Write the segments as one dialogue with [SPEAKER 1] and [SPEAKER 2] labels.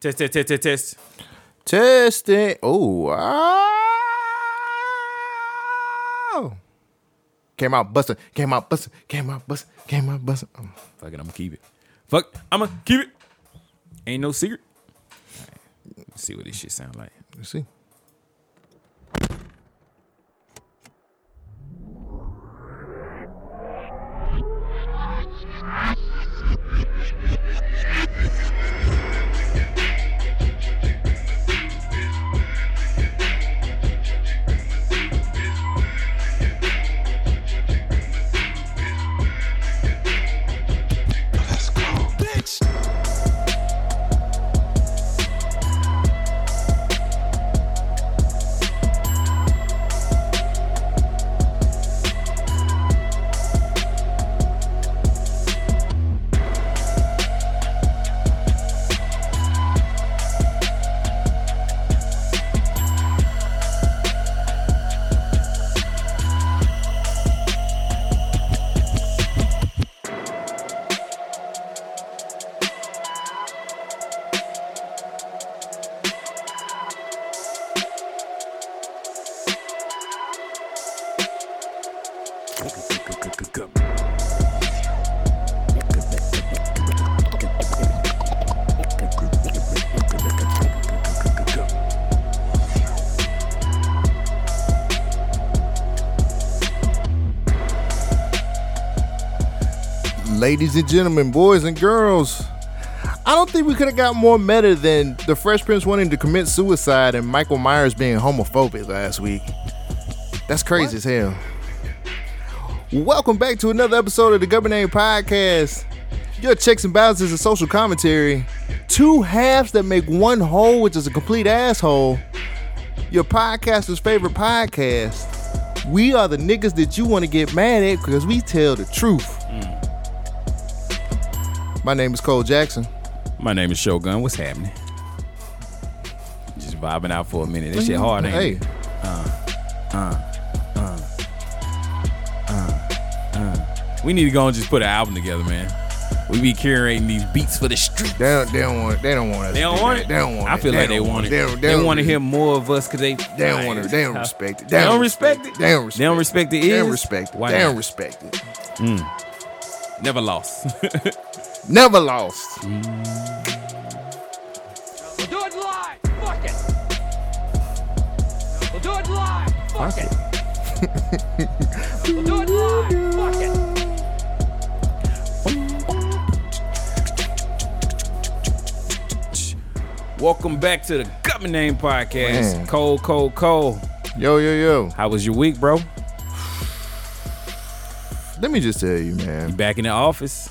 [SPEAKER 1] Test, test, test, test, test.
[SPEAKER 2] Testing. Oh, wow. Came out busting. Came out busting. Came out busting. Came out busting. Um,
[SPEAKER 1] Fuck it, I'm gonna keep it. Fuck, I'm gonna keep it. Ain't no secret. Alright, let's see what this shit sound like.
[SPEAKER 2] let's see. Ladies and gentlemen, boys and girls, I don't think we could have got more meta than the Fresh Prince wanting to commit suicide and Michael Myers being homophobic last week. That's crazy as hell. Welcome back to another episode of the Government Name Podcast. Your checks and balances and social commentary. Two halves that make one whole, which is a complete asshole. Your podcaster's favorite podcast. We are the niggas that you want to get mad at because we tell the truth. My name is Cole Jackson.
[SPEAKER 1] My name is Shogun. What's happening? Just vibing out for a minute. This shit hard, ain't
[SPEAKER 2] Hey,
[SPEAKER 1] it? We need to go and just put an album together, man. We be curating these beats for the street.
[SPEAKER 2] they don't, they don't want. They don't want us.
[SPEAKER 1] They
[SPEAKER 2] to
[SPEAKER 1] don't
[SPEAKER 2] do
[SPEAKER 1] want
[SPEAKER 2] that.
[SPEAKER 1] it.
[SPEAKER 2] They don't want
[SPEAKER 1] I
[SPEAKER 2] it.
[SPEAKER 1] feel like they
[SPEAKER 2] don't
[SPEAKER 1] want it.
[SPEAKER 2] They,
[SPEAKER 1] They,
[SPEAKER 2] don't- they don't
[SPEAKER 1] want to
[SPEAKER 2] really-
[SPEAKER 1] hear more of us because they
[SPEAKER 2] They don't want to. They don't respect it. They,
[SPEAKER 1] don't respect it?
[SPEAKER 2] They don't respect.
[SPEAKER 1] They don't respect it.
[SPEAKER 2] They don't respect it.
[SPEAKER 1] Why
[SPEAKER 2] They
[SPEAKER 1] not?
[SPEAKER 2] don't respect it.
[SPEAKER 1] Never lost.
[SPEAKER 2] Never lost.
[SPEAKER 3] We'll do it live. Fuck it. We'll do it live. Fuck it. We'll do it live. Fuck it.
[SPEAKER 1] Welcome back to the Government Name Podcast.
[SPEAKER 2] Man.
[SPEAKER 1] Cole, Cole, Cole.
[SPEAKER 2] Yo, yo, yo.
[SPEAKER 1] How was your week, bro?
[SPEAKER 2] Let me just tell you, man.
[SPEAKER 1] Back in the office.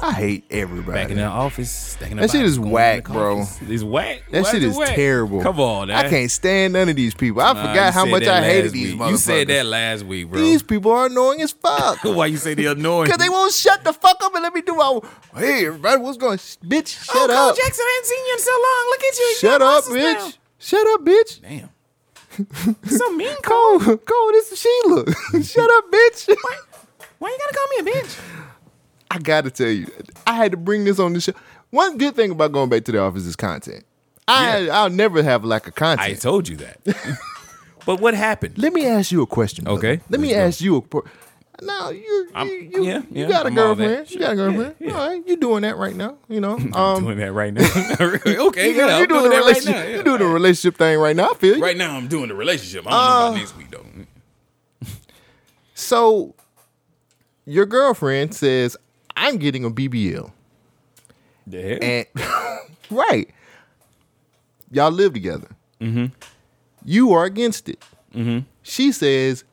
[SPEAKER 2] I hate everybody.
[SPEAKER 1] Back in the office. Back in the
[SPEAKER 2] That shit
[SPEAKER 1] box,
[SPEAKER 2] is
[SPEAKER 1] going
[SPEAKER 2] whack,
[SPEAKER 1] in the
[SPEAKER 2] bro.
[SPEAKER 1] office. It's whack.
[SPEAKER 2] that
[SPEAKER 1] Why
[SPEAKER 2] shit
[SPEAKER 1] it
[SPEAKER 2] is
[SPEAKER 1] whack?
[SPEAKER 2] terrible.
[SPEAKER 1] Come on,
[SPEAKER 2] I
[SPEAKER 1] that-
[SPEAKER 2] can't stand none of these people. I
[SPEAKER 1] Nah, you
[SPEAKER 2] forgot how
[SPEAKER 1] said
[SPEAKER 2] much
[SPEAKER 1] that
[SPEAKER 2] I hated
[SPEAKER 1] last
[SPEAKER 2] these
[SPEAKER 1] week.
[SPEAKER 2] motherfuckers.
[SPEAKER 1] You said that last week, bro.
[SPEAKER 2] These people are annoying as fuck.
[SPEAKER 1] Why you say they're annoying?
[SPEAKER 2] Cause they won't shut the fuck up and let me do my. Hey, everybody, what's going? Bitch, shut
[SPEAKER 1] oh, Cole
[SPEAKER 2] up.
[SPEAKER 1] Jackson, I ain't seen you in so long. Look at you.
[SPEAKER 2] Shut
[SPEAKER 1] You're
[SPEAKER 2] up,
[SPEAKER 1] your
[SPEAKER 2] bitch. Shut up,
[SPEAKER 1] Damn.
[SPEAKER 2] bitch.
[SPEAKER 1] so mean, Cole.
[SPEAKER 2] Cole, Cole, this is Sheila. Shut up, bitch.
[SPEAKER 1] Why you gotta call me a bitch?
[SPEAKER 2] I gotta tell you, I had to bring this on the show. One good thing about going back to the office is content. I I'll never have a lack of
[SPEAKER 1] I
[SPEAKER 2] content.
[SPEAKER 1] told you that. but what happened?
[SPEAKER 2] Let me ask you a question. brother.
[SPEAKER 1] Okay,
[SPEAKER 2] Let me
[SPEAKER 1] let's go.
[SPEAKER 2] ask you a. Pro- now you
[SPEAKER 1] I'm-
[SPEAKER 2] you you,
[SPEAKER 1] yeah,
[SPEAKER 2] you
[SPEAKER 1] yeah,
[SPEAKER 2] got a
[SPEAKER 1] I'm all that.
[SPEAKER 2] girlfriend. You got a
[SPEAKER 1] Sure. Yeah,
[SPEAKER 2] girlfriend.
[SPEAKER 1] yeah.
[SPEAKER 2] All right, you doing that right now? You know,
[SPEAKER 1] I'm
[SPEAKER 2] um,
[SPEAKER 1] doing that right now. okay, yeah,
[SPEAKER 2] you
[SPEAKER 1] I'm
[SPEAKER 2] doing the
[SPEAKER 1] that right
[SPEAKER 2] relationship.
[SPEAKER 1] now. yeah.
[SPEAKER 2] You doing the relationship thing right now? I feel you.
[SPEAKER 1] Right now, I'm doing the Uh, relationship. I don't know about next week though.
[SPEAKER 2] So your girlfriend says, "I'm getting a BBL,"
[SPEAKER 1] Yeah.
[SPEAKER 2] and right, y'all live together.
[SPEAKER 1] Mm-hmm.
[SPEAKER 2] You are against it. She says,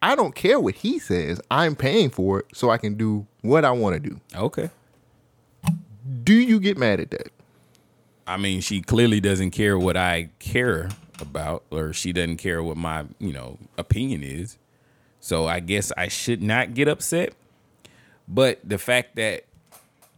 [SPEAKER 2] "I don't care what he says. I'm paying for it, so I can do what I want to do."
[SPEAKER 1] okay.
[SPEAKER 2] Do you get mad at that?
[SPEAKER 1] I mean, she clearly doesn't care what I care about, or she doesn't care what my, you know, opinion is. So I guess I should not get upset. But the fact that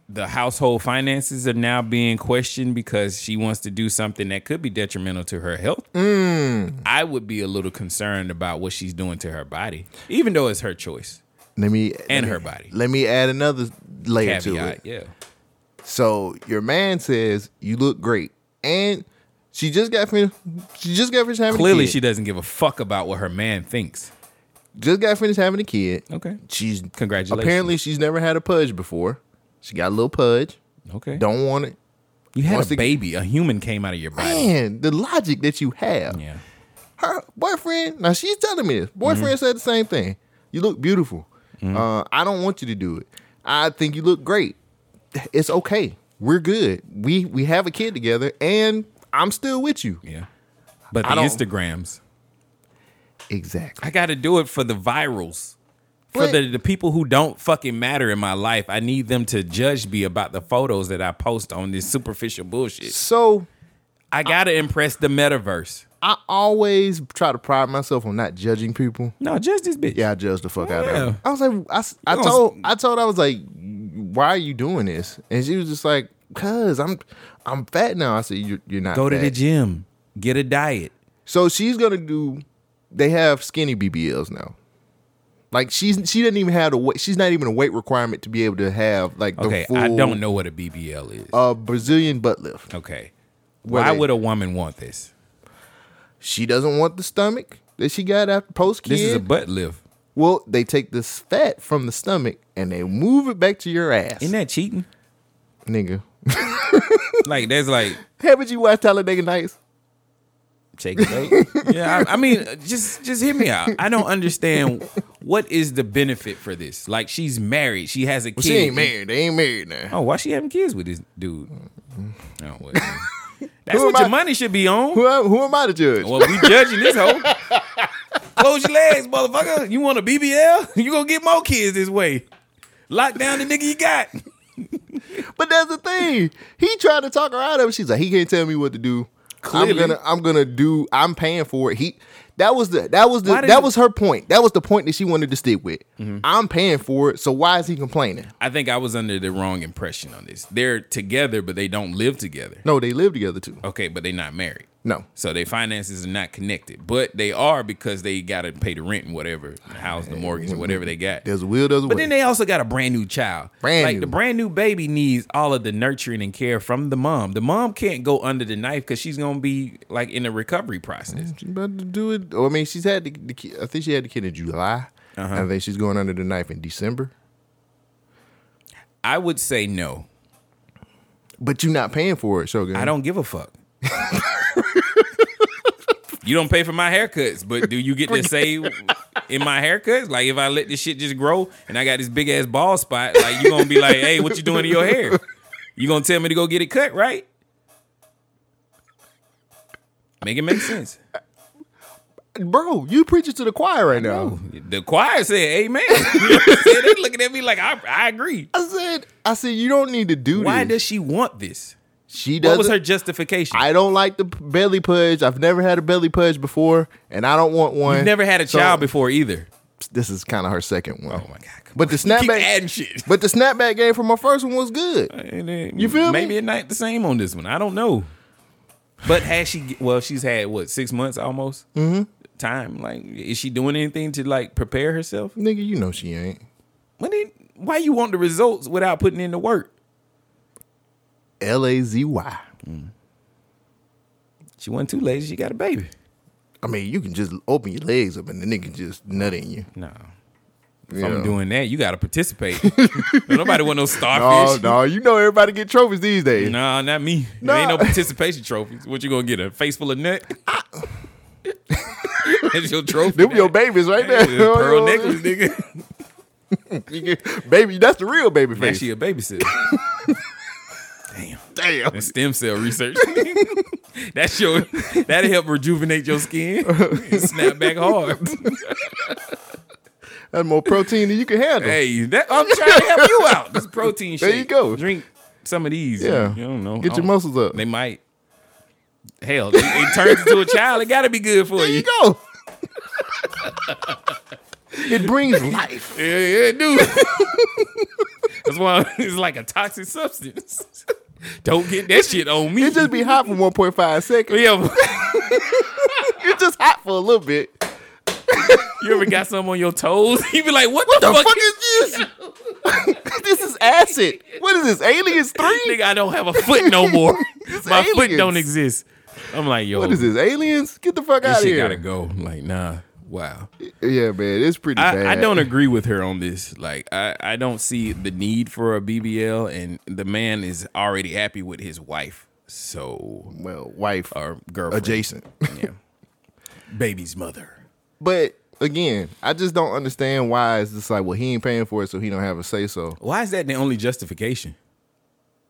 [SPEAKER 1] the household finances are now being questioned because she wants to do something that could be detrimental to her health,
[SPEAKER 2] Mm.
[SPEAKER 1] I would be a little concerned about what she's doing to her body, even though it's her choice
[SPEAKER 2] Let me
[SPEAKER 1] and
[SPEAKER 2] let me-
[SPEAKER 1] her body.
[SPEAKER 2] Let me add another layer to
[SPEAKER 1] Caveat,
[SPEAKER 2] it.
[SPEAKER 1] yeah.
[SPEAKER 2] So your man says you look great, and she just got finished. She just got finished having
[SPEAKER 1] Clearly,
[SPEAKER 2] a kid.
[SPEAKER 1] she doesn't give a fuck about what her man thinks.
[SPEAKER 2] just got finished having a kid.
[SPEAKER 1] Okay.
[SPEAKER 2] She's
[SPEAKER 1] Congratulations.
[SPEAKER 2] Apparently, she's never had a pudge before. She got a little pudge.
[SPEAKER 1] Okay.
[SPEAKER 2] Don't want it.
[SPEAKER 1] you had
[SPEAKER 2] Once
[SPEAKER 1] a
[SPEAKER 2] ag-
[SPEAKER 1] baby. A human came out of your body.
[SPEAKER 2] Man, the logic that you have.
[SPEAKER 1] Yeah.
[SPEAKER 2] Her boyfriend. Now she's telling me this. Boyfriend said the same thing. You look beautiful. Uh, I don't want you to do it. I think you look great. It's okay. We're good. We we have a kid together, and I'm still with you.
[SPEAKER 1] Yeah. But the
[SPEAKER 2] I don't-
[SPEAKER 1] Instagrams.
[SPEAKER 2] Exactly.
[SPEAKER 1] I got to do it for the virals. For
[SPEAKER 2] But-
[SPEAKER 1] the, the people who don't fucking matter in my life, I need them to judge me about the photos that I post on this superficial bullshit.
[SPEAKER 2] So
[SPEAKER 1] I gotta impress the metaverse.
[SPEAKER 2] I always try to pride myself on not judging people.
[SPEAKER 1] No, judge this bitch.
[SPEAKER 2] Yeah, I judged the fuck out of
[SPEAKER 1] Yeah.
[SPEAKER 2] her. I was like, I, s- I
[SPEAKER 1] You don't-
[SPEAKER 2] told, I told, I was like, why are you doing this? And she was just like, cause I'm, I'm fat now. I said, you're, you're not.
[SPEAKER 1] Go to the
[SPEAKER 2] fat."
[SPEAKER 1] gym. Get a diet.
[SPEAKER 2] So she's gonna do. They have skinny BBLs now. Like she's, she doesn't even have the weight. She's not even a weight requirement to be able to have like the
[SPEAKER 1] Okay,
[SPEAKER 2] full.
[SPEAKER 1] I don't know what a BBL is.
[SPEAKER 2] A Brazilian butt lift.
[SPEAKER 1] okay.
[SPEAKER 2] Where
[SPEAKER 1] Why
[SPEAKER 2] they-
[SPEAKER 1] would a woman want this?
[SPEAKER 2] She doesn't want the stomach that she got after post kid.
[SPEAKER 1] This is a butt lift.
[SPEAKER 2] well, they take this fat from the stomach and they move it back to your ass,
[SPEAKER 1] Isn't that cheating?
[SPEAKER 2] nigga.
[SPEAKER 1] like that's like
[SPEAKER 2] Haven't you watched Talladega Nights?
[SPEAKER 1] Shake it up. yeah, I, I mean, just just hear me out. I don't understand what is the benefit for this. Like, she's married. She has a kid.
[SPEAKER 2] Well, she ain't married. They ain't married now.
[SPEAKER 1] Oh, why she having kids with this dude? Oh, well, That's
[SPEAKER 2] Who
[SPEAKER 1] what
[SPEAKER 2] am
[SPEAKER 1] your
[SPEAKER 2] I-
[SPEAKER 1] money should be on.
[SPEAKER 2] Who, am- who am I to judge?
[SPEAKER 1] Well, we judging this hoe. Close your legs, motherfucker. You want a BBL? You gonna get more kids this way. Lock down the nigga you got.
[SPEAKER 2] But that's the thing. He tried to talk her out of it. She's like, he can't tell me what to do.
[SPEAKER 1] Clearly.
[SPEAKER 2] I'm gonna, I'm gonna do. I'm paying for it. He, that was the, that was the,
[SPEAKER 1] Why did Mm-hmm.
[SPEAKER 2] that
[SPEAKER 1] you-
[SPEAKER 2] was her point. That was the point that she wanted to stick with. I'm paying for it. So why is he complaining?
[SPEAKER 1] I think I was under the wrong impression on this. They're together, but they don't live together.
[SPEAKER 2] No, they live together too.
[SPEAKER 1] Okay, but they're not married.
[SPEAKER 2] No,
[SPEAKER 1] So their finances are not connected, but they are because they got to pay the rent and whatever,
[SPEAKER 2] Ah,
[SPEAKER 1] the house, the mortgage, or whatever they got.
[SPEAKER 2] there's a will, there's a
[SPEAKER 1] But
[SPEAKER 2] way.
[SPEAKER 1] then they also got a brand new child.
[SPEAKER 2] Brand
[SPEAKER 1] like
[SPEAKER 2] new.
[SPEAKER 1] the brand new baby needs all of the nurturing and care from the mom. The mom can't go under the knife because she's gonna be like in a recovery process.
[SPEAKER 2] She about to do it. Or, I mean, she's had the, the kid. I think she had the kid in July.
[SPEAKER 1] Uh-huh.
[SPEAKER 2] I think she's going under the knife in December.
[SPEAKER 1] I would say no.
[SPEAKER 2] But you're not paying for it, Shogun.
[SPEAKER 1] I don't give a fuck. you don't pay for my haircuts, but do you get to say in my haircuts? Like if I let this shit just grow and I got this big ass bald spot, like you gonna be like, hey, what you doing to your hair? You gonna tell me to go get it cut, right? Make it make sense.
[SPEAKER 2] bro. You preaching to the choir right now.
[SPEAKER 1] The choir said, "Amen." said, they looking at me like I, I agree.
[SPEAKER 2] I said, I said, you don't need to do
[SPEAKER 1] Why
[SPEAKER 2] this.
[SPEAKER 1] does she want this?
[SPEAKER 2] she
[SPEAKER 1] What
[SPEAKER 2] doesn't?
[SPEAKER 1] was her justification?
[SPEAKER 2] I don't like the p- belly pudge. I've never had a belly pudge before, and I don't want one.
[SPEAKER 1] Never had a
[SPEAKER 2] So,
[SPEAKER 1] child before either.
[SPEAKER 2] This is kind of her second one.
[SPEAKER 1] Oh my god! come
[SPEAKER 2] But the
[SPEAKER 1] on. keep
[SPEAKER 2] snapback,
[SPEAKER 1] adding shit.
[SPEAKER 2] but the snapback game from my first one was good.
[SPEAKER 1] And then
[SPEAKER 2] You feel me?
[SPEAKER 1] maybe it not the same on this one. I don't know. But has she? Well, she's had what six months almost
[SPEAKER 2] Mm-hmm.
[SPEAKER 1] time. Like, is she doing anything to like prepare herself?
[SPEAKER 2] Nigga, you know she ain't.
[SPEAKER 1] When it, why you want the results without putting in the work?
[SPEAKER 2] L A Z Y.
[SPEAKER 1] She wasn't too lazy. She got a baby.
[SPEAKER 2] I mean, you can just open your legs up and the nigga just nutting you.
[SPEAKER 1] No. If
[SPEAKER 2] Yeah.
[SPEAKER 1] I'm doing that, you got to participate. Nobody want no
[SPEAKER 2] No,
[SPEAKER 1] starfish.
[SPEAKER 2] no, you know everybody get trophies these days.
[SPEAKER 1] Nah, not me.
[SPEAKER 2] No.
[SPEAKER 1] There ain't no participation trophies. What you gonna get? A face full of nut? That's your trophy.
[SPEAKER 2] Them your babies right there.
[SPEAKER 1] Pearl necklace, nigga.
[SPEAKER 2] baby, that's the real baby
[SPEAKER 1] Now
[SPEAKER 2] face.
[SPEAKER 1] she a babysitter. Damn.
[SPEAKER 2] Damn.
[SPEAKER 1] That's stem cell research. That's your that'll help rejuvenate your skin. and snap back hard.
[SPEAKER 2] That's more protein than you can handle.
[SPEAKER 1] Hey, that, I'm trying to help you out. This protein
[SPEAKER 2] There
[SPEAKER 1] shit.
[SPEAKER 2] you go.
[SPEAKER 1] Drink some of these.
[SPEAKER 2] Yeah.
[SPEAKER 1] You don't know.
[SPEAKER 2] Get your
[SPEAKER 1] I don't-
[SPEAKER 2] muscles up.
[SPEAKER 1] Oh. They might. Hell, it, it turns into a child. It gotta be good for
[SPEAKER 2] There you
[SPEAKER 1] you.
[SPEAKER 2] go. it brings life.
[SPEAKER 1] Yeah, yeah, dude. That's why it's like a toxic substance. Don't get that shit on me.
[SPEAKER 2] It just be hot for 1.5 seconds.
[SPEAKER 1] yeah.
[SPEAKER 2] It's just hot for a little bit.
[SPEAKER 1] You ever got some on your toes? You be like, what the,
[SPEAKER 2] The
[SPEAKER 1] fuck?
[SPEAKER 2] fuck is this? this is is acid? What is this? Aliens three?
[SPEAKER 1] Nigga, I don't have a foot no more.
[SPEAKER 2] It's
[SPEAKER 1] My foot
[SPEAKER 2] aliens.
[SPEAKER 1] don't exist. I'm like, yo,
[SPEAKER 2] What is this? Aliens? Get the fuck
[SPEAKER 1] This
[SPEAKER 2] out of
[SPEAKER 1] shit
[SPEAKER 2] here!
[SPEAKER 1] gotta go. Like, nah. Wow.
[SPEAKER 2] Yeah, man, it's pretty bad.
[SPEAKER 1] I, I don't agree with her on this. Like, I, I don't see the need for a BBL, and the man is already happy with his wife. So,
[SPEAKER 2] Well, wife
[SPEAKER 1] or girlfriend.
[SPEAKER 2] adjacent,
[SPEAKER 1] Yeah. Baby's mother.
[SPEAKER 2] but again, I just don't understand why it's just like, well, he ain't paying for it, so he don't have a say. So
[SPEAKER 1] Why is that the only justification?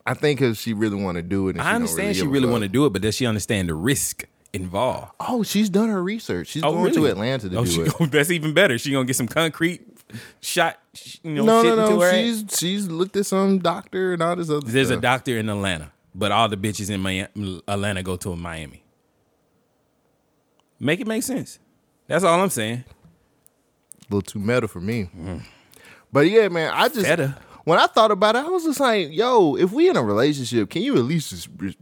[SPEAKER 2] I think because she really want to do it. And
[SPEAKER 1] I understand she really want to do it, but does she understand the risk involved?
[SPEAKER 2] Oh, she's done her research. She's going to Atlanta to
[SPEAKER 1] oh,
[SPEAKER 2] do
[SPEAKER 1] she
[SPEAKER 2] it.
[SPEAKER 1] gon- that's even better. She gonna get some concrete shot. sh- You know,
[SPEAKER 2] No,
[SPEAKER 1] shit
[SPEAKER 2] no,
[SPEAKER 1] into
[SPEAKER 2] no.
[SPEAKER 1] her ass.
[SPEAKER 2] She's she's looked at some doctor and all this other.
[SPEAKER 1] There's a
[SPEAKER 2] stuff.
[SPEAKER 1] doctor in Atlanta, but all the bitches in Miami, Atlanta go to Miami. Make it make sense. That's all I'm saying.
[SPEAKER 2] a little too meta for me. But yeah, man, I just
[SPEAKER 1] Meta?
[SPEAKER 2] when I thought about it, I was just like, yo, if we in a relationship, can you at least just res-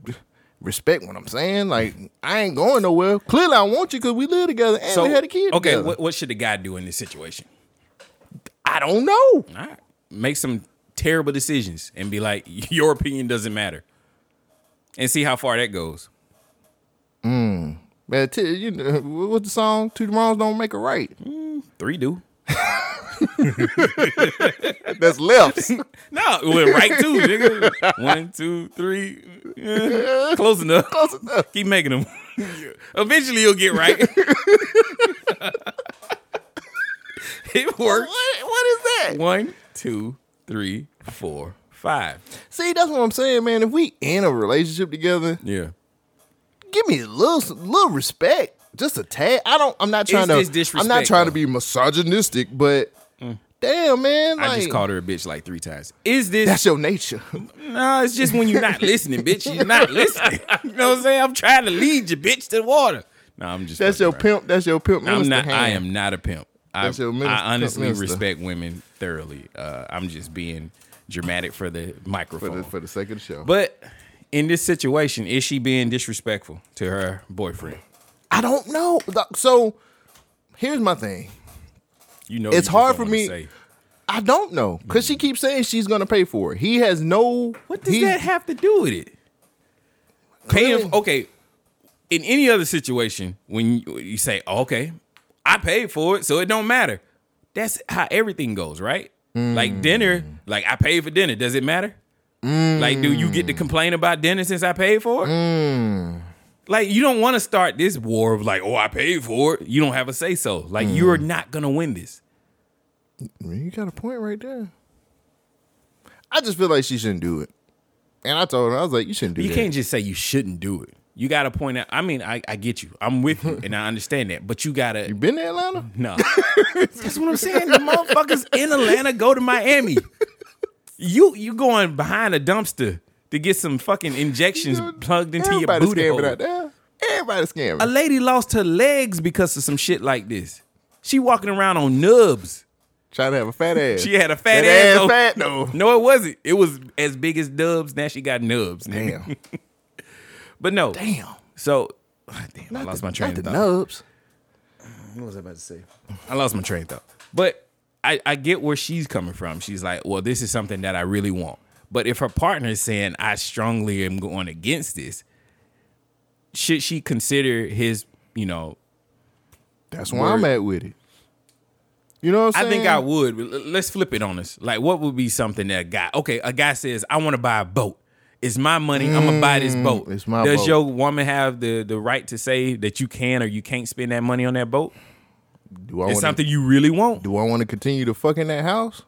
[SPEAKER 2] respect what I'm saying? Like, I ain't going nowhere. Clearly, I want you because we live together and we had a kid.
[SPEAKER 1] okay,
[SPEAKER 2] together.
[SPEAKER 1] what, what should the guy do in this situation?
[SPEAKER 2] I don't know.
[SPEAKER 1] All right, make some terrible decisions and be like, your opinion doesn't matter, and see how far that goes.
[SPEAKER 2] Man, t- you know, wh- what's the song? Two wrongs don't make a right.
[SPEAKER 1] Three do.
[SPEAKER 2] That's left.
[SPEAKER 1] No, we're right two, nigga. One, two, three. Yeah, close enough. Close enough. Keep making them. Eventually you'll get right. it
[SPEAKER 2] what,
[SPEAKER 1] worked.
[SPEAKER 2] what is that?
[SPEAKER 1] One, two, three, four, five.
[SPEAKER 2] See, that's what I'm saying, man. If we in a relationship together,
[SPEAKER 1] Yeah.
[SPEAKER 2] give me a little little respect, just a tad. I don't. I'm not trying
[SPEAKER 1] It's-
[SPEAKER 2] to.
[SPEAKER 1] it's
[SPEAKER 2] I'm not
[SPEAKER 1] disrespect,
[SPEAKER 2] trying
[SPEAKER 1] though. Mm.
[SPEAKER 2] to be misogynistic, but damn, man, like,
[SPEAKER 1] I just called her a bitch like three times. Is this
[SPEAKER 2] That's your nature.
[SPEAKER 1] No, it's just when you're not listening, bitch. You're not listening. You know what I'm saying? I'm trying to lead your bitch to the water. No, I'm just
[SPEAKER 2] That's
[SPEAKER 1] fucking
[SPEAKER 2] your
[SPEAKER 1] around.
[SPEAKER 2] pimp. That's your pimp.
[SPEAKER 1] I'm
[SPEAKER 2] minister
[SPEAKER 1] not. I
[SPEAKER 2] hand.
[SPEAKER 1] am not a pimp. I,
[SPEAKER 2] That's your minister-
[SPEAKER 1] I honestly
[SPEAKER 2] pimp minister.
[SPEAKER 1] respect women thoroughly. Uh, I'm just being dramatic for the
[SPEAKER 2] for
[SPEAKER 1] microphone.
[SPEAKER 2] the, for the sake of the show.
[SPEAKER 1] but in this situation, is she being disrespectful to her boyfriend?
[SPEAKER 2] I don't know. Th- So here's my thing.
[SPEAKER 1] You know,
[SPEAKER 2] It's
[SPEAKER 1] you just
[SPEAKER 2] hard
[SPEAKER 1] don't wanna
[SPEAKER 2] for me-
[SPEAKER 1] say.
[SPEAKER 2] I don't know because she keeps saying she's gonna pay for it. He has no.
[SPEAKER 1] Mm. What does
[SPEAKER 2] he-
[SPEAKER 1] that have to do with it? Paying
[SPEAKER 2] Clearly-
[SPEAKER 1] okay. In any other situation, when you, you say, "Okay, I paid for it, so it don't matter," that's how everything goes, right? Like dinner, like I paid for dinner. Does it matter? Like, do you get to complain about dinner since I paid for it? Mm. Like, you don't want to start this war of like, "Oh, I paid for it." You don't have a say so. Like, you are not gonna win this.
[SPEAKER 2] You got a point right there. I just feel like she shouldn't do it, and I told her I was like, you shouldn't do
[SPEAKER 1] You
[SPEAKER 2] that.
[SPEAKER 1] can't just say you shouldn't do it. You got to point out. I mean, I, I get you. I'm with you, and I understand that. But you got to
[SPEAKER 2] you been to Atlanta?
[SPEAKER 1] no. That's what I'm saying. The motherfuckers in Atlanta go to Miami. You you going behind a dumpster to get some fucking injections plugged into your
[SPEAKER 2] Everybody
[SPEAKER 1] booty
[SPEAKER 2] scamming
[SPEAKER 1] hole.
[SPEAKER 2] out there. Everybody scamming.
[SPEAKER 1] A lady lost her legs because of some shit like this. She walking around on nubs.
[SPEAKER 2] Trying to have a fat ass.
[SPEAKER 1] She had a fat
[SPEAKER 2] That
[SPEAKER 1] ass. though.
[SPEAKER 2] fat though.
[SPEAKER 1] No, it wasn't. It was as big as dubs. Now she got nubs. nigga.
[SPEAKER 2] Damn.
[SPEAKER 1] But no.
[SPEAKER 2] Damn.
[SPEAKER 1] So, damn, I lost my train
[SPEAKER 2] Not
[SPEAKER 1] of
[SPEAKER 2] the
[SPEAKER 1] thought.
[SPEAKER 2] nubs.
[SPEAKER 1] What was I about to say? I lost my train of thought. But I, I get where she's coming from. She's like, well, this is something that I really want. But if her partner is saying, I strongly am going against this, should she consider his, you know,
[SPEAKER 2] That's where I'm at with it. You know what I'm
[SPEAKER 1] I
[SPEAKER 2] saying?
[SPEAKER 1] think I would. L- Let's flip it on us. Like, what would be something that a guy? Okay, a guy says, "I want to buy a boat. It's my money. I'm gonna buy this boat."
[SPEAKER 2] Mm, it's my
[SPEAKER 1] Does
[SPEAKER 2] boat.
[SPEAKER 1] your woman have the the right to say that you can or you can't spend that money on that boat?
[SPEAKER 2] Do I
[SPEAKER 1] It's
[SPEAKER 2] want to
[SPEAKER 1] something you really want.
[SPEAKER 2] do I want to continue to fuck in that house?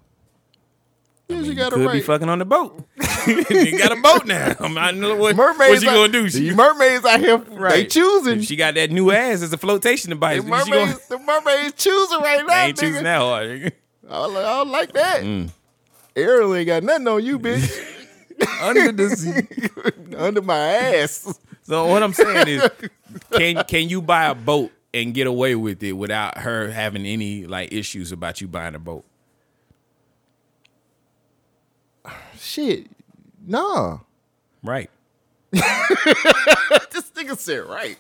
[SPEAKER 2] Yeah, she got
[SPEAKER 1] Could
[SPEAKER 2] a
[SPEAKER 1] be
[SPEAKER 2] right.
[SPEAKER 1] fucking on the boat. you got a boat now. I'm not know what, what
[SPEAKER 2] mermaids
[SPEAKER 1] she
[SPEAKER 2] out-
[SPEAKER 1] gonna do. She,
[SPEAKER 2] the mermaids out here, they
[SPEAKER 1] right.
[SPEAKER 2] choosing.
[SPEAKER 1] She got that new ass as a flotation device.
[SPEAKER 2] the,
[SPEAKER 1] She gonna-
[SPEAKER 2] mermaids, the mermaids choosing right
[SPEAKER 1] I
[SPEAKER 2] now,
[SPEAKER 1] ain't choosing
[SPEAKER 2] nigga.
[SPEAKER 1] that Mm. hard. nigga.
[SPEAKER 2] I, like, I like that. Ariel ain't got nothing on you, bitch.
[SPEAKER 1] Under the sea.
[SPEAKER 2] Under my ass.
[SPEAKER 1] So what I'm saying is, can can you buy a boat and get away with it without her having any like issues about you buying a boat?
[SPEAKER 2] Shit. Nah.
[SPEAKER 1] Right.
[SPEAKER 2] this nigga said right.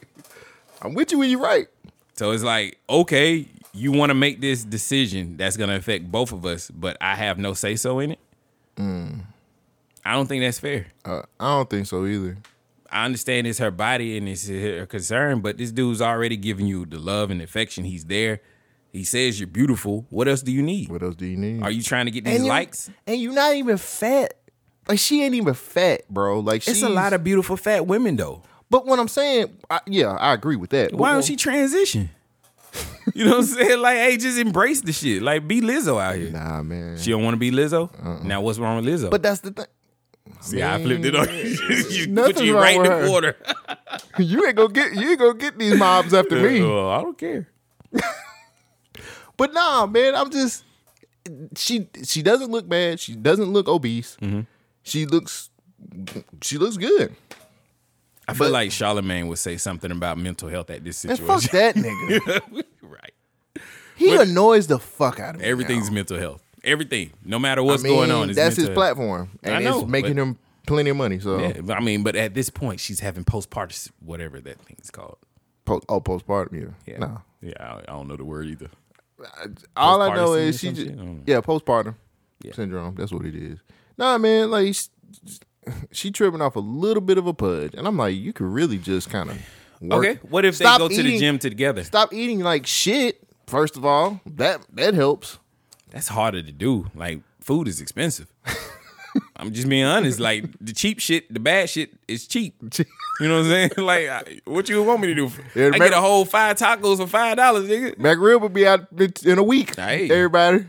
[SPEAKER 2] I'm with you when you're right.
[SPEAKER 1] So it's like, okay, you want to make this decision that's gonna affect both of us, but I have no say so in it.
[SPEAKER 2] Mm.
[SPEAKER 1] I don't think that's fair.
[SPEAKER 2] Uh, I don't think so either.
[SPEAKER 1] I understand it's her body and it's her concern, but this dude's already giving you the love and affection. He's there. He says you're beautiful. What else do you need?
[SPEAKER 2] What else do you need?
[SPEAKER 1] Are you trying to get these
[SPEAKER 2] you-
[SPEAKER 1] likes?
[SPEAKER 2] And you're not even fat. Like she ain't even fat, bro. Like she's
[SPEAKER 1] It's a lot of beautiful fat women though.
[SPEAKER 2] But what I'm saying, I, yeah, I agree with that.
[SPEAKER 1] Why
[SPEAKER 2] But-
[SPEAKER 1] don't she transition? You know what I'm saying? Like, hey, just embrace the shit. Like, be Lizzo out here.
[SPEAKER 2] Nah, man.
[SPEAKER 1] She don't want to be Lizzo. Now, what's wrong with Lizzo?
[SPEAKER 2] but that's the thing.
[SPEAKER 1] See, I flipped it on you. you put
[SPEAKER 2] Nothing's
[SPEAKER 1] you
[SPEAKER 2] wrong
[SPEAKER 1] right in
[SPEAKER 2] with
[SPEAKER 1] the
[SPEAKER 2] her.
[SPEAKER 1] water.
[SPEAKER 2] You ain't gonna get you ain't gonna get these mobs after me.
[SPEAKER 1] Oh, I don't care.
[SPEAKER 2] But nah, man, I'm just she she doesn't look bad. She doesn't look obese.
[SPEAKER 1] Mm-hmm.
[SPEAKER 2] She looks she looks good.
[SPEAKER 1] I feel like Charlemagne would say something about mental health at this
[SPEAKER 2] And
[SPEAKER 1] situation.
[SPEAKER 2] fuck that nigga.
[SPEAKER 1] right.
[SPEAKER 2] He annoys the fuck out of me.
[SPEAKER 1] Everything's mental health. Everything, no matter
[SPEAKER 2] now. I
[SPEAKER 1] what's going
[SPEAKER 2] mean,
[SPEAKER 1] on, is
[SPEAKER 2] That's his
[SPEAKER 1] mental health.
[SPEAKER 2] platform. And
[SPEAKER 1] I know,
[SPEAKER 2] it's making
[SPEAKER 1] but-
[SPEAKER 2] him plenty of money. So
[SPEAKER 1] Yeah, but I mean, but at this point, she's having postpartum, whatever that thing's called.
[SPEAKER 2] post, oh postpartum, yeah.
[SPEAKER 1] Yeah,
[SPEAKER 2] Nah.
[SPEAKER 1] yeah, I, I don't know the word either.
[SPEAKER 2] All I know
[SPEAKER 1] Postpartum
[SPEAKER 2] is
[SPEAKER 1] or
[SPEAKER 2] she
[SPEAKER 1] some
[SPEAKER 2] just
[SPEAKER 1] shit? I don't know.
[SPEAKER 2] yeah, postpartum
[SPEAKER 1] Yeah.
[SPEAKER 2] syndrome. That's what it is. Nah, man, like she, she tripping off a little bit of a pudge, and I'm like, you could really just kind of work.
[SPEAKER 1] Okay, what if
[SPEAKER 2] Stop
[SPEAKER 1] they go to the
[SPEAKER 2] eating-
[SPEAKER 1] gym together?
[SPEAKER 2] Stop eating like shit. First of all, that that helps.
[SPEAKER 1] That's harder to do. Like food is expensive. I'm just being honest. Like the cheap shit, the bad shit is cheap. You know what I'm saying? Like, I- what you want me to do?
[SPEAKER 2] Yeah,
[SPEAKER 1] I
[SPEAKER 2] remember-
[SPEAKER 1] get a whole five tacos for five dollars, nigga.
[SPEAKER 2] McRib will be out in a week.
[SPEAKER 1] Hey.
[SPEAKER 2] Everybody,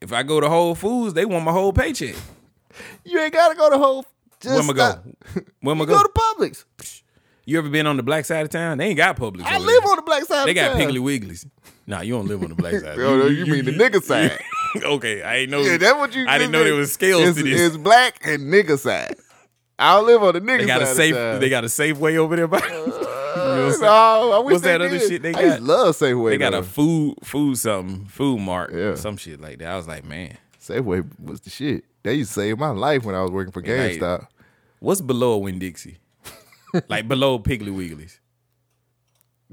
[SPEAKER 1] If I go to Whole Foods, they want my whole paycheck.
[SPEAKER 2] you ain't gotta go to Whole.
[SPEAKER 1] Where
[SPEAKER 2] Just
[SPEAKER 1] am I
[SPEAKER 2] stop.
[SPEAKER 1] go? Where am I
[SPEAKER 2] You
[SPEAKER 1] go?
[SPEAKER 2] go to Publix.
[SPEAKER 1] You ever been on the black side of town? They ain't got Publix.
[SPEAKER 2] I
[SPEAKER 1] over
[SPEAKER 2] live
[SPEAKER 1] there.
[SPEAKER 2] on the black side.
[SPEAKER 1] They
[SPEAKER 2] of
[SPEAKER 1] got
[SPEAKER 2] town.
[SPEAKER 1] Piggly Wigglies. Nah, you don't live on the black side.
[SPEAKER 2] Oh, no, you mean the nigga side?
[SPEAKER 1] okay, I ain't know.
[SPEAKER 2] Yeah, that's what you.
[SPEAKER 1] I didn't know there was scales
[SPEAKER 2] it's,
[SPEAKER 1] to this.
[SPEAKER 2] It's black and nigga side. I don't live on the nigga
[SPEAKER 1] They got a
[SPEAKER 2] side.
[SPEAKER 1] safe.
[SPEAKER 2] Of town.
[SPEAKER 1] They got a safe way over there. By,
[SPEAKER 2] No, I wish
[SPEAKER 1] What's
[SPEAKER 2] they
[SPEAKER 1] that other
[SPEAKER 2] did.
[SPEAKER 1] shit they
[SPEAKER 2] I used
[SPEAKER 1] got?
[SPEAKER 2] to love Safeway.
[SPEAKER 1] they got
[SPEAKER 2] though.
[SPEAKER 1] a food, food something, food mark,
[SPEAKER 2] Yeah.
[SPEAKER 1] some shit like that. I was like, man,
[SPEAKER 2] Safeway was the shit. They used to save my life when I was working for
[SPEAKER 1] Like-
[SPEAKER 2] GameStop.
[SPEAKER 1] what's below a Winn Dixie? like below Piggly Wigglies.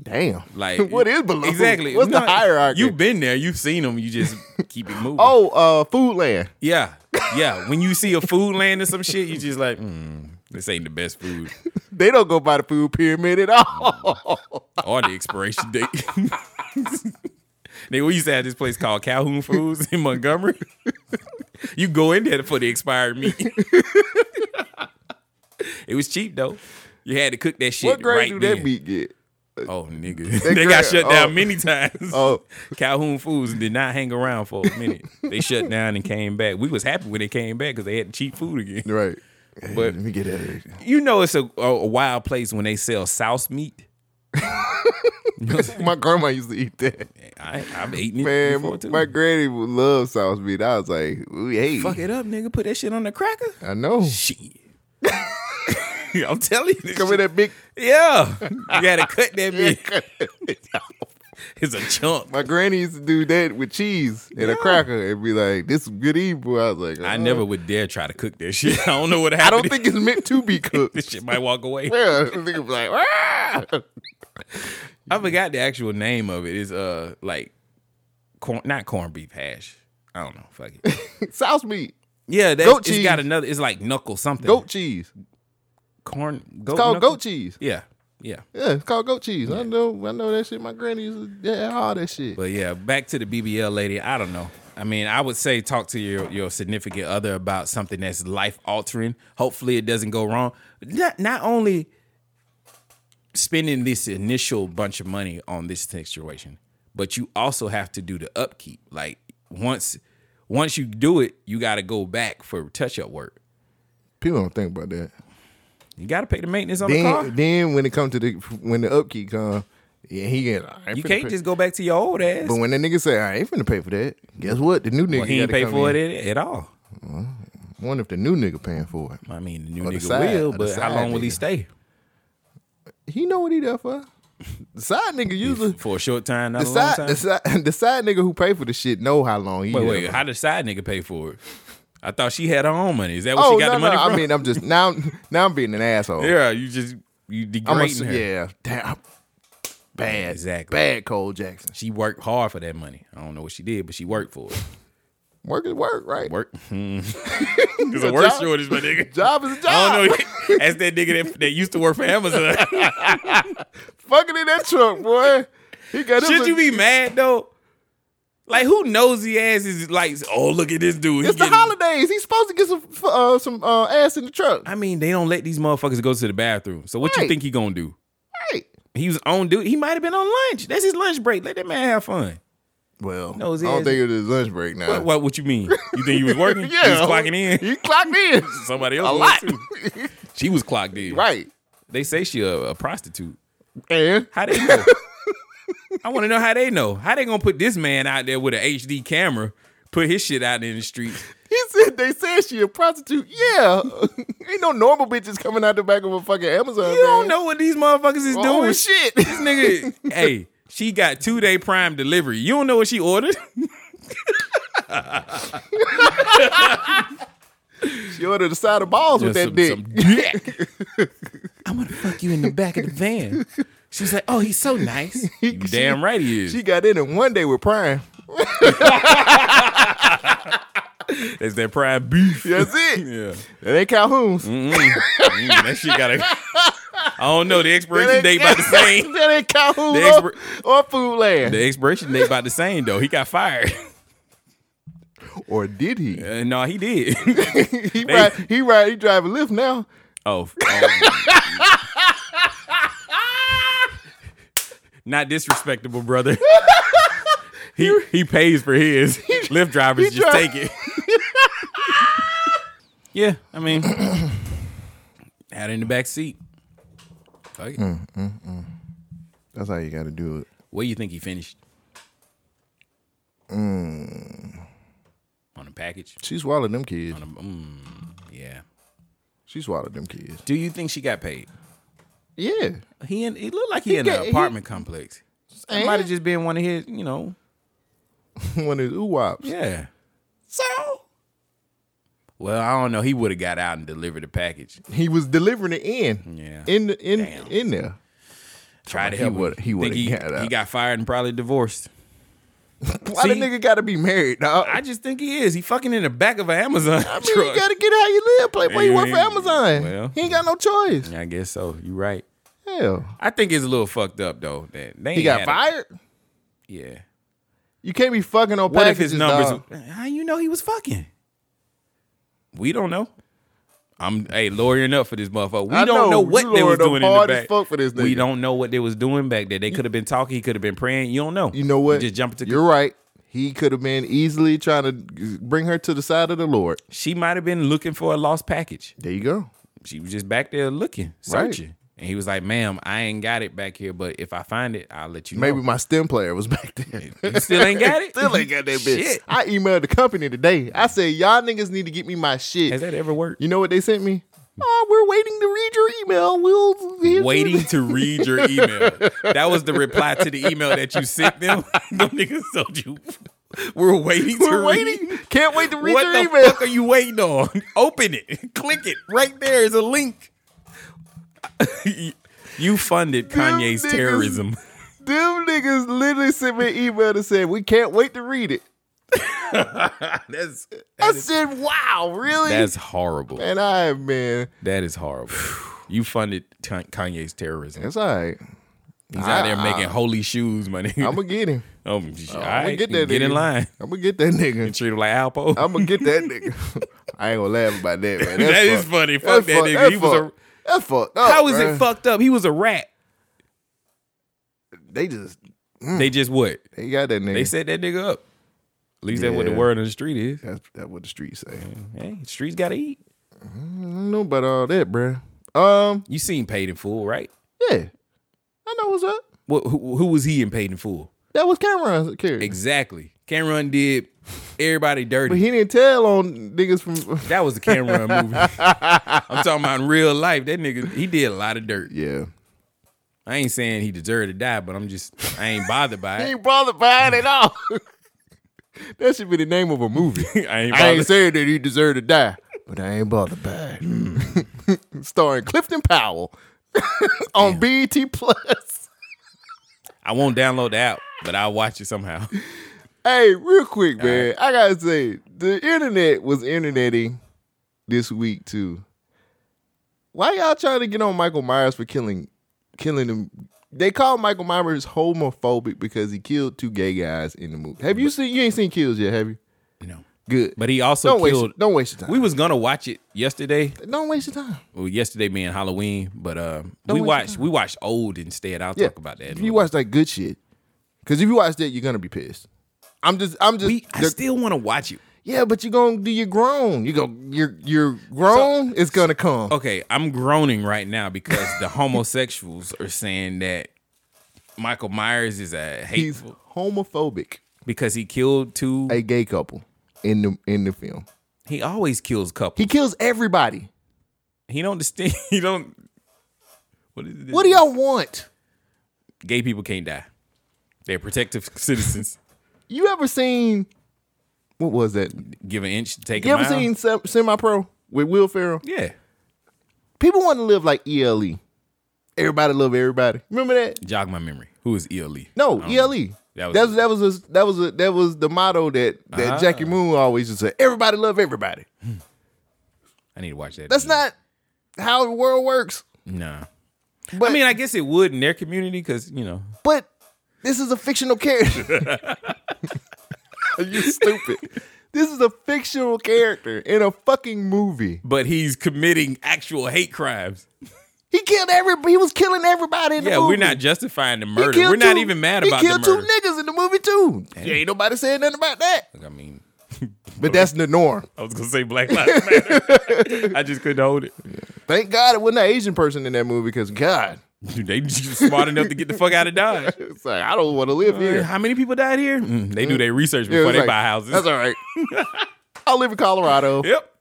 [SPEAKER 2] Damn.
[SPEAKER 1] Like
[SPEAKER 2] what is below?
[SPEAKER 1] Exactly.
[SPEAKER 2] What's
[SPEAKER 1] No,
[SPEAKER 2] the hierarchy?
[SPEAKER 1] You've been there. You've seen them. You just keep it moving.
[SPEAKER 2] oh, uh, Foodland.
[SPEAKER 1] yeah, yeah. When you see a food land or some shit, you just like, mm, this ain't the best food
[SPEAKER 2] They don't go by the food pyramid at all.
[SPEAKER 1] or the expiration date. Nigga, we used to have this place called Calhoun Foods in Montgomery. you go in there for the expired meat. it was cheap though. You had to cook that shit.
[SPEAKER 2] what grade
[SPEAKER 1] right
[SPEAKER 2] do
[SPEAKER 1] then.
[SPEAKER 2] that meat get?
[SPEAKER 1] Oh nigga,
[SPEAKER 2] That
[SPEAKER 1] they got
[SPEAKER 2] grade-
[SPEAKER 1] shut down
[SPEAKER 2] oh.
[SPEAKER 1] many times.
[SPEAKER 2] Oh.
[SPEAKER 1] Calhoun Foods did not hang around for a minute. they shut down and came back. We was happy when they came back because they had cheap food again.
[SPEAKER 2] Right.
[SPEAKER 1] But-
[SPEAKER 2] let me get that. Egg.
[SPEAKER 1] You know it's a, a, a wild place when they sell souse meat.
[SPEAKER 2] My grandma used to eat that.
[SPEAKER 1] I, I've eaten it
[SPEAKER 2] Man,
[SPEAKER 1] before too.
[SPEAKER 2] my granny would love sauce meat. I was like, ooh, hey,
[SPEAKER 1] Fuck it up, nigga. Put that shit on the cracker.
[SPEAKER 2] I know.
[SPEAKER 1] Shit. I'm telling you. this
[SPEAKER 2] Come in
[SPEAKER 1] shit-
[SPEAKER 2] that big.
[SPEAKER 1] Yeah. You gotta cut that bitch. it's a chunk.
[SPEAKER 2] My granny used to do that with cheese and a cracker and be like, this is good eating. boy." I was like,
[SPEAKER 1] I
[SPEAKER 2] uh,
[SPEAKER 1] never would dare try to cook that shit. I don't know what
[SPEAKER 2] I
[SPEAKER 1] happened.
[SPEAKER 2] don't think it's meant to be
[SPEAKER 1] this
[SPEAKER 2] cooked.
[SPEAKER 1] shit might walk away.
[SPEAKER 2] yeah, I think it was like, ah!
[SPEAKER 1] I forgot the actual name of it. It's uh like corn not corned beef hash. I don't know. Fuck it.
[SPEAKER 2] Sauce meat,
[SPEAKER 1] Yeah, that's
[SPEAKER 2] Goat
[SPEAKER 1] it's got
[SPEAKER 2] cheese.
[SPEAKER 1] another it's like knuckle something.
[SPEAKER 2] goat cheese. It's
[SPEAKER 1] corn goat
[SPEAKER 2] called
[SPEAKER 1] knuckle?
[SPEAKER 2] goat cheese.
[SPEAKER 1] Yeah. Yeah.
[SPEAKER 2] Yeah, it's called goat cheese. I know, I know that shit. My granny used to yeah, all that shit.
[SPEAKER 1] But yeah, back to the BBL lady. I don't know. I mean, I would say talk to your, your significant other about something that's life altering. Hopefully, it doesn't go wrong. Not not only spending this initial bunch of money on this situation, but you also have to do the upkeep. Like once once you do it, you got to go back for touch up work.
[SPEAKER 2] People don't think about that.
[SPEAKER 1] You got to pay the maintenance on the car.
[SPEAKER 2] Then, then when it comes to the when the upkeep come, yeah, he get. I ain't
[SPEAKER 1] you
[SPEAKER 2] finna
[SPEAKER 1] can't
[SPEAKER 2] pay-
[SPEAKER 1] just go back to your old ass.
[SPEAKER 2] But when that nigga say I ain't finna pay for that, guess what? The new nigga
[SPEAKER 1] Well, he ain't
[SPEAKER 2] gotta
[SPEAKER 1] pay
[SPEAKER 2] come
[SPEAKER 1] for
[SPEAKER 2] in.
[SPEAKER 1] it at, at all.
[SPEAKER 2] Wonder if the new nigga paying for it.
[SPEAKER 1] I mean, the new
[SPEAKER 2] Or the
[SPEAKER 1] nigga
[SPEAKER 2] side- or
[SPEAKER 1] will,
[SPEAKER 2] the
[SPEAKER 1] but how
[SPEAKER 2] side
[SPEAKER 1] long will he
[SPEAKER 2] nigga.
[SPEAKER 1] stay?
[SPEAKER 2] He know what he there for. The side nigga usually
[SPEAKER 1] For a short time, not
[SPEAKER 2] the
[SPEAKER 1] a long
[SPEAKER 2] side,
[SPEAKER 1] time.
[SPEAKER 2] the side the side nigga who pay for the shit know how long he
[SPEAKER 1] Wait,
[SPEAKER 2] there
[SPEAKER 1] wait,
[SPEAKER 2] for.
[SPEAKER 1] how did side nigga pay for it? I thought she had her own money. Is that what
[SPEAKER 2] Oh
[SPEAKER 1] she got
[SPEAKER 2] no,
[SPEAKER 1] the money
[SPEAKER 2] no!
[SPEAKER 1] from?
[SPEAKER 2] I mean, I'm just now. Now I'm being an asshole.
[SPEAKER 1] yeah, you just you
[SPEAKER 2] I'm a,
[SPEAKER 1] degrading her.
[SPEAKER 2] yeah, damn, bad,
[SPEAKER 1] Exactly.
[SPEAKER 2] bad Cole Jackson.
[SPEAKER 1] She worked hard for that money. I don't know what she did, but she worked for it.
[SPEAKER 2] Work is work, right?
[SPEAKER 1] Work. There's
[SPEAKER 2] a
[SPEAKER 1] a work
[SPEAKER 2] job.
[SPEAKER 1] shortage, my nigga.
[SPEAKER 2] Job is a job.
[SPEAKER 1] I don't know. That's that nigga that, that used to work for Amazon.
[SPEAKER 2] Fucking in that truck, boy. He got his
[SPEAKER 1] Should
[SPEAKER 2] a-
[SPEAKER 1] you be mad though? Like who nosy ass is like? Oh, look at this dude. He
[SPEAKER 2] It's the
[SPEAKER 1] getting-"
[SPEAKER 2] holidays. He's supposed to get some f- uh, some uh, ass in the truck.
[SPEAKER 1] I mean, they don't let these motherfuckers go to the bathroom. So what you
[SPEAKER 2] Right.
[SPEAKER 1] think he gonna do?
[SPEAKER 2] Right.
[SPEAKER 1] He was on dude. He might have been on lunch. That's his lunch break. Let that man have fun.
[SPEAKER 2] Well,
[SPEAKER 1] No, his
[SPEAKER 2] I don't
[SPEAKER 1] ass-
[SPEAKER 2] think it is lunch break now.
[SPEAKER 1] What, what? What you mean? You think he was working? He was clocking in.
[SPEAKER 2] You clocked in.
[SPEAKER 1] Somebody else
[SPEAKER 2] a
[SPEAKER 1] was
[SPEAKER 2] lot.
[SPEAKER 1] too. She was clocked in.
[SPEAKER 2] right.
[SPEAKER 1] They say she a, a prostitute.
[SPEAKER 2] And
[SPEAKER 1] How they know? I want to know how they know. How they gonna put this man out there with an HD camera? Put his shit out in the streets.
[SPEAKER 2] he said they said she a prostitute. Yeah. Ain't no normal bitches coming out the back of a fucking Amazon.
[SPEAKER 1] You don't
[SPEAKER 2] van.
[SPEAKER 1] know what these motherfuckers is
[SPEAKER 2] Oh,
[SPEAKER 1] doing.
[SPEAKER 2] shit.
[SPEAKER 1] This nigga, hey, she got two day prime delivery. You don't know what she ordered?
[SPEAKER 2] She ordered a side of balls with that
[SPEAKER 1] Some-
[SPEAKER 2] dick.
[SPEAKER 1] some dick. I'm gonna fuck you in the back of the van. She's like, oh, he's so nice. You damn right he is.
[SPEAKER 2] She got in in one day with Prime.
[SPEAKER 1] That's that prime beef.
[SPEAKER 2] That's it.
[SPEAKER 1] Yeah.
[SPEAKER 2] That ain't Calhoun's.
[SPEAKER 1] Mm, that shit gotta. I don't know. The
[SPEAKER 2] That
[SPEAKER 1] expiration
[SPEAKER 2] ain't-
[SPEAKER 1] date about the same.
[SPEAKER 2] that ain't Calhoun's
[SPEAKER 1] The
[SPEAKER 2] or,
[SPEAKER 1] expert-
[SPEAKER 2] or Food Land.
[SPEAKER 1] The expiration date about the same though. He got fired.
[SPEAKER 2] or did he?
[SPEAKER 1] Uh, no, he did.
[SPEAKER 2] He ride, he ride, he drive a lift now.
[SPEAKER 1] Oh. f- oh. Not disrespectable, brother. he he pays for his. Lyft drivers
[SPEAKER 2] he
[SPEAKER 1] just
[SPEAKER 2] dri-
[SPEAKER 1] take it. yeah, I mean, had it in the back seat. Fuck it.
[SPEAKER 2] That's how you got to do it.
[SPEAKER 1] Where you think he finished? Mm. On a package.
[SPEAKER 2] She swallowed them kids.
[SPEAKER 1] On a, mm, yeah.
[SPEAKER 2] She swallowed them kids.
[SPEAKER 1] Do you think she got paid?
[SPEAKER 2] Yeah.
[SPEAKER 1] He in, it looked like he, in
[SPEAKER 2] got-
[SPEAKER 1] an
[SPEAKER 2] he-
[SPEAKER 1] apartment complex. It
[SPEAKER 2] And
[SPEAKER 1] might have just been one of his, you know.
[SPEAKER 2] one of his ooh wops.
[SPEAKER 1] Yeah. So. Well, I don't know. He would have got out and delivered the package.
[SPEAKER 2] He was delivering it in.
[SPEAKER 1] Yeah.
[SPEAKER 2] In the, in
[SPEAKER 1] Damn.
[SPEAKER 2] in there.
[SPEAKER 1] Try to
[SPEAKER 2] he
[SPEAKER 1] help.
[SPEAKER 2] would-
[SPEAKER 1] him.
[SPEAKER 2] he would've
[SPEAKER 1] Think
[SPEAKER 2] got out.
[SPEAKER 1] He got fired and probably divorced.
[SPEAKER 2] Why the
[SPEAKER 1] See?
[SPEAKER 2] nigga got to be married, dog?
[SPEAKER 1] I just think he is. He fucking in the back of an Amazon
[SPEAKER 2] I mean,
[SPEAKER 1] truck.
[SPEAKER 2] you got to get how you live. Play boy, you work for
[SPEAKER 1] Yeah.
[SPEAKER 2] Amazon.
[SPEAKER 1] Well.
[SPEAKER 2] he ain't got no choice.
[SPEAKER 1] I guess so. You right.
[SPEAKER 2] Hell.
[SPEAKER 1] I think it's a little fucked up though. That they
[SPEAKER 2] He
[SPEAKER 1] ain't
[SPEAKER 2] got
[SPEAKER 1] had a-
[SPEAKER 2] fired?
[SPEAKER 1] yeah.
[SPEAKER 2] You can't be fucking on
[SPEAKER 1] What if
[SPEAKER 2] packages,
[SPEAKER 1] his numbers?
[SPEAKER 2] dawg.
[SPEAKER 1] How you know he was fucking? We don't know. I'm hey lawyering up for this motherfucker. We
[SPEAKER 2] I
[SPEAKER 1] don't know
[SPEAKER 2] know. You
[SPEAKER 1] what they was
[SPEAKER 2] lawyered up
[SPEAKER 1] doing in the
[SPEAKER 2] hard as
[SPEAKER 1] back.
[SPEAKER 2] fuck for this
[SPEAKER 1] We
[SPEAKER 2] nigga.
[SPEAKER 1] don't know what they was doing back there. They could have been talking. He could have been praying. You don't know.
[SPEAKER 2] You know what?
[SPEAKER 1] just jumping to.
[SPEAKER 2] You're right. He could have been easily trying to bring her to the side of the Lord.
[SPEAKER 1] she might have been looking for a lost package.
[SPEAKER 2] There you go.
[SPEAKER 1] She was just back there looking, searching. And he was like, "Ma'am, I ain't got it back here, but if I find it, I'll let you
[SPEAKER 2] Maybe
[SPEAKER 1] know."
[SPEAKER 2] my stem player was back there.
[SPEAKER 1] You still ain't got it.
[SPEAKER 2] Still ain't got that bitch.
[SPEAKER 1] Shit.
[SPEAKER 2] I emailed the company today. I said, y'all niggas need to get me my shit.
[SPEAKER 1] Has that ever worked?
[SPEAKER 2] you know what they sent me? Oh, we're waiting to read your email. We'll here's-
[SPEAKER 1] waiting to read your email. That was the reply to the email that you sent them. Them niggas told you we're waiting to
[SPEAKER 2] We're
[SPEAKER 1] read-
[SPEAKER 2] waiting. Can't wait to read
[SPEAKER 1] what
[SPEAKER 2] your
[SPEAKER 1] the
[SPEAKER 2] email.
[SPEAKER 1] fuck are you waiting on? Open it. Click it. Right there is a link. you funded
[SPEAKER 2] Them
[SPEAKER 1] Kanye's
[SPEAKER 2] niggas-
[SPEAKER 1] terrorism.
[SPEAKER 2] Them niggas literally sent me an email that said, we can't wait to read it.
[SPEAKER 1] That's
[SPEAKER 2] I said, wow, really?
[SPEAKER 1] that's horrible.
[SPEAKER 2] and I, man,
[SPEAKER 1] That is horrible. You funded Kan- Kanye's terrorism.
[SPEAKER 2] that's all right.
[SPEAKER 1] He's out there making holy shoes, my nigga.
[SPEAKER 2] I'm going to get him.
[SPEAKER 1] oh, shit.
[SPEAKER 2] I'm
[SPEAKER 1] Alright,
[SPEAKER 2] gonna get that
[SPEAKER 1] Get in
[SPEAKER 2] nigga.
[SPEAKER 1] line.
[SPEAKER 2] I'm going to get that nigga.
[SPEAKER 1] Treat him like Alpo.
[SPEAKER 2] I'm going to get that nigga. I ain't going to laugh about that, man. That's
[SPEAKER 1] That is
[SPEAKER 2] fucked.
[SPEAKER 1] funny. Fuck that
[SPEAKER 2] fuck-
[SPEAKER 1] nigga.
[SPEAKER 2] That's
[SPEAKER 1] He was a-
[SPEAKER 2] fucked. That's fucked up.
[SPEAKER 1] How is
[SPEAKER 2] bruh.
[SPEAKER 1] it fucked up? He was a rat.
[SPEAKER 2] They just Mm.
[SPEAKER 1] They just what?
[SPEAKER 2] they got that nigga.
[SPEAKER 1] They set that nigga up. At least that's what the
[SPEAKER 2] Yeah.
[SPEAKER 1] word on the street is.
[SPEAKER 2] that's that what the streets say.
[SPEAKER 1] Hey, streets gotta eat.
[SPEAKER 2] I don't know about all that, bruh. Um,
[SPEAKER 1] You seen Paid in Full, right?
[SPEAKER 2] yeah, I know what's up.
[SPEAKER 1] What, who, who was he in Paid in Full?
[SPEAKER 2] That was Cameron's character,
[SPEAKER 1] Exactly. Cameron did everybody dirty.
[SPEAKER 2] but he didn't tell on niggas from.
[SPEAKER 1] that was a Cameron movie. I'm talking about in real life. That nigga, he did a lot of dirt.
[SPEAKER 2] yeah,
[SPEAKER 1] I ain't saying he deserved to die, but I'm just, I ain't bothered by
[SPEAKER 2] he
[SPEAKER 1] it.
[SPEAKER 2] ain't bothered by it at all. that should be the name of a movie.
[SPEAKER 1] I ain't
[SPEAKER 2] I ain't
[SPEAKER 1] bothered.
[SPEAKER 2] saying that he deserved to die, but I ain't bothered by it.
[SPEAKER 1] Mm.
[SPEAKER 2] Starring Clifton Powell on BET Plus.
[SPEAKER 1] I won't download the app, but I'll watch it somehow.
[SPEAKER 2] Hey, real quick, man. I gotta say, the internet was internetting this week too. Why y'all trying to get on Michael Myers for killing killing him? They call Michael Myers homophobic because he killed two gay guys in the movie. Have you seen? You ain't seen Kills yet, have you?
[SPEAKER 1] You know.
[SPEAKER 2] Good,
[SPEAKER 1] But he also
[SPEAKER 2] don't
[SPEAKER 1] killed.
[SPEAKER 2] waste don't waste your time.
[SPEAKER 1] we was gonna watch it yesterday.
[SPEAKER 2] don't waste your time.
[SPEAKER 1] Well, yesterday being Halloween, but uh,
[SPEAKER 2] Don't
[SPEAKER 1] we
[SPEAKER 2] waste
[SPEAKER 1] watched we watched old instead. I'll
[SPEAKER 2] Yeah,
[SPEAKER 1] talk about that. in
[SPEAKER 2] If
[SPEAKER 1] a
[SPEAKER 2] you
[SPEAKER 1] little
[SPEAKER 2] watch that good shit, because if you watch that, you're gonna be pissed. I'm just, I'm just.
[SPEAKER 1] We, I
[SPEAKER 2] the-
[SPEAKER 1] still want to watch it.
[SPEAKER 2] yeah, but you're gonna do your grown. You go, you're you're grown. it's gonna come.
[SPEAKER 1] Okay, I'm groaning right now because the homosexuals are saying that Michael Myers is a
[SPEAKER 2] He's
[SPEAKER 1] hateful
[SPEAKER 2] homophobic.
[SPEAKER 1] because he killed two.
[SPEAKER 2] A gay couple in the in the film.
[SPEAKER 1] He always kills couples.
[SPEAKER 2] He kills everybody.
[SPEAKER 1] He, don't distinct. He don't. What is it?
[SPEAKER 2] What do y'all want?
[SPEAKER 1] Gay people can't die. They're protective citizens.
[SPEAKER 2] You ever seen? What was that?
[SPEAKER 1] Give an inch, take
[SPEAKER 2] You
[SPEAKER 1] a
[SPEAKER 2] ever
[SPEAKER 1] mile.
[SPEAKER 2] seen Semi Pro with Will Ferrell?
[SPEAKER 1] yeah,
[SPEAKER 2] People want to live like ELE. Everybody love everybody. Remember that?
[SPEAKER 1] jog my memory. Who is E ELE?
[SPEAKER 2] No,
[SPEAKER 1] I don't know.
[SPEAKER 2] ELE.
[SPEAKER 1] Um, That
[SPEAKER 2] That
[SPEAKER 1] was-
[SPEAKER 2] was that was a, that was a, that was the motto that that
[SPEAKER 1] Ah.
[SPEAKER 2] Jackie Moon always used to say. Everybody love everybody.
[SPEAKER 1] I need to watch that.
[SPEAKER 2] That's
[SPEAKER 1] again.
[SPEAKER 2] not how the world works.
[SPEAKER 1] Nah.
[SPEAKER 2] But
[SPEAKER 1] I mean, I guess it would in their community because you know
[SPEAKER 2] but this is a fictional character. you stupid. This is a fictional character in a fucking movie.
[SPEAKER 1] but he's committing actual hate crimes.
[SPEAKER 2] He killed every. He was killing everybody in the
[SPEAKER 1] Yeah,
[SPEAKER 2] movie.
[SPEAKER 1] we're not justifying the
[SPEAKER 2] He
[SPEAKER 1] murder.
[SPEAKER 2] killed
[SPEAKER 1] We're not
[SPEAKER 2] two-
[SPEAKER 1] even mad about
[SPEAKER 2] He
[SPEAKER 1] the
[SPEAKER 2] killed
[SPEAKER 1] murder.
[SPEAKER 2] two niggas in the movie too. Yeah, ain't nobody saying nothing about that.
[SPEAKER 1] Like, I mean,
[SPEAKER 2] But that's the norm.
[SPEAKER 1] I was gonna say Black Lives Matter. I just couldn't hold it.
[SPEAKER 2] Thank God it wasn't an Asian person in that movie because God,
[SPEAKER 1] Dude, they just smart enough to get the fuck out of Dodge.
[SPEAKER 2] it's like I don't want to live here.
[SPEAKER 1] How many people died here? Mm, they do their research
[SPEAKER 2] Yeah,
[SPEAKER 1] before
[SPEAKER 2] it's
[SPEAKER 1] they
[SPEAKER 2] like,
[SPEAKER 1] buy houses.
[SPEAKER 2] That's all right. I live in Colorado.
[SPEAKER 1] Yep.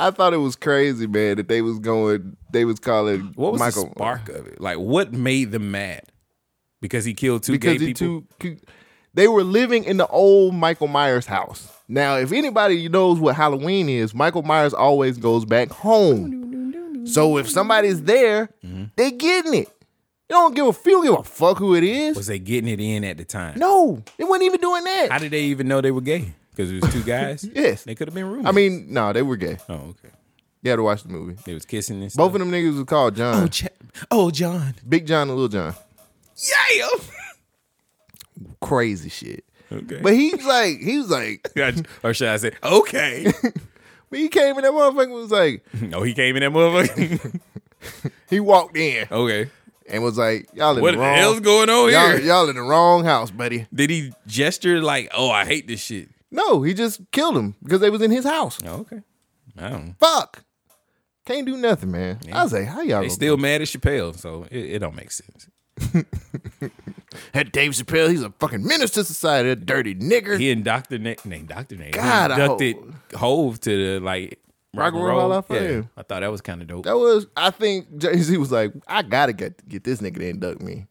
[SPEAKER 2] I thought it was crazy, man, that they was going. They was calling
[SPEAKER 1] What was
[SPEAKER 2] Michael
[SPEAKER 1] the spark of it? Like, what made them mad? Because he killed two
[SPEAKER 2] because
[SPEAKER 1] gay
[SPEAKER 2] the
[SPEAKER 1] people.
[SPEAKER 2] two they were living in the old Michael Myers house. Now, if anybody knows what Halloween is, Michael Myers always goes back home. So if somebody's there,
[SPEAKER 1] Mm-hmm.
[SPEAKER 2] they getting it. They don't give a they don't give a fuck who it
[SPEAKER 1] Was
[SPEAKER 2] is.
[SPEAKER 1] they getting it in at the time?
[SPEAKER 2] No, they weren't even doing
[SPEAKER 1] How
[SPEAKER 2] that.
[SPEAKER 1] did they even know they were gay? Because it was two guys.
[SPEAKER 2] Yes.
[SPEAKER 1] They could have been roommates.
[SPEAKER 2] I mean, no, they were gay.
[SPEAKER 1] oh okay.
[SPEAKER 2] You had to watch the movie.
[SPEAKER 1] They was kissing and
[SPEAKER 2] Both
[SPEAKER 1] stuff.
[SPEAKER 2] of them niggas was called John,
[SPEAKER 1] Oh, Ch- oh, John.
[SPEAKER 2] Big John and Little John.
[SPEAKER 1] Yeah.
[SPEAKER 2] Crazy shit.
[SPEAKER 1] Okay.
[SPEAKER 2] But he's like, he was like,
[SPEAKER 1] Gotcha. or should I say, okay?
[SPEAKER 2] when he came in, that motherfucker was like,
[SPEAKER 1] no, he came in that motherfucker.
[SPEAKER 2] he walked in
[SPEAKER 1] okay.
[SPEAKER 2] and was like, y'all in
[SPEAKER 1] What
[SPEAKER 2] the
[SPEAKER 1] the
[SPEAKER 2] wrong.
[SPEAKER 1] hell's going on
[SPEAKER 2] Y'all,
[SPEAKER 1] here?
[SPEAKER 2] y'all in the wrong house, buddy.
[SPEAKER 1] Did he gesture like, oh, I hate this shit?
[SPEAKER 2] No, he just killed him because they was in his house.
[SPEAKER 1] Oh, okay. I don't know.
[SPEAKER 2] Fuck. Can't do nothing, man. I was like, how y'all
[SPEAKER 1] They
[SPEAKER 2] gonna-
[SPEAKER 1] still mad at Chappelle, so it, it don't make sense.
[SPEAKER 2] That Dave Chappelle, he's a fucking menace to society, that dirty nigger.
[SPEAKER 1] He indoctrinated, named Doctor Name.
[SPEAKER 2] God, I
[SPEAKER 1] inducted
[SPEAKER 2] hope.
[SPEAKER 1] Hove to the like rock and
[SPEAKER 2] and Roll
[SPEAKER 1] roll.
[SPEAKER 2] Hall of
[SPEAKER 1] yeah,
[SPEAKER 2] Fame.
[SPEAKER 1] I thought that was kind of dope.
[SPEAKER 2] that was, I think Jay-Z was like, I gotta get get this nigga to induct me.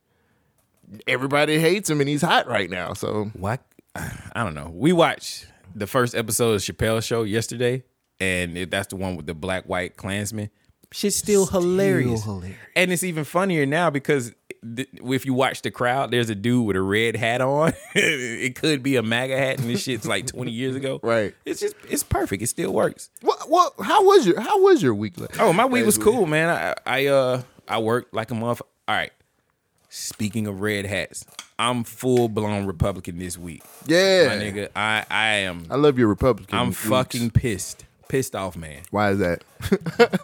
[SPEAKER 2] Everybody hates him and he's hot right now. So
[SPEAKER 1] Why? I don't know. We watched the first episode of Chappelle's show yesterday, and it, that's the one with the black white Klansman. Shit's still, hilarious.
[SPEAKER 2] hilarious.
[SPEAKER 1] and it's even funnier now because th- if you watch the crowd, there's a dude with a red hat on. it could be a MAGA hat, and this shit's like 20 years ago.
[SPEAKER 2] Right.
[SPEAKER 1] It's just it's perfect. It still works.
[SPEAKER 2] what what how was your how was your week like?
[SPEAKER 1] Oh, my week was
[SPEAKER 2] Last
[SPEAKER 1] cool, man. I I uh I worked like a month. All right. Speaking of red hats, I'm full blown Republican this week.
[SPEAKER 2] Yeah.
[SPEAKER 1] My nigga, I I am
[SPEAKER 2] I love your Republican.
[SPEAKER 1] I'm
[SPEAKER 2] weeks.
[SPEAKER 1] fucking pissed. Pissed off, man.
[SPEAKER 2] Why is that?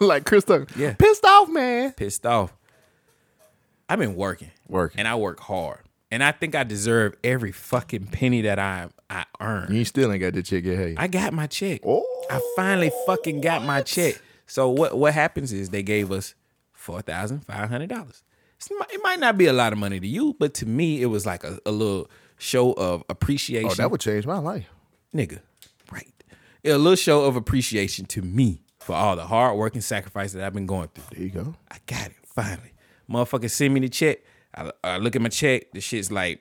[SPEAKER 2] like Chris Tucker.
[SPEAKER 1] Yeah.
[SPEAKER 2] Pissed off, man.
[SPEAKER 1] Pissed off. I've been working.
[SPEAKER 2] Working.
[SPEAKER 1] And I work hard. And I think I deserve every fucking penny that I I earn.
[SPEAKER 2] You still ain't got to check your hey.
[SPEAKER 1] I got my check.
[SPEAKER 2] Oh,
[SPEAKER 1] I finally fucking got my check. So what what happens is they gave us four thousand five hundred dollars. It might not be a lot of money to you, but to me it was like a, a little show of appreciation.
[SPEAKER 2] Oh, that would change my life.
[SPEAKER 1] nigga, right? A little show of appreciation to me for all the hard work and sacrifice that I've been going through.
[SPEAKER 2] There you go.
[SPEAKER 1] I got it finally. Motherfucker send me the check. I, I look at my check. The shit's like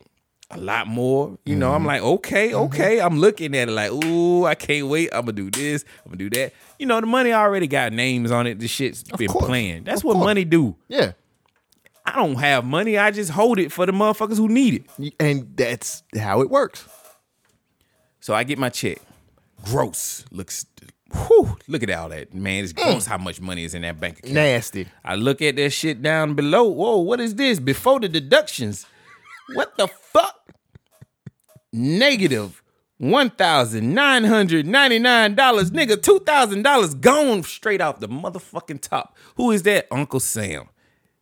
[SPEAKER 1] a lot more. You know,
[SPEAKER 2] Mm-hmm.
[SPEAKER 1] I'm like, okay, okay. I'm looking at it like, ooh, I can't wait. I'm gonna do this. I'm gonna do that. You know, the money already got names on it. The shit's been
[SPEAKER 2] course.
[SPEAKER 1] planned. That's
[SPEAKER 2] Of
[SPEAKER 1] what
[SPEAKER 2] course.
[SPEAKER 1] money do.
[SPEAKER 2] Yeah.
[SPEAKER 1] I don't have money. I just hold it for the motherfuckers who need it.
[SPEAKER 2] And that's how it works.
[SPEAKER 1] So I get my check. Gross. Looks. Whew, look at all that man.
[SPEAKER 2] Mm.
[SPEAKER 1] It's gross how much money is in that bank account.
[SPEAKER 2] Nasty.
[SPEAKER 1] I look at that shit down below. Whoa, what is this? Before the deductions. What the fuck? Negative $1,999. Nigga, $2,000 gone straight off the motherfucking top. Who is that? Uncle Sam.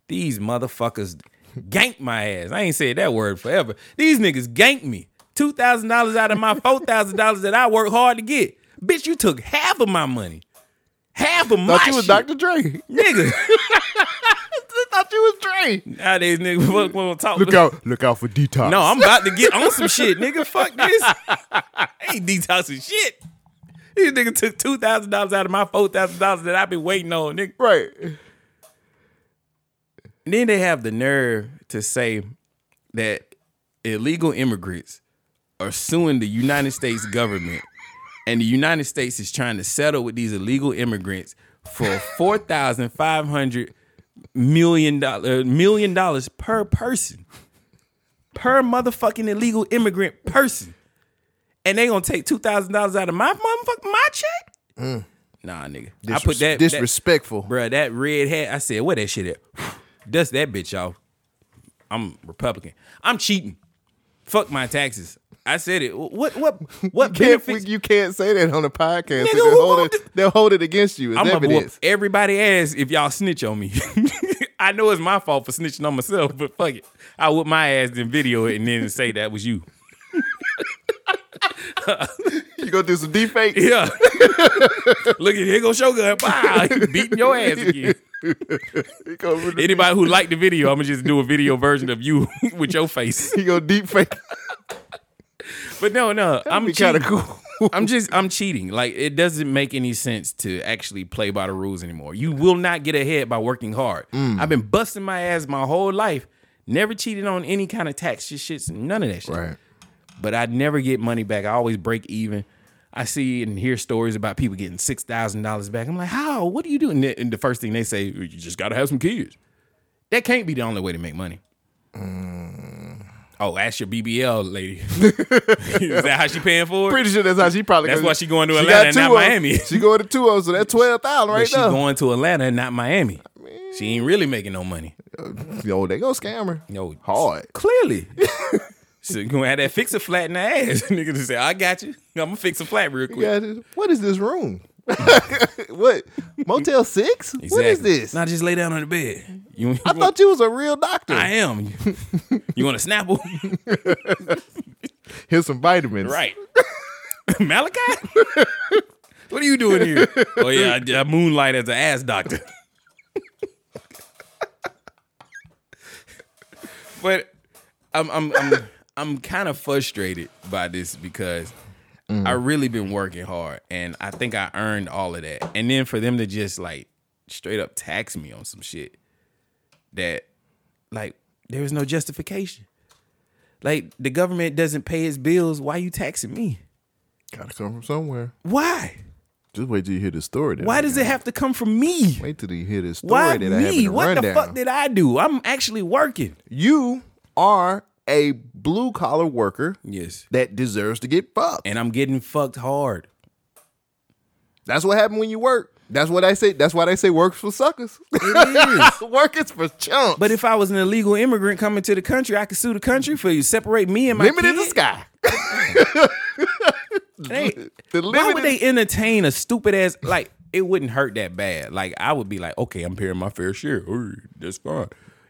[SPEAKER 1] These motherfuckers ganked my ass. I ain't said that word forever. These niggas ganked me. $2,000 out of my $4,000 that I worked hard to get. Bitch, you took half of my money. Half of my
[SPEAKER 2] Thought you was
[SPEAKER 1] shit.
[SPEAKER 2] Dr. Dre.
[SPEAKER 1] Nigga.
[SPEAKER 2] Thought you was Dre.
[SPEAKER 1] Nowadays, nigga, fuck wanna talk.
[SPEAKER 2] Look out! Look out for detox.
[SPEAKER 1] No, I'm about to get on some shit, nigga. Fuck this. I ain't detoxing shit. These nigga took two thousand dollars out of my four thousand dollars that I've been waiting on, nigga.
[SPEAKER 2] right.
[SPEAKER 1] And then they have the nerve to say that illegal immigrants are suing the United States government, and the United States is trying to settle with these illegal immigrants for four thousand five hundred million dollar million dollars per person, per motherfucking illegal immigrant person, and they gonna take two thousand dollars out of my motherfucking my check. Nah, nigga, I put that that-
[SPEAKER 2] disrespectful.
[SPEAKER 1] Bruh, that red hat. I said, where that shit at? Dust that bitch off. I'm Republican. I'm cheating. Fuck my taxes. I said it. What what what
[SPEAKER 2] Can't- we-
[SPEAKER 1] benefits?
[SPEAKER 2] you can't say that on the podcast.
[SPEAKER 1] Nigga,
[SPEAKER 2] they'll,
[SPEAKER 1] who
[SPEAKER 2] hold
[SPEAKER 1] won't
[SPEAKER 2] it, they'll hold it against you. It's
[SPEAKER 1] I'm gonna whoop
[SPEAKER 2] evidence.
[SPEAKER 1] everybody ass if y'all snitch on me. I know it's my fault for snitching on myself, but fuck it. I whoop my ass and video it and then say that was you.
[SPEAKER 2] You gonna do some defake?
[SPEAKER 1] Yeah. Look at here go Shogun. Wow, he beating your ass again.
[SPEAKER 2] You gonna,
[SPEAKER 1] Anybody who liked the video, I'm gonna just do a video version of you with your face.
[SPEAKER 2] you gonna deep fake?
[SPEAKER 1] But no, no, I'm
[SPEAKER 2] be kinda
[SPEAKER 1] cheating.
[SPEAKER 2] cool.
[SPEAKER 1] I'm just I'm cheating. Like it doesn't make any sense to actually play by the rules anymore. You will not get ahead by working hard.
[SPEAKER 2] Mm.
[SPEAKER 1] I've been busting my ass my whole life. Never cheated on any kind of tax shit, shits, none of that shit.
[SPEAKER 2] Right.
[SPEAKER 1] But I never get money back. I always break even. I see and hear stories about people getting six thousand dollars back. I'm like, how? What are you doing? And the first thing they say, you just gotta have some kids. That can't be the only way to make money.
[SPEAKER 2] Mm.
[SPEAKER 1] Oh, ask your BBL lady. Is that how she paying for it?
[SPEAKER 2] Pretty sure that's how she probably.
[SPEAKER 1] That's
[SPEAKER 2] gonna-
[SPEAKER 1] why she going to
[SPEAKER 2] got
[SPEAKER 1] Atlanta and
[SPEAKER 2] two
[SPEAKER 1] not
[SPEAKER 2] of 'em.
[SPEAKER 1] Miami.
[SPEAKER 2] She going to two of 'em, so that's twelve thousand right
[SPEAKER 1] But she
[SPEAKER 2] now.
[SPEAKER 1] going to Atlanta and not Miami. She ain't really making no money.
[SPEAKER 2] Yo, they go scammer.
[SPEAKER 1] No,
[SPEAKER 2] hard.
[SPEAKER 1] Clearly. so you gonna have that fixer flat in the ass. Nigga just say, I got you. I'm gonna fix a flat real quick.
[SPEAKER 2] Yeah, this- what is this room? what Motel Six? What is
[SPEAKER 1] Exactly.
[SPEAKER 2] this?
[SPEAKER 1] Now just lay down on the bed. You, you
[SPEAKER 2] I thought you was a real doctor.
[SPEAKER 1] I am. you want a Snapple?
[SPEAKER 2] Here's some vitamins.
[SPEAKER 1] right. Malachi? what are you doing here? oh yeah, I, I moonlight as an ass doctor. but I'm I'm I'm I'm kind of frustrated by this because I really been working hard and I think I earned all of that. And then for them to just like straight up tax me on some shit that like there is no justification. Like the government doesn't pay its bills, why you taxing me?
[SPEAKER 2] Gotta come from somewhere.
[SPEAKER 1] Why?
[SPEAKER 2] Just wait till you hear the story. That
[SPEAKER 1] Why
[SPEAKER 2] I
[SPEAKER 1] does
[SPEAKER 2] got.
[SPEAKER 1] it have to come from me?
[SPEAKER 2] Wait till you hear this story
[SPEAKER 1] Why
[SPEAKER 2] that I have in
[SPEAKER 1] me?
[SPEAKER 2] the
[SPEAKER 1] What the
[SPEAKER 2] rundown.
[SPEAKER 1] fuck did I do? I'm actually working.
[SPEAKER 2] you are a blue collar worker
[SPEAKER 1] Yes.
[SPEAKER 2] that deserves to get fucked.
[SPEAKER 1] And I'm getting fucked hard.
[SPEAKER 2] That's what happened when you work. That's what I say. That's why they say works for suckers.
[SPEAKER 1] It is.
[SPEAKER 2] work is for chumps.
[SPEAKER 1] but if I was an illegal immigrant coming to the country, I could sue the country for you separate me and my
[SPEAKER 2] limit in the
[SPEAKER 1] kid.
[SPEAKER 2] sky.
[SPEAKER 1] They-
[SPEAKER 2] The
[SPEAKER 1] Why
[SPEAKER 2] limit
[SPEAKER 1] would
[SPEAKER 2] is-
[SPEAKER 1] they entertain a stupid ass like it wouldn't hurt that bad. Like I would be like, okay, I'm paying my fair share. Ooh, that's fine.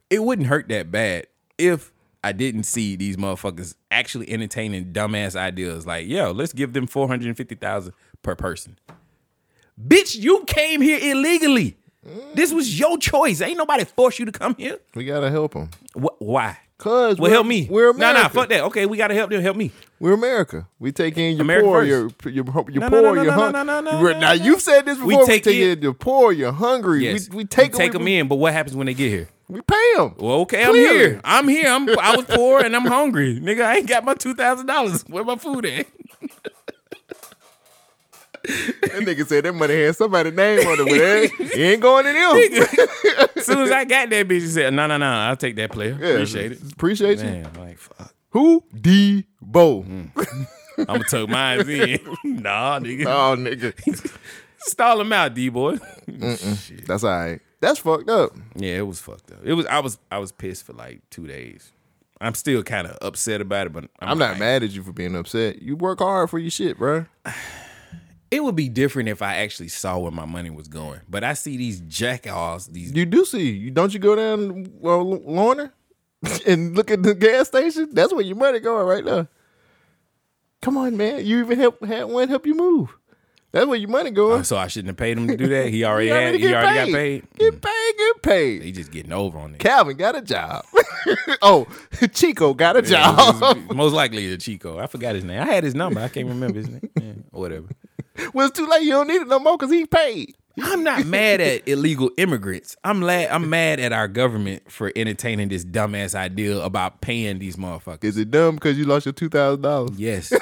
[SPEAKER 1] It wouldn't hurt that bad if I didn't see these motherfuckers actually entertaining dumbass ideas like, yo, let's give them four hundred and fifty thousand per person. Bitch, you came here illegally. This was your choice. Ain't nobody forced you to come here.
[SPEAKER 2] we gotta help them.
[SPEAKER 1] Wh- why?
[SPEAKER 2] Cause
[SPEAKER 1] Well,
[SPEAKER 2] we're-
[SPEAKER 1] help me.
[SPEAKER 2] We're
[SPEAKER 1] nah,
[SPEAKER 2] America.
[SPEAKER 1] nah, fuck that. Okay, we gotta help them. Help me.
[SPEAKER 2] We're America. We take in your
[SPEAKER 1] America
[SPEAKER 2] poor, your
[SPEAKER 1] first.
[SPEAKER 2] your your
[SPEAKER 1] No, no,
[SPEAKER 2] poor,
[SPEAKER 1] no, no,
[SPEAKER 2] your
[SPEAKER 1] no,
[SPEAKER 2] hungry.
[SPEAKER 1] no, no, no, no,
[SPEAKER 2] now
[SPEAKER 1] no.
[SPEAKER 2] you've said this
[SPEAKER 1] We
[SPEAKER 2] before. We
[SPEAKER 1] take
[SPEAKER 2] take,
[SPEAKER 1] in-
[SPEAKER 2] in your poor, you're hungry.
[SPEAKER 1] Yes.
[SPEAKER 2] We, we take
[SPEAKER 1] take
[SPEAKER 2] them.
[SPEAKER 1] them in, but what happens when they get here?
[SPEAKER 2] We pay them.
[SPEAKER 1] Well, okay, I'm
[SPEAKER 2] Clearly.
[SPEAKER 1] here. I'm here. I'm I was poor and I'm hungry. Nigga, I ain't got my two thousand dollars. Where my food at?
[SPEAKER 2] That nigga said that money had somebody's name on it. But it ain't- it ain't going to them.
[SPEAKER 1] As soon as I got that bitch, he said, No, no, no, I'll take that player.
[SPEAKER 2] Yeah.
[SPEAKER 1] Appreciate it.
[SPEAKER 2] Appreciate you.
[SPEAKER 1] Man, like fuck.
[SPEAKER 2] Who? Debo.
[SPEAKER 1] I'm gonna tuck mine in. nah, nigga.
[SPEAKER 2] Oh, nigga.
[SPEAKER 1] Stall him out, D boy.
[SPEAKER 2] That's all right. That's fucked up.
[SPEAKER 1] yeah, it was fucked up. It was I was I was pissed for like two days. I'm still kind of upset about it, but I'm,
[SPEAKER 2] I'm not
[SPEAKER 1] like,
[SPEAKER 2] mad at you for being upset. You work hard for your shit, bro.
[SPEAKER 1] It would be different if I actually saw where my money was going. But I see these jackass, these
[SPEAKER 2] You do see. You don't you go down uh, L- Lorna and look at the gas station? That's where your money going right now. Come on, man. You even help had one help you move. That's where your money going.
[SPEAKER 1] so I shouldn't have paid him to do that. He already,
[SPEAKER 2] Oh, You
[SPEAKER 1] had he already got paid.
[SPEAKER 2] Get paid. Get paid.
[SPEAKER 1] He just getting over on it.
[SPEAKER 2] Calvin got a job. oh, Chico got a job.
[SPEAKER 1] Most likely the Chico. I forgot his name. I had his number. I can't remember his name. Yeah, whatever.
[SPEAKER 2] well, it's too late. You don't need it no more because he paid.
[SPEAKER 1] I'm not mad at illegal immigrants. I'm la- I'm mad at our government for entertaining this dumbass idea about paying these motherfuckers.
[SPEAKER 2] Is it dumb because you lost your two thousand dollars?
[SPEAKER 1] Yes.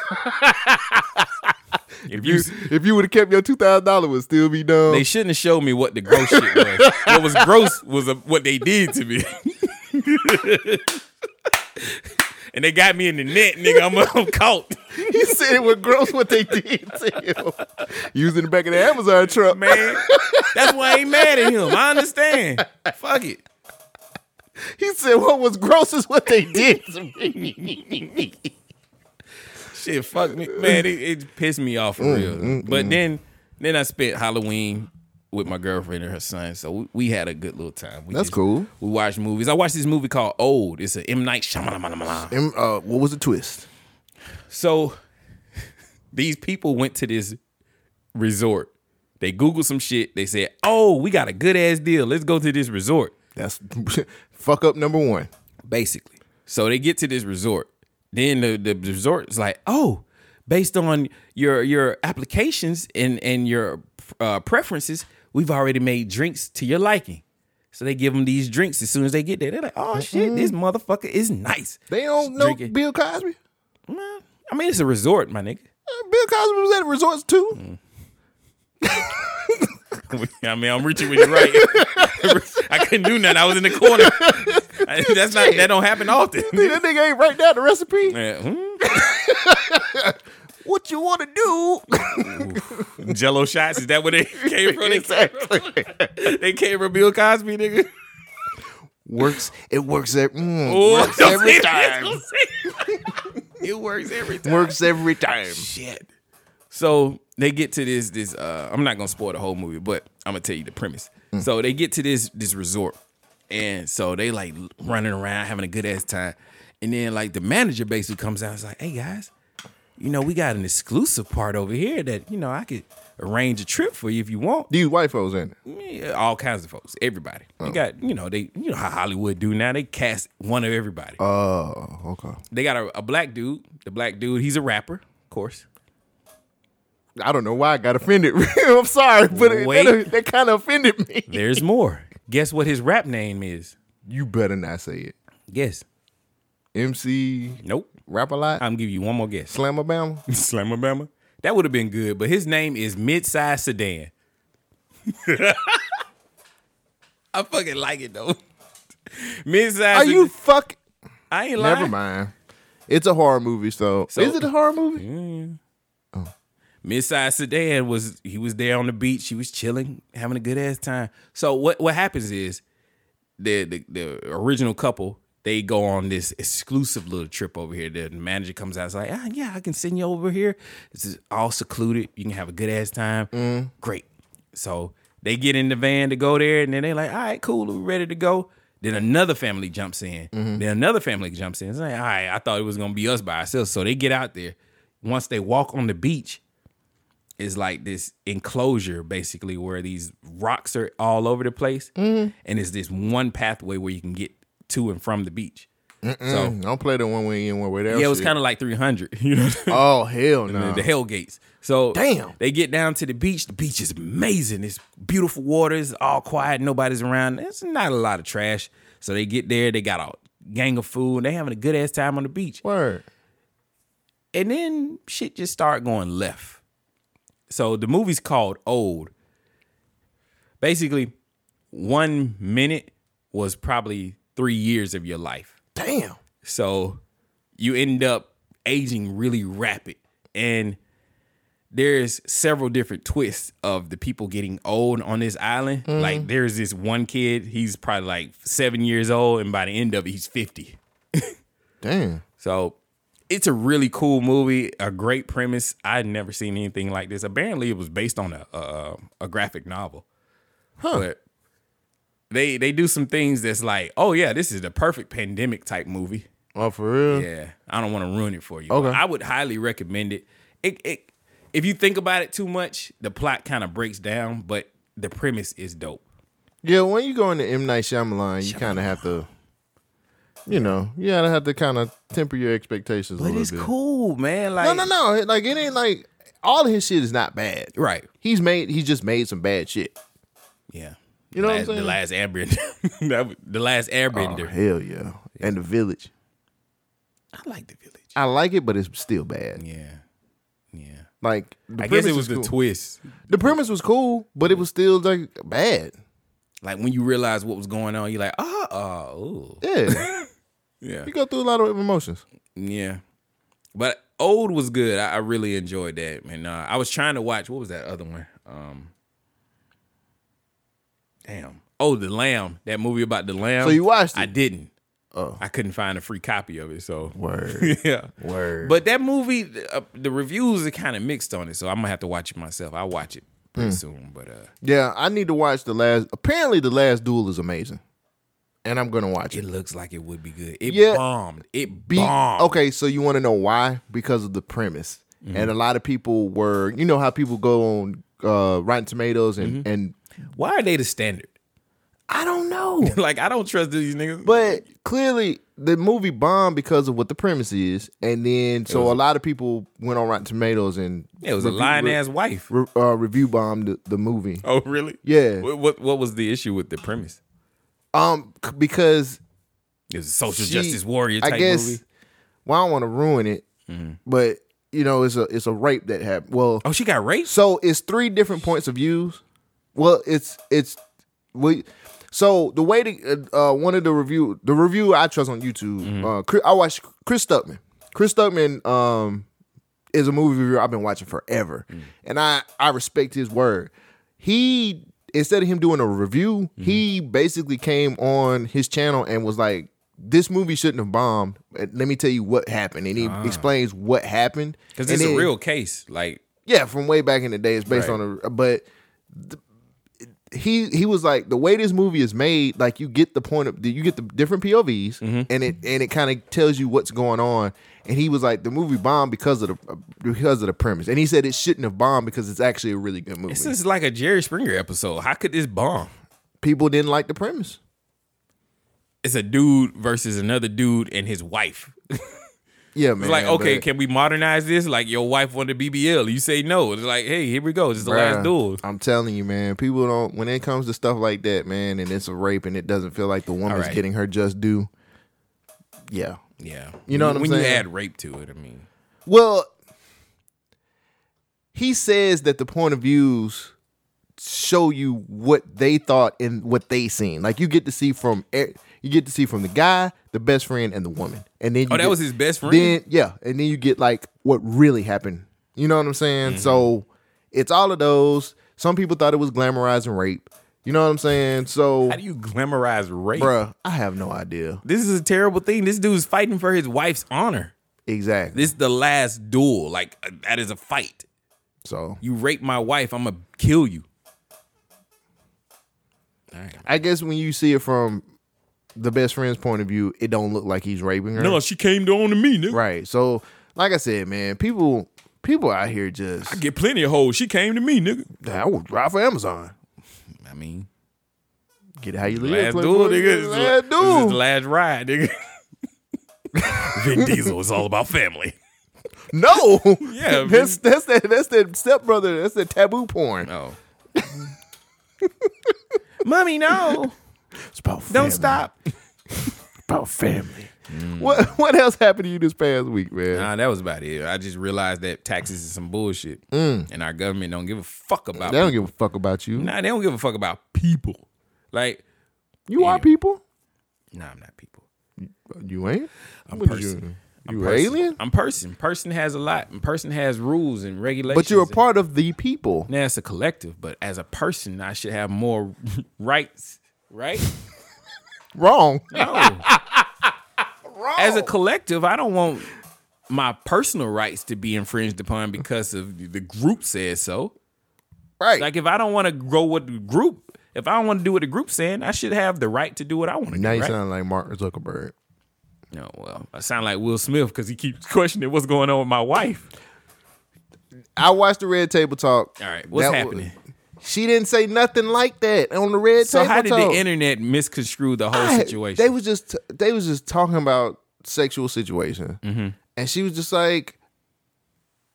[SPEAKER 1] if you,
[SPEAKER 2] You,
[SPEAKER 1] s-
[SPEAKER 2] if you would have kept your two thousand dollars, would still be dumb.
[SPEAKER 1] they shouldn't have showed me what the gross shit was. What was gross was uh what they did to me. and they got me in the net, nigga. I'm, I'm caught.
[SPEAKER 2] He said it was gross what they did to him. Using the back of the Amazon truck.
[SPEAKER 1] man. That's why I ain't mad at him. I understand. Fuck it.
[SPEAKER 2] He said what was gross is what they did to me.
[SPEAKER 1] Shit, fuck me, man. It, it pissed me off for
[SPEAKER 2] Mm,
[SPEAKER 1] real. but then, then I spent Halloween with my girlfriend and her son, so we, we had a good little time. We
[SPEAKER 2] That's cool.
[SPEAKER 1] We watched movies. I watched this movie called Old. It's an M Night Shyamalan.
[SPEAKER 2] And, uh, what was the twist?
[SPEAKER 1] So these people went to this resort. They googled some shit. They said, "Oh, we got a good ass deal. Let's go to this resort."
[SPEAKER 2] That's fuck up number one.
[SPEAKER 1] basically. So they get to this resort. Then the, the resort is like, oh, based on your your applications and and your uh, preferences, we've already made drinks to your liking. So they give them these drinks as soon as they get there. They're like, oh shit, this motherfucker is nice.
[SPEAKER 2] They don't know
[SPEAKER 1] Drinking.
[SPEAKER 2] Bill Cosby.
[SPEAKER 1] Nah, I mean, it's a resort, my nigga.
[SPEAKER 2] Uh, Bill Cosby was at resorts too.
[SPEAKER 1] Mm-hmm. I mean, I'm reaching with you right. I couldn't do nothing. I was in the corner. I- That's not that don't happen often.
[SPEAKER 2] Think that nigga ain't write down the recipe.
[SPEAKER 1] Yeah, hmm.
[SPEAKER 2] What you want to do?
[SPEAKER 1] hmm? Jello shots. Is that where they came from? They came
[SPEAKER 2] exactly.
[SPEAKER 1] They came from Bill Cosby, nigga.
[SPEAKER 2] works. It works. Every, mm,
[SPEAKER 1] Oh,
[SPEAKER 2] works
[SPEAKER 1] don't say
[SPEAKER 2] every
[SPEAKER 1] it.
[SPEAKER 2] time.
[SPEAKER 1] Don't say it. it works every time.
[SPEAKER 2] Works every time.
[SPEAKER 1] Shit. So they get to this this uh I'm not gonna spoil the whole movie, but I'm gonna tell you the premise. So they get to this this resort and so they like running around having a good ass time. And then like the manager basically comes out and is like, hey guys, you know, we got an exclusive part over here that, you know, I could arrange a trip for you if you want.
[SPEAKER 2] These white folks in it.
[SPEAKER 1] Yeah, all kinds of folks, everybody. They got, you know, they, you know how Hollywood do now. They cast one of everybody.
[SPEAKER 2] Oh, okay.
[SPEAKER 1] they got a, a black dude. The black dude, he's a rapper, of course.
[SPEAKER 2] I don't know why I got offended. I'm sorry, but it,
[SPEAKER 1] Wait.
[SPEAKER 2] that, that kind of offended me.
[SPEAKER 1] There's more. Guess what his rap name is?
[SPEAKER 2] You better not say it.
[SPEAKER 1] Guess.
[SPEAKER 2] MC
[SPEAKER 1] Nope.
[SPEAKER 2] rap a lot,
[SPEAKER 1] I'm give you one more guess.
[SPEAKER 2] slammer bam.
[SPEAKER 1] Slammer Bama. That would have been good, but his name is Midsize Sedan. I fucking like it though. Midsize.
[SPEAKER 2] Are you
[SPEAKER 1] Sedan-
[SPEAKER 2] fuck?
[SPEAKER 1] I ain't lying.
[SPEAKER 2] Never mind. It's a horror movie, so,
[SPEAKER 1] So-
[SPEAKER 2] is it a horror movie?
[SPEAKER 1] Midsize Sedan was he was there on the beach. He was chilling, having a good ass time. So what what happens is the the, the original couple they go on this exclusive little trip over here. The manager comes out, it's like, ah, yeah, I can send you over here. This is all secluded. You can have a good ass time. Great. So they get in the van to go there, and then they like, all right, cool, we're ready to go. Then another family jumps in. Then another family jumps in. It's like, all right, I thought it was gonna be us by ourselves. So they get out there. Once they walk on the beach, is like this enclosure basically where these rocks are all over the place and it's this one pathway where you can get to and from the beach so
[SPEAKER 2] Mm, Don't play the one way in, one way out.
[SPEAKER 1] yeah it was kind of like 300 you know what I'm saying?
[SPEAKER 2] Oh hell no!
[SPEAKER 1] the hell gates so
[SPEAKER 2] Damn.
[SPEAKER 1] they get down to the beach the beach is amazing it's beautiful waters all quiet nobody's around it's not a lot of trash so they get there they got a gang of food they having a good ass time on the beach
[SPEAKER 2] Word.
[SPEAKER 1] and then shit just started going left. So the movie's called Old. Basically, one minute was probably three years of your life.
[SPEAKER 2] Damn.
[SPEAKER 1] So you end up aging really rapid. and there's several different twists of the people getting old on this island. Like there's this one kid, he's probably like seven years old, and by the end of it, he's fifty.
[SPEAKER 2] Damn.
[SPEAKER 1] So it's a really cool movie, a great premise. I'd never seen anything like this. Apparently, it was based on a a, a graphic novel.
[SPEAKER 2] Huh.
[SPEAKER 1] But they they do some things that's like, oh yeah, this is the perfect pandemic type movie.
[SPEAKER 2] Oh, for real?
[SPEAKER 1] Yeah, I don't want to ruin it for you.
[SPEAKER 2] Okay.
[SPEAKER 1] I would highly recommend it. It it if you think about it too much, the plot kind of breaks down, but the premise is dope.
[SPEAKER 2] Yeah, when you go into M Night Shyamalan, you kind of have to, you know, you gotta have to kind of temper your expectations a
[SPEAKER 1] But
[SPEAKER 2] little
[SPEAKER 1] it's
[SPEAKER 2] bit.
[SPEAKER 1] cool, man. Like
[SPEAKER 2] No, no, no. It- Like it ain't like all of his shit is not bad.
[SPEAKER 1] Right.
[SPEAKER 2] He's made. He's just made some bad shit.
[SPEAKER 1] Yeah.
[SPEAKER 2] You know
[SPEAKER 1] the
[SPEAKER 2] what I'm
[SPEAKER 1] last,
[SPEAKER 2] saying?
[SPEAKER 1] The last Airbender. That was- the last Airbender.
[SPEAKER 2] Oh, Hell yeah. And the village.
[SPEAKER 1] I like the village.
[SPEAKER 2] I like it, but it's still bad.
[SPEAKER 1] Yeah. Yeah.
[SPEAKER 2] Like the
[SPEAKER 1] I guess
[SPEAKER 2] premise
[SPEAKER 1] it was the
[SPEAKER 2] cool.
[SPEAKER 1] twist.
[SPEAKER 2] the premise was cool, but it was still like bad.
[SPEAKER 1] Like when you realize what was going on, you're like, ah, oh, ooh.
[SPEAKER 2] Yeah,
[SPEAKER 1] yeah,
[SPEAKER 2] you go through a lot of emotions.
[SPEAKER 1] yeah. But old was good. I, I really enjoyed that, and uh, I was trying to watch what was that other one? Um, damn. Oh, the lamb. That movie about the lamb.
[SPEAKER 2] So you watched it?
[SPEAKER 1] I didn't.
[SPEAKER 2] Oh.
[SPEAKER 1] I couldn't find a free copy of it. So
[SPEAKER 2] Word.
[SPEAKER 1] yeah.
[SPEAKER 2] Word.
[SPEAKER 1] But that movie, the, uh, the reviews are kind of mixed on it, so I'm gonna have to watch it myself. I'll watch it
[SPEAKER 2] Hmm.
[SPEAKER 1] pretty soon, but uh,
[SPEAKER 2] Yeah, I need to watch the last. Apparently, the last duel is amazing, and I'm gonna watch
[SPEAKER 1] it
[SPEAKER 2] it.
[SPEAKER 1] looks like it would be good. It
[SPEAKER 2] Yeah.
[SPEAKER 1] bombed. It
[SPEAKER 2] Be-
[SPEAKER 1] bombed.
[SPEAKER 2] okay, so you want to know why? Because of the premise,
[SPEAKER 1] Mm-hmm.
[SPEAKER 2] and a lot of people were. You know how people go on uh, Rotten Tomatoes
[SPEAKER 1] Mm-hmm.
[SPEAKER 2] and and
[SPEAKER 1] Why are they the standard?
[SPEAKER 2] I don't know.
[SPEAKER 1] like I don't trust these niggas.
[SPEAKER 2] But clearly, the movie bombed because of what the premise is, and then so a lot of people went on Rotten Tomatoes and
[SPEAKER 1] Yeah, it was a
[SPEAKER 2] review-
[SPEAKER 1] lying ass wife.
[SPEAKER 2] re- uh, review bombed the, the movie.
[SPEAKER 1] Oh really?
[SPEAKER 2] Yeah.
[SPEAKER 1] What, what what was the issue with the premise?
[SPEAKER 2] Um, c- because
[SPEAKER 1] It was a social
[SPEAKER 2] she-
[SPEAKER 1] justice warrior type
[SPEAKER 2] I guess.
[SPEAKER 1] movie. Mm-hmm.
[SPEAKER 2] Well, I don't want to ruin it, but you know, it's a it's a rape that happened. Well,
[SPEAKER 1] Oh, she got raped.
[SPEAKER 2] so it's three different points of views. Well, it's it's we. So the way the uh, uh, one of the review the review I trust on YouTube,
[SPEAKER 1] Mm-hmm.
[SPEAKER 2] uh, Chris, I watch Chris Stuckman. Chris Stuckman um, is a movie reviewer I've been watching forever,
[SPEAKER 1] Mm.
[SPEAKER 2] and I I respect his word. He instead of him doing a review,
[SPEAKER 1] Mm-hmm.
[SPEAKER 2] he basically came on his channel and was like, "This movie shouldn't have bombed." Let me tell you what happened, and he explains what happened
[SPEAKER 1] Because Ah.
[SPEAKER 2] And
[SPEAKER 1] it's a
[SPEAKER 2] then-
[SPEAKER 1] real case. Like
[SPEAKER 2] yeah, from way back in the day. It's based
[SPEAKER 1] Right.
[SPEAKER 2] on a but the, he he was like the way this movie is made, like you get the point of you get the different POVs
[SPEAKER 1] Mm-hmm.
[SPEAKER 2] and it and it kind of tells you what's going on. And he was like the movie bombed because of the uh, because of the premise. And he said it shouldn't have bombed because it's actually a really good movie.
[SPEAKER 1] this is like a Jerry Springer episode. How could this bomb?
[SPEAKER 2] People didn't like the premise.
[SPEAKER 1] It's a dude versus another dude and his wife.
[SPEAKER 2] Yeah, man.
[SPEAKER 1] It's like, okay,
[SPEAKER 2] but-
[SPEAKER 1] can we modernize this? Like, your wife wanted BBL. You say no. It's like, hey, here we go. This is the last
[SPEAKER 2] Bruh,
[SPEAKER 1] duel.
[SPEAKER 2] I'm telling you, man. People don't when it comes to stuff like that, man, and it's a rape and it doesn't feel like the woman's
[SPEAKER 1] right.
[SPEAKER 2] getting her just due. Yeah.
[SPEAKER 1] Yeah.
[SPEAKER 2] You know
[SPEAKER 1] when,
[SPEAKER 2] what I'm
[SPEAKER 1] when you
[SPEAKER 2] saying?
[SPEAKER 1] add rape to it, I mean.
[SPEAKER 2] Well, he says that the point of views show you what they thought and what they seen. Like you get to see from e- you get to see from the guy, the best friend, and the woman, and then you
[SPEAKER 1] Oh, that
[SPEAKER 2] get-
[SPEAKER 1] was his best friend?
[SPEAKER 2] Then yeah, and then you get like what really happened. You know what I'm saying?
[SPEAKER 1] Mm-hmm.
[SPEAKER 2] So it's all of those. Some people thought it was glamorizing rape. You know what I'm saying? So,
[SPEAKER 1] How do you glamorize rape?
[SPEAKER 2] bruh, I have no idea
[SPEAKER 1] This is a terrible thing. This dude's fighting for his wife's honor.
[SPEAKER 2] exactly.
[SPEAKER 1] This is the last duel. Like, uh, that is a fight.
[SPEAKER 2] So
[SPEAKER 1] You rape my wife, I'm going to kill you. All right.
[SPEAKER 2] I guess when you see it from the best friend's point of view, it don't look like he's raping her.
[SPEAKER 1] No, she came down to me, nigga.
[SPEAKER 2] right. So, like I said, man, people people out here just
[SPEAKER 1] I get plenty of hoes. She came to me, nigga.
[SPEAKER 2] I would drive for Amazon.
[SPEAKER 1] I mean,
[SPEAKER 2] Get it how you
[SPEAKER 1] last
[SPEAKER 2] live.
[SPEAKER 1] duel, nigga. This is-
[SPEAKER 2] Last
[SPEAKER 1] This is the
[SPEAKER 2] duel.
[SPEAKER 1] last ride, nigga. Vin Diesel is all about family.
[SPEAKER 2] No.
[SPEAKER 1] Yeah,
[SPEAKER 2] that's that's that that's that stepbrother. That's that taboo porn.
[SPEAKER 1] Oh. Mommy, no.
[SPEAKER 2] It's about family.
[SPEAKER 1] Don't stop. Mm.
[SPEAKER 2] About family. What what else happened to you this past week, man?
[SPEAKER 1] Nah, that was about it. I just realized that taxes is some bullshit. And our government don't give a fuck about
[SPEAKER 2] Mm. they don't give a fuck about you.
[SPEAKER 1] Nah, they don't give a fuck about people. Like,
[SPEAKER 2] you are
[SPEAKER 1] Yeah.
[SPEAKER 2] people.
[SPEAKER 1] nah, I'm not people.
[SPEAKER 2] You ain't.
[SPEAKER 1] I'm
[SPEAKER 2] What did
[SPEAKER 1] person.
[SPEAKER 2] you-
[SPEAKER 1] I'm
[SPEAKER 2] You
[SPEAKER 1] person.
[SPEAKER 2] alien?
[SPEAKER 1] I'm person. Person has a lot. and Person has rules and regulations.
[SPEAKER 2] But you're a
[SPEAKER 1] and-
[SPEAKER 2] part of the people.
[SPEAKER 1] Now it's a collective, but as a person, I should have more rights, right?
[SPEAKER 2] Wrong.
[SPEAKER 1] No. As a collective, I don't want my personal rights to be infringed upon because of the group says so.
[SPEAKER 2] Right.
[SPEAKER 1] Like if I don't want to go with the group, if I don't want to do what the group's saying, I should have the right to do what I want to
[SPEAKER 2] now
[SPEAKER 1] do.
[SPEAKER 2] you
[SPEAKER 1] Right?
[SPEAKER 2] sound like Mark Zuckerberg.
[SPEAKER 1] no, Oh, well, I sound like Will Smith because he keeps questioning what's going on with my wife.
[SPEAKER 2] I watched the Red Table Talk.
[SPEAKER 1] All right, what's
[SPEAKER 2] That wa-
[SPEAKER 1] happening?
[SPEAKER 2] She didn't say nothing like that on the Red
[SPEAKER 1] So
[SPEAKER 2] Table
[SPEAKER 1] how did
[SPEAKER 2] Talk.
[SPEAKER 1] the internet misconstrue the whole
[SPEAKER 2] I-
[SPEAKER 1] situation?
[SPEAKER 2] They was just they was just talking about sexual situation,
[SPEAKER 1] Mm-hmm.
[SPEAKER 2] and she was just like,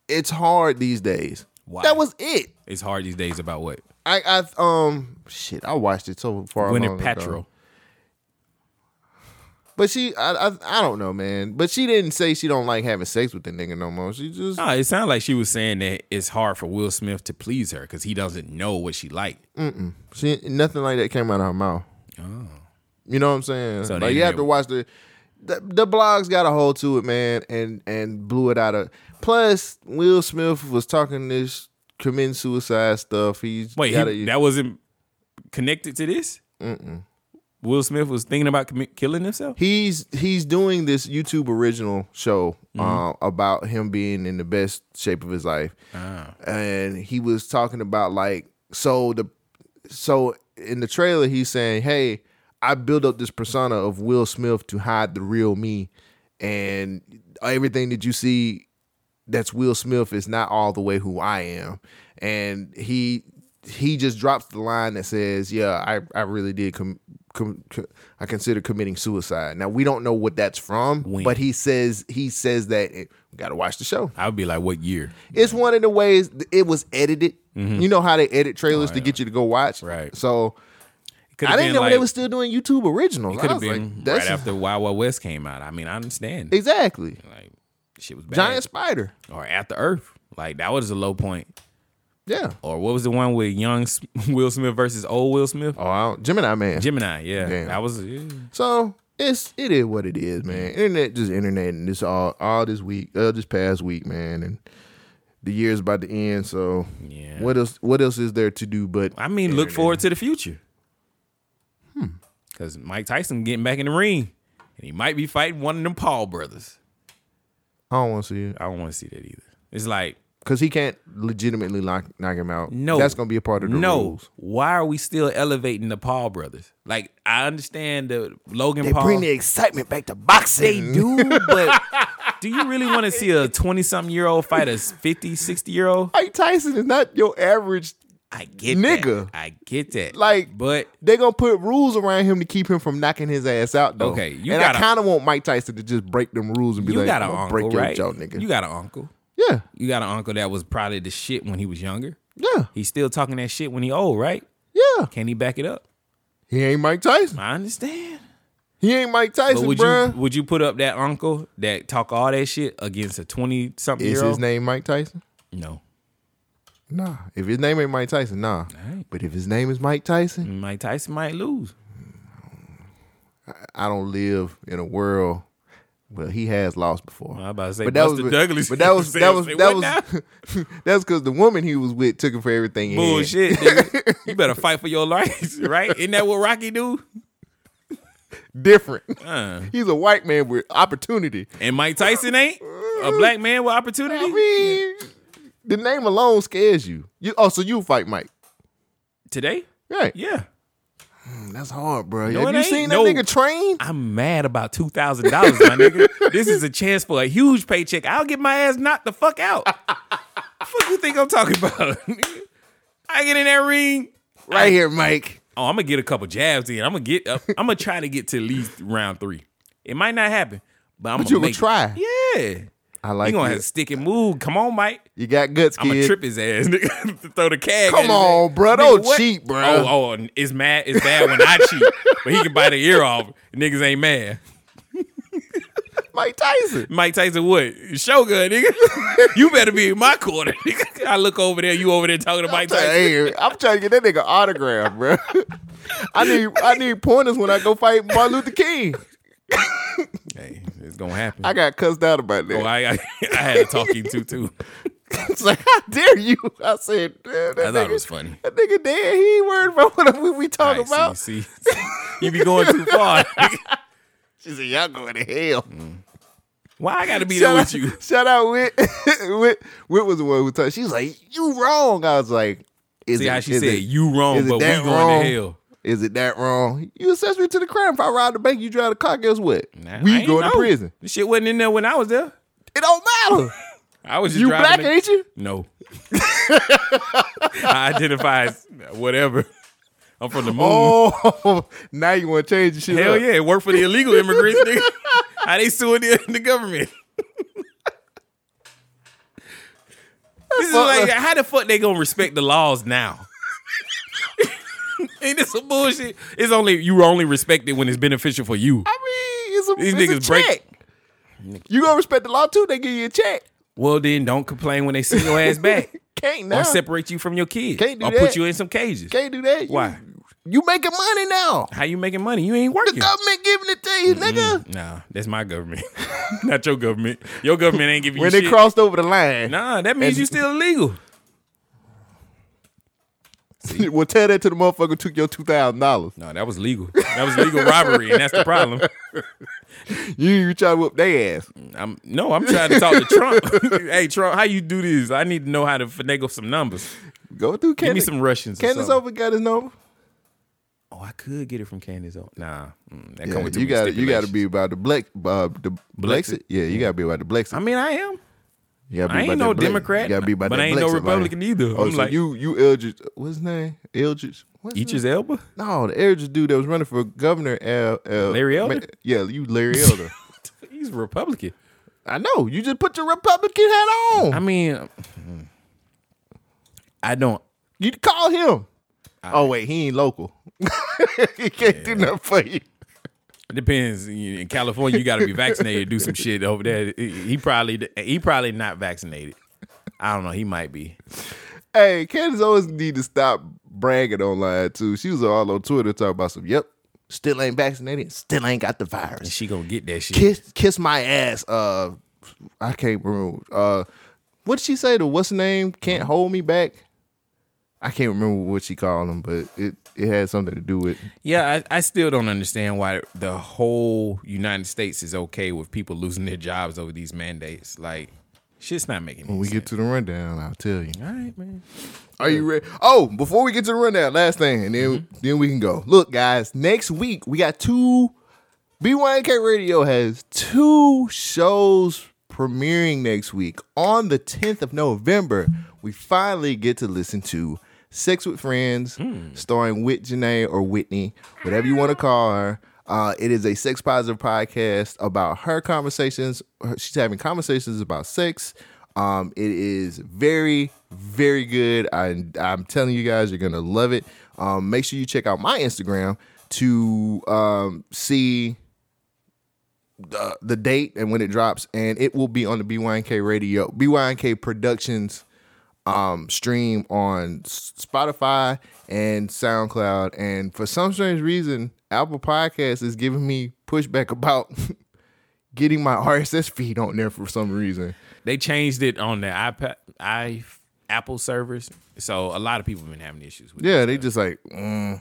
[SPEAKER 2] "It's hard these days."
[SPEAKER 1] Why?
[SPEAKER 2] That was it.
[SPEAKER 1] it's hard these days about what
[SPEAKER 2] I, I um shit. I watched it so far.
[SPEAKER 1] Gwyneth
[SPEAKER 2] long
[SPEAKER 1] Paltrow.
[SPEAKER 2] ago. but she I, I I don't know, man. But she didn't say she don't like having sex with the nigga no more. She just
[SPEAKER 1] No, it sounded like she was saying that it's hard for Will Smith to please her because he doesn't know what she like.
[SPEAKER 2] Mm, she nothing like that came out of her mouth. You know what I'm saying?
[SPEAKER 1] Oh. So the
[SPEAKER 2] like you have
[SPEAKER 1] internet-
[SPEAKER 2] to watch the, the the blogs got a hold to it, man, and and blew it out of. Plus, Will Smith was talking this committing suicide stuff. He's
[SPEAKER 1] Wait,
[SPEAKER 2] gotta,
[SPEAKER 1] he, that wasn't connected to this. Mm-mm. Will Smith was thinking about commi- killing himself.
[SPEAKER 2] he's he's doing this YouTube original show uh, about him being in the best shape of his life, and he was talking about like so the so in the trailer he's saying, "Hey, I built up this persona of Will Smith to hide the real me, and everything that you see that's Will Smith is not all the way who I am. And he he just drops the line that says, "Yeah, I I really did com, com, co- I consider committing suicide." Now we don't know what that's from,
[SPEAKER 1] When?
[SPEAKER 2] but he says he says that it, we got to watch the show.
[SPEAKER 1] I would be like, what year?
[SPEAKER 2] It's one of the ways th- it was edited. You know how they edit trailers to get you to go watch,
[SPEAKER 1] Mm-hmm. Oh, Right.
[SPEAKER 2] So
[SPEAKER 1] Could've
[SPEAKER 2] I
[SPEAKER 1] been
[SPEAKER 2] didn't know
[SPEAKER 1] like-
[SPEAKER 2] they were still doing YouTube originals.
[SPEAKER 1] It
[SPEAKER 2] I
[SPEAKER 1] could have
[SPEAKER 2] was
[SPEAKER 1] been
[SPEAKER 2] like,
[SPEAKER 1] right after Wild Wild West came out. I mean, I understand.
[SPEAKER 2] exactly
[SPEAKER 1] like shit was bad.
[SPEAKER 2] giant spider.
[SPEAKER 1] or After Earth. Like that was a low point.
[SPEAKER 2] Yeah.
[SPEAKER 1] Or what was the one with young S- Will Smith versus old Will Smith?
[SPEAKER 2] Oh, I don't, Gemini man.
[SPEAKER 1] Gemini. Yeah,
[SPEAKER 2] Damn.
[SPEAKER 1] that was. yeah.
[SPEAKER 2] So it's it is what it is, man. Internet just internet, and this all all this week, uh, this past week, man, and the year's about to end. So
[SPEAKER 1] Yeah.
[SPEAKER 2] what else? What else is there Hmm. to do? But
[SPEAKER 1] I mean, look forward to the future. Hmm. Because Mike Tyson getting back in the ring, and he might be fighting one of them Paul brothers.
[SPEAKER 2] I don't want to see it
[SPEAKER 1] I don't want to see that either. It's like
[SPEAKER 2] because he can't legitimately knock knock him out.
[SPEAKER 1] no,
[SPEAKER 2] that's gonna be a part of the
[SPEAKER 1] no.
[SPEAKER 2] rules.
[SPEAKER 1] Why are we still elevating the Paul brothers? Like I understand the Logan
[SPEAKER 2] They
[SPEAKER 1] Paul.
[SPEAKER 2] bring the excitement back to
[SPEAKER 1] They
[SPEAKER 2] boxing.
[SPEAKER 1] do, but do you really want to see a 20 something year old fight a 50, 60 year old?
[SPEAKER 2] Mike Tyson is not your average.
[SPEAKER 1] I get
[SPEAKER 2] Nigga.
[SPEAKER 1] that. I get that.
[SPEAKER 2] Like-
[SPEAKER 1] but
[SPEAKER 2] They're gonna put rules around him to keep him from knocking his ass out. Though.
[SPEAKER 1] Okay, you
[SPEAKER 2] and
[SPEAKER 1] gotta-
[SPEAKER 2] I kind of want Mike Tyson to just break them rules and be
[SPEAKER 1] you
[SPEAKER 2] like,
[SPEAKER 1] got
[SPEAKER 2] "I'm
[SPEAKER 1] an
[SPEAKER 2] gonna
[SPEAKER 1] uncle,
[SPEAKER 2] break your
[SPEAKER 1] right?
[SPEAKER 2] jaw, nigga."
[SPEAKER 1] You got an uncle.
[SPEAKER 2] yeah,
[SPEAKER 1] You got an uncle that was probably the shit when he was younger.
[SPEAKER 2] yeah,
[SPEAKER 1] He's still talking that shit when he old, right?
[SPEAKER 2] yeah.
[SPEAKER 1] Can he back it up?
[SPEAKER 2] He ain't Mike Tyson.
[SPEAKER 1] I understand.
[SPEAKER 2] He ain't Mike
[SPEAKER 1] But
[SPEAKER 2] Tyson,
[SPEAKER 1] would
[SPEAKER 2] bruh.
[SPEAKER 1] you would you put up that uncle that talk all that shit against a twenty something
[SPEAKER 2] Is
[SPEAKER 1] year old?
[SPEAKER 2] his name Mike Tyson?
[SPEAKER 1] No,
[SPEAKER 2] Nah. If his name ain't Mike Tyson, nah.
[SPEAKER 1] right.
[SPEAKER 2] But if his name is Mike Tyson,
[SPEAKER 1] Mike Tyson might lose.
[SPEAKER 2] I don't live in a world. Well, he has lost before.
[SPEAKER 1] I was about to say
[SPEAKER 2] but that
[SPEAKER 1] Buster
[SPEAKER 2] was
[SPEAKER 1] Douglas.
[SPEAKER 2] But that was
[SPEAKER 1] Say-
[SPEAKER 2] that was
[SPEAKER 1] say,
[SPEAKER 2] that
[SPEAKER 1] "What
[SPEAKER 2] was that's because the woman he was with took him for everything. he had.
[SPEAKER 1] Bullshit, nigga. You better fight for your life, right? Isn't that what Rocky do?
[SPEAKER 2] Different.
[SPEAKER 1] Uh.
[SPEAKER 2] He's a white man with opportunity.
[SPEAKER 1] And Mike Tyson ain't a black man with opportunity.
[SPEAKER 2] I mean, the name alone scares you. You oh, so you fight Mike?
[SPEAKER 1] Today,
[SPEAKER 2] Right. Mm,
[SPEAKER 1] yeah,
[SPEAKER 2] That's hard, bro.
[SPEAKER 1] No,
[SPEAKER 2] Have
[SPEAKER 1] it
[SPEAKER 2] you
[SPEAKER 1] ain't.
[SPEAKER 2] seen
[SPEAKER 1] No.
[SPEAKER 2] that nigga train?
[SPEAKER 1] I'm mad about two thousand dollars, my nigga. This is a chance for a huge paycheck. I'll get my ass knocked the fuck out. fuck you think I'm talking about? nigga? I get in that ring.
[SPEAKER 2] Right here, Mike.
[SPEAKER 1] Oh, I'm gonna get a couple jabs in. I'm gonna get. Up, I'm gonna try to get to at least round three. It might not happen, but I'm
[SPEAKER 2] But
[SPEAKER 1] gonna
[SPEAKER 2] you gonna
[SPEAKER 1] make it.
[SPEAKER 2] try.
[SPEAKER 1] Yeah,
[SPEAKER 2] I
[SPEAKER 1] you
[SPEAKER 2] like
[SPEAKER 1] gonna
[SPEAKER 2] you.
[SPEAKER 1] have to stick and move. Come on, Mike.
[SPEAKER 2] You got guts,
[SPEAKER 1] I'm
[SPEAKER 2] kid.
[SPEAKER 1] gonna trip his ass. Nigga. Throw the cag.
[SPEAKER 2] Come
[SPEAKER 1] at his
[SPEAKER 2] on,
[SPEAKER 1] ass.
[SPEAKER 2] bruh.
[SPEAKER 1] Nigga,
[SPEAKER 2] Don't
[SPEAKER 1] what?
[SPEAKER 2] cheat, bruh.
[SPEAKER 1] Oh, oh, and it's mad. It's bad when I cheat, but he can bite the ear off. Niggas ain't mad.
[SPEAKER 2] Mike Tyson.
[SPEAKER 1] Mike Tyson what? Shogun, nigga. you better be in my corner, nigga. I look over there, you over there talking to Mike Tyson.
[SPEAKER 2] Hey, I'm trying to get that nigga autograph, bro. I need I need pointers when I go fight Martin Luther King.
[SPEAKER 1] Hey, It's gonna happen.
[SPEAKER 2] I got cussed out about that.
[SPEAKER 1] oh, I, I I had a talking to too.
[SPEAKER 2] It's like, how dare you? I said, "Damn, that
[SPEAKER 1] I
[SPEAKER 2] nigga,
[SPEAKER 1] thought it was funny.
[SPEAKER 2] That nigga dead. He ain't worried about what we, we talking
[SPEAKER 1] All right,
[SPEAKER 2] about.
[SPEAKER 1] see, see, you be going too far.
[SPEAKER 2] She said, y'all going to hell.
[SPEAKER 1] Why I gotta be there with
[SPEAKER 2] out,
[SPEAKER 1] you?
[SPEAKER 2] Shout out Whit. Whit. Whit was the one who talked. She was like, you wrong. I was like, is
[SPEAKER 1] See
[SPEAKER 2] it,
[SPEAKER 1] how she
[SPEAKER 2] is
[SPEAKER 1] said
[SPEAKER 2] it-
[SPEAKER 1] you wrong,
[SPEAKER 2] is it
[SPEAKER 1] but we
[SPEAKER 2] that
[SPEAKER 1] going
[SPEAKER 2] wrong?
[SPEAKER 1] to hell.
[SPEAKER 2] Is it that wrong? You accessory to the crime. If I rob the bank, you drive the car, guess what?
[SPEAKER 1] Nah, I
[SPEAKER 2] we
[SPEAKER 1] ain't
[SPEAKER 2] go to
[SPEAKER 1] know.
[SPEAKER 2] prison.
[SPEAKER 1] The shit wasn't in there when I was there.
[SPEAKER 2] It don't matter.
[SPEAKER 1] I was just
[SPEAKER 2] you
[SPEAKER 1] driving
[SPEAKER 2] black,
[SPEAKER 1] the-
[SPEAKER 2] ain't you?
[SPEAKER 1] No. I identify as whatever. I'm from the moon.
[SPEAKER 2] Oh, now you want to change the shit.
[SPEAKER 1] Hell
[SPEAKER 2] up.
[SPEAKER 1] yeah, it worked for the illegal immigrants. nigga. How they suing the, the government? this is like how the fuck they gonna respect the laws now? Ain't this some bullshit? It's only you only respect it when it's beneficial for you.
[SPEAKER 2] I mean, it's a,
[SPEAKER 1] These
[SPEAKER 2] it's a
[SPEAKER 1] niggas break-
[SPEAKER 2] check. You gonna respect the law too? They give you a check.
[SPEAKER 1] Well, then don't complain when they send your ass back
[SPEAKER 2] Can't now.
[SPEAKER 1] or separate you from your kids
[SPEAKER 2] Can't do
[SPEAKER 1] or
[SPEAKER 2] that.
[SPEAKER 1] put you in some cages.
[SPEAKER 2] Can't do that. You-
[SPEAKER 1] Why?
[SPEAKER 2] You making money now?
[SPEAKER 1] How you making money? You ain't
[SPEAKER 2] The
[SPEAKER 1] working.
[SPEAKER 2] government giving it to you, nigga.
[SPEAKER 1] Nah, that's my government, not your government. Your government ain't giving you
[SPEAKER 2] When they
[SPEAKER 1] shit.
[SPEAKER 2] crossed over the line,
[SPEAKER 1] nah, that means
[SPEAKER 2] And-
[SPEAKER 1] you still illegal.
[SPEAKER 2] well, tell that to the motherfucker who took your two thousand dollars.
[SPEAKER 1] No, that was legal. That was legal robbery, and that's the problem.
[SPEAKER 2] You you try to whoop their ass.
[SPEAKER 1] I'm no, I'm trying to talk to Trump. hey, Trump, how you do this? I need to know how to finagle some numbers.
[SPEAKER 2] Go through
[SPEAKER 1] Give me
[SPEAKER 2] Candace.
[SPEAKER 1] some Russians. or
[SPEAKER 2] Candace
[SPEAKER 1] something.
[SPEAKER 2] over got his number.
[SPEAKER 1] Oh, I could get it from Candace over. Nah, mm, that
[SPEAKER 2] Yeah,
[SPEAKER 1] come with too
[SPEAKER 2] you
[SPEAKER 1] many
[SPEAKER 2] got you got to
[SPEAKER 1] stipulations.
[SPEAKER 2] be about the Blex, uh, the Blexit. Yeah, you got to be about the Blexit.
[SPEAKER 1] I mean, I am.
[SPEAKER 2] You gotta be
[SPEAKER 1] I ain't
[SPEAKER 2] about that
[SPEAKER 1] no
[SPEAKER 2] Blex-
[SPEAKER 1] Democrat,
[SPEAKER 2] You gotta be about
[SPEAKER 1] but
[SPEAKER 2] that
[SPEAKER 1] I ain't no
[SPEAKER 2] Blexit, like-
[SPEAKER 1] Republican either.
[SPEAKER 2] Oh,
[SPEAKER 1] I'm
[SPEAKER 2] so
[SPEAKER 1] like-
[SPEAKER 2] you you Eldridge? What's his name? Eldridge. What's his
[SPEAKER 1] Each his elbow.
[SPEAKER 2] No, the Eldridge dude that was running for governor. Uh, uh,
[SPEAKER 1] Larry
[SPEAKER 2] Ma-
[SPEAKER 1] Elder?
[SPEAKER 2] Yeah, you Larry Elder.
[SPEAKER 1] He's a Republican.
[SPEAKER 2] I know. You just put your Republican hat on.
[SPEAKER 1] I mean, mm, I don't.
[SPEAKER 2] you call him. oh wait, he ain't local. he can't do nothing for you.
[SPEAKER 1] It depends. In California, you got to be vaccinated to do some shit over there. He probably he probably not vaccinated. I don't know. He might be.
[SPEAKER 2] Hey, Candace always need to stop bragging online too. She was all on Twitter talking about some. Yep, still ain't vaccinated. Still ain't got the virus.
[SPEAKER 1] And she gonna get that shit.
[SPEAKER 2] kiss kiss my ass. Uh, I can't remember. Uh, what did she say to what's the name? Can't hold me back. I can't remember what she called him, but it it had something to do with.
[SPEAKER 1] Yeah, I, I still don't understand why the whole United States is okay with people losing their jobs over these mandates. Like, shit's not making
[SPEAKER 2] When
[SPEAKER 1] any
[SPEAKER 2] we
[SPEAKER 1] sense.
[SPEAKER 2] get to the rundown, I'll tell you.
[SPEAKER 1] All right, man.
[SPEAKER 2] Are you ready? Oh, before we get to the rundown, last thing, and then then we can go. Look, guys, next week we got two. BYK Radio has two shows premiering next week on the 10th of November. We finally get to listen to Sex with Friends, starring Whit Janae or Whitney, whatever you want to call her. Uh, it is a sex positive podcast about her conversations. her- she's having conversations about sex. Um, it is very, very good. I, I'm telling you guys, you're gonna love it. Um, make sure you check out my Instagram to um, see the, the date and when it drops, and it will be on the BYNK radio, BYNK Productions um, stream on S- Spotify and SoundCloud. And for some strange reason, Apple Podcasts is giving me pushback about getting my RSS feed on there for some reason.
[SPEAKER 1] They changed it on the iPad, i Apple servers. So a lot of people have been having issues with.
[SPEAKER 2] Yeah, they just like, mm,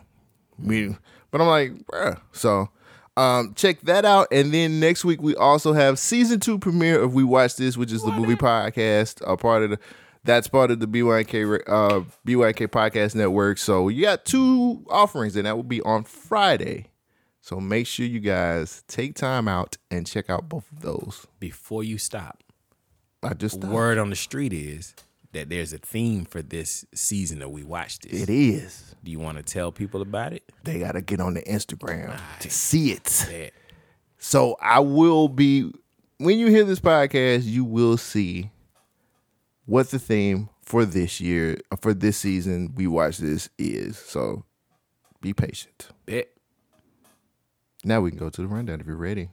[SPEAKER 2] we. But I'm like, bruh. So um, check that out. And then next week, we also have season two premiere of We Watch This, which is the movie podcast, a part of the. That's part of the BYK uh, BYK podcast network. So you got two offerings, and that will be on Friday. So make sure you guys take time out and check out both of those.
[SPEAKER 1] Before you stop,
[SPEAKER 2] I just thought
[SPEAKER 1] word on the street is that there's a theme for this season that we watched this.
[SPEAKER 2] it is.
[SPEAKER 1] Do you want to tell people about it?
[SPEAKER 2] They gotta get on the Instagram to see it.
[SPEAKER 1] That
[SPEAKER 2] So I will be when you hear this podcast, you will see what the theme for this year for this season we watch this is. So be patient.
[SPEAKER 1] bet.
[SPEAKER 2] Now we can go to the rundown if you're ready.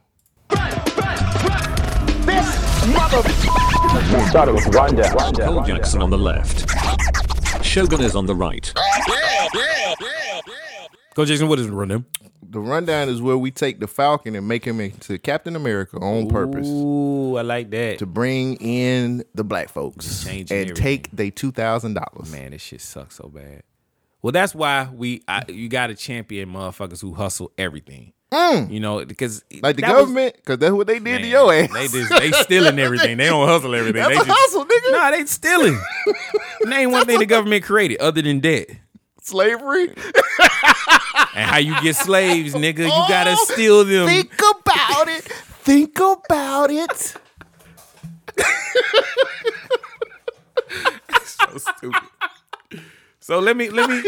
[SPEAKER 4] Started with one down.
[SPEAKER 5] Cole Jackson on the left. Shogun is on the right.
[SPEAKER 1] Go Jason, what is it, run them?
[SPEAKER 2] the rundown is where we take the Falcon and make him into Captain America on purpose
[SPEAKER 1] Ooh, I like that.
[SPEAKER 2] to bring in the black folks
[SPEAKER 1] Just
[SPEAKER 2] and
[SPEAKER 1] changing
[SPEAKER 2] take they two thousand dollars.
[SPEAKER 1] Man, this shit sucks so bad. Well, that's why we I, you got to champion motherfuckers who hustle everything. You know, because
[SPEAKER 2] Mm. Like the
[SPEAKER 1] that was-
[SPEAKER 2] government, because that's what they did to
[SPEAKER 1] Man,
[SPEAKER 2] your ass.
[SPEAKER 1] They just they stealing everything. They don't hustle everything.
[SPEAKER 2] That's
[SPEAKER 1] they
[SPEAKER 2] a
[SPEAKER 1] just,
[SPEAKER 2] hustle, nigga.
[SPEAKER 1] Nah, they stealing. Name one thing the government created other than debt.
[SPEAKER 2] Slavery.
[SPEAKER 1] And how you get slaves, nigga. You gotta
[SPEAKER 2] Oh,
[SPEAKER 1] steal them.
[SPEAKER 2] Think about it. Think about it.
[SPEAKER 1] So stupid. So let me let me.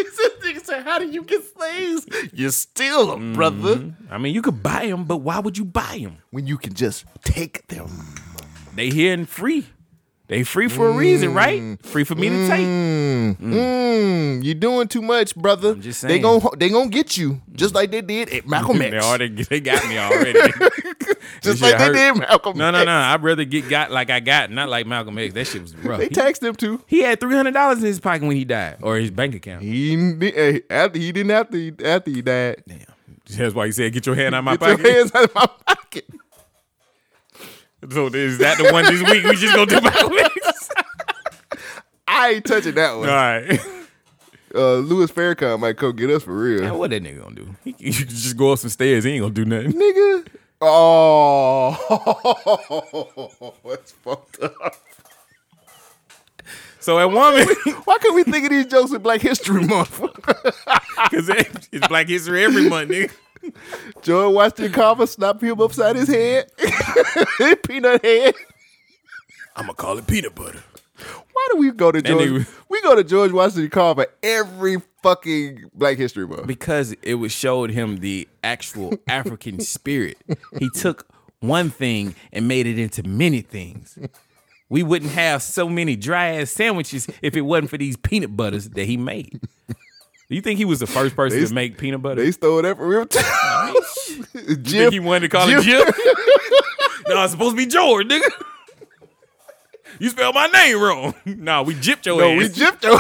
[SPEAKER 2] how do you get slaves? You steal them, brother.
[SPEAKER 1] I mean, you could buy them, but why would you buy them?
[SPEAKER 2] Mm-hmm. When you can just take them.
[SPEAKER 1] They here and free. They free for a reason, right? Free for me to take.
[SPEAKER 2] Mm, you're doing too much, brother.
[SPEAKER 1] I'm just saying.
[SPEAKER 2] They gon' they gon' get you just like they did at Malcolm X.
[SPEAKER 1] They already they got me already.
[SPEAKER 2] just
[SPEAKER 1] This
[SPEAKER 2] like
[SPEAKER 1] shit
[SPEAKER 2] they
[SPEAKER 1] hurt.
[SPEAKER 2] did Malcolm.
[SPEAKER 1] No, no,
[SPEAKER 2] X.
[SPEAKER 1] no. I'd rather get got like I got, not like Malcolm X. That shit was rough.
[SPEAKER 2] They
[SPEAKER 1] He-
[SPEAKER 2] taxed them too.
[SPEAKER 1] He had three hundred dollars in his pocket when he died, or his bank account.
[SPEAKER 2] He eh, after he didn't after he, after he died.
[SPEAKER 1] Damn, that's why he said, "Get your hand out of my
[SPEAKER 2] Get your
[SPEAKER 1] pocket."
[SPEAKER 2] hands out of my pocket.
[SPEAKER 1] So is that the one this week we just gonna do Malcolm X?
[SPEAKER 2] I ain't touching that one.
[SPEAKER 1] All right.
[SPEAKER 2] Uh, Louis Farrakhan might come get us for real.
[SPEAKER 1] Now what that nigga gonna do? He, he could just go up some stairs. He ain't gonna do nothing.
[SPEAKER 2] nigga. Oh, that's fucked up.
[SPEAKER 1] So at one minute,
[SPEAKER 2] Why can't we think of these jokes with Black History Month?
[SPEAKER 1] because it's Black History every month, nigga.
[SPEAKER 2] George Washington Carver slapped him upside his head. Peanut head.
[SPEAKER 1] I'm gonna call it peanut butter.
[SPEAKER 2] Why do we go to George?
[SPEAKER 1] nigga-
[SPEAKER 2] We go to George Washington Carver every fucking Black History Month.
[SPEAKER 1] because it was showed him the actual African spirit. He took one thing and made it into many things. We wouldn't have so many dry ass sandwiches if it wasn't for these peanut butters that he made. Do you think he was the first person
[SPEAKER 2] They-
[SPEAKER 1] to make peanut butter?
[SPEAKER 2] They stole that from him.
[SPEAKER 1] you
[SPEAKER 2] Jim,
[SPEAKER 1] think he wanted to call it Jim? no, it's supposed to be George, nigga. You spelled my name wrong. nah, we gypped your
[SPEAKER 2] no,
[SPEAKER 1] ass.
[SPEAKER 2] we gypped him.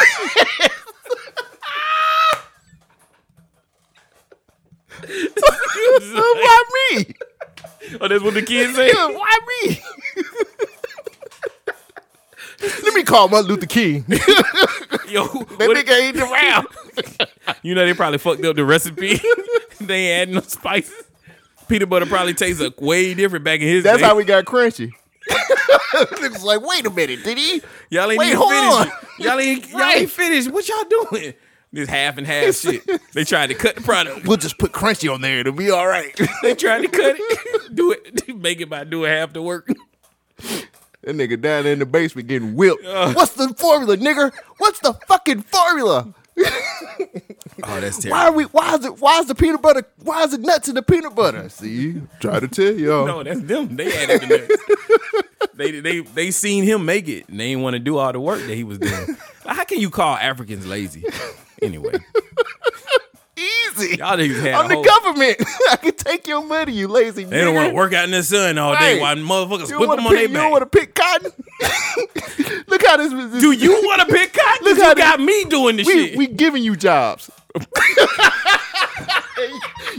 [SPEAKER 2] Why me?
[SPEAKER 1] oh, that's what the kids say.
[SPEAKER 2] Why me? Let me call Martin Luther King. That
[SPEAKER 1] Yo, what-
[SPEAKER 2] nigga ain't around.
[SPEAKER 1] You know they probably fucked up the recipe. they ain't add no spices. Peanut butter probably tastes like way different back in his
[SPEAKER 2] That's
[SPEAKER 1] day.
[SPEAKER 2] how we got crunchy. Niggas like, wait a minute, did he?
[SPEAKER 1] y'all ain't
[SPEAKER 2] Wait,
[SPEAKER 1] even
[SPEAKER 2] hold
[SPEAKER 1] finished.
[SPEAKER 2] on.
[SPEAKER 1] Y'all ain't y'all
[SPEAKER 2] Right.
[SPEAKER 1] ain't finished. What y'all doing? This half and half shit. They tried to cut the product.
[SPEAKER 2] We'll just put crunchy on there. It'll be all right.
[SPEAKER 1] They tried to cut it. Do it. Make it by doing half the work.
[SPEAKER 2] That nigga down in the basement getting whipped. What's the formula, nigga? What's the fucking formula?
[SPEAKER 1] Oh, that's
[SPEAKER 2] Why are we? Why is it? Why is the peanut butter? Why is it nuts in the peanut butter? See, try to tell y'all.
[SPEAKER 1] No, that's them. They added the nuts. they they they seen him make it. And they didn't want to do all the work that he was doing. How can you call Africans lazy? Anyway,
[SPEAKER 2] Easy.
[SPEAKER 1] y'all niggas had
[SPEAKER 2] I'm
[SPEAKER 1] a
[SPEAKER 2] the
[SPEAKER 1] whole-
[SPEAKER 2] government. I can take your money, you lazy.
[SPEAKER 1] They don't want to
[SPEAKER 2] nigga.
[SPEAKER 1] work out in the sun all day
[SPEAKER 2] Right.
[SPEAKER 1] while motherfuckers
[SPEAKER 2] You
[SPEAKER 1] whip
[SPEAKER 2] want
[SPEAKER 1] them on
[SPEAKER 2] to
[SPEAKER 1] their
[SPEAKER 2] pick, you
[SPEAKER 1] back.
[SPEAKER 2] want to pick cotton. Look how this was.
[SPEAKER 1] Do you want to pick cotton?
[SPEAKER 2] Look
[SPEAKER 1] Look
[SPEAKER 2] how
[SPEAKER 1] you
[SPEAKER 2] they-
[SPEAKER 1] got me doing this
[SPEAKER 2] We
[SPEAKER 1] shit.
[SPEAKER 2] we giving you jobs.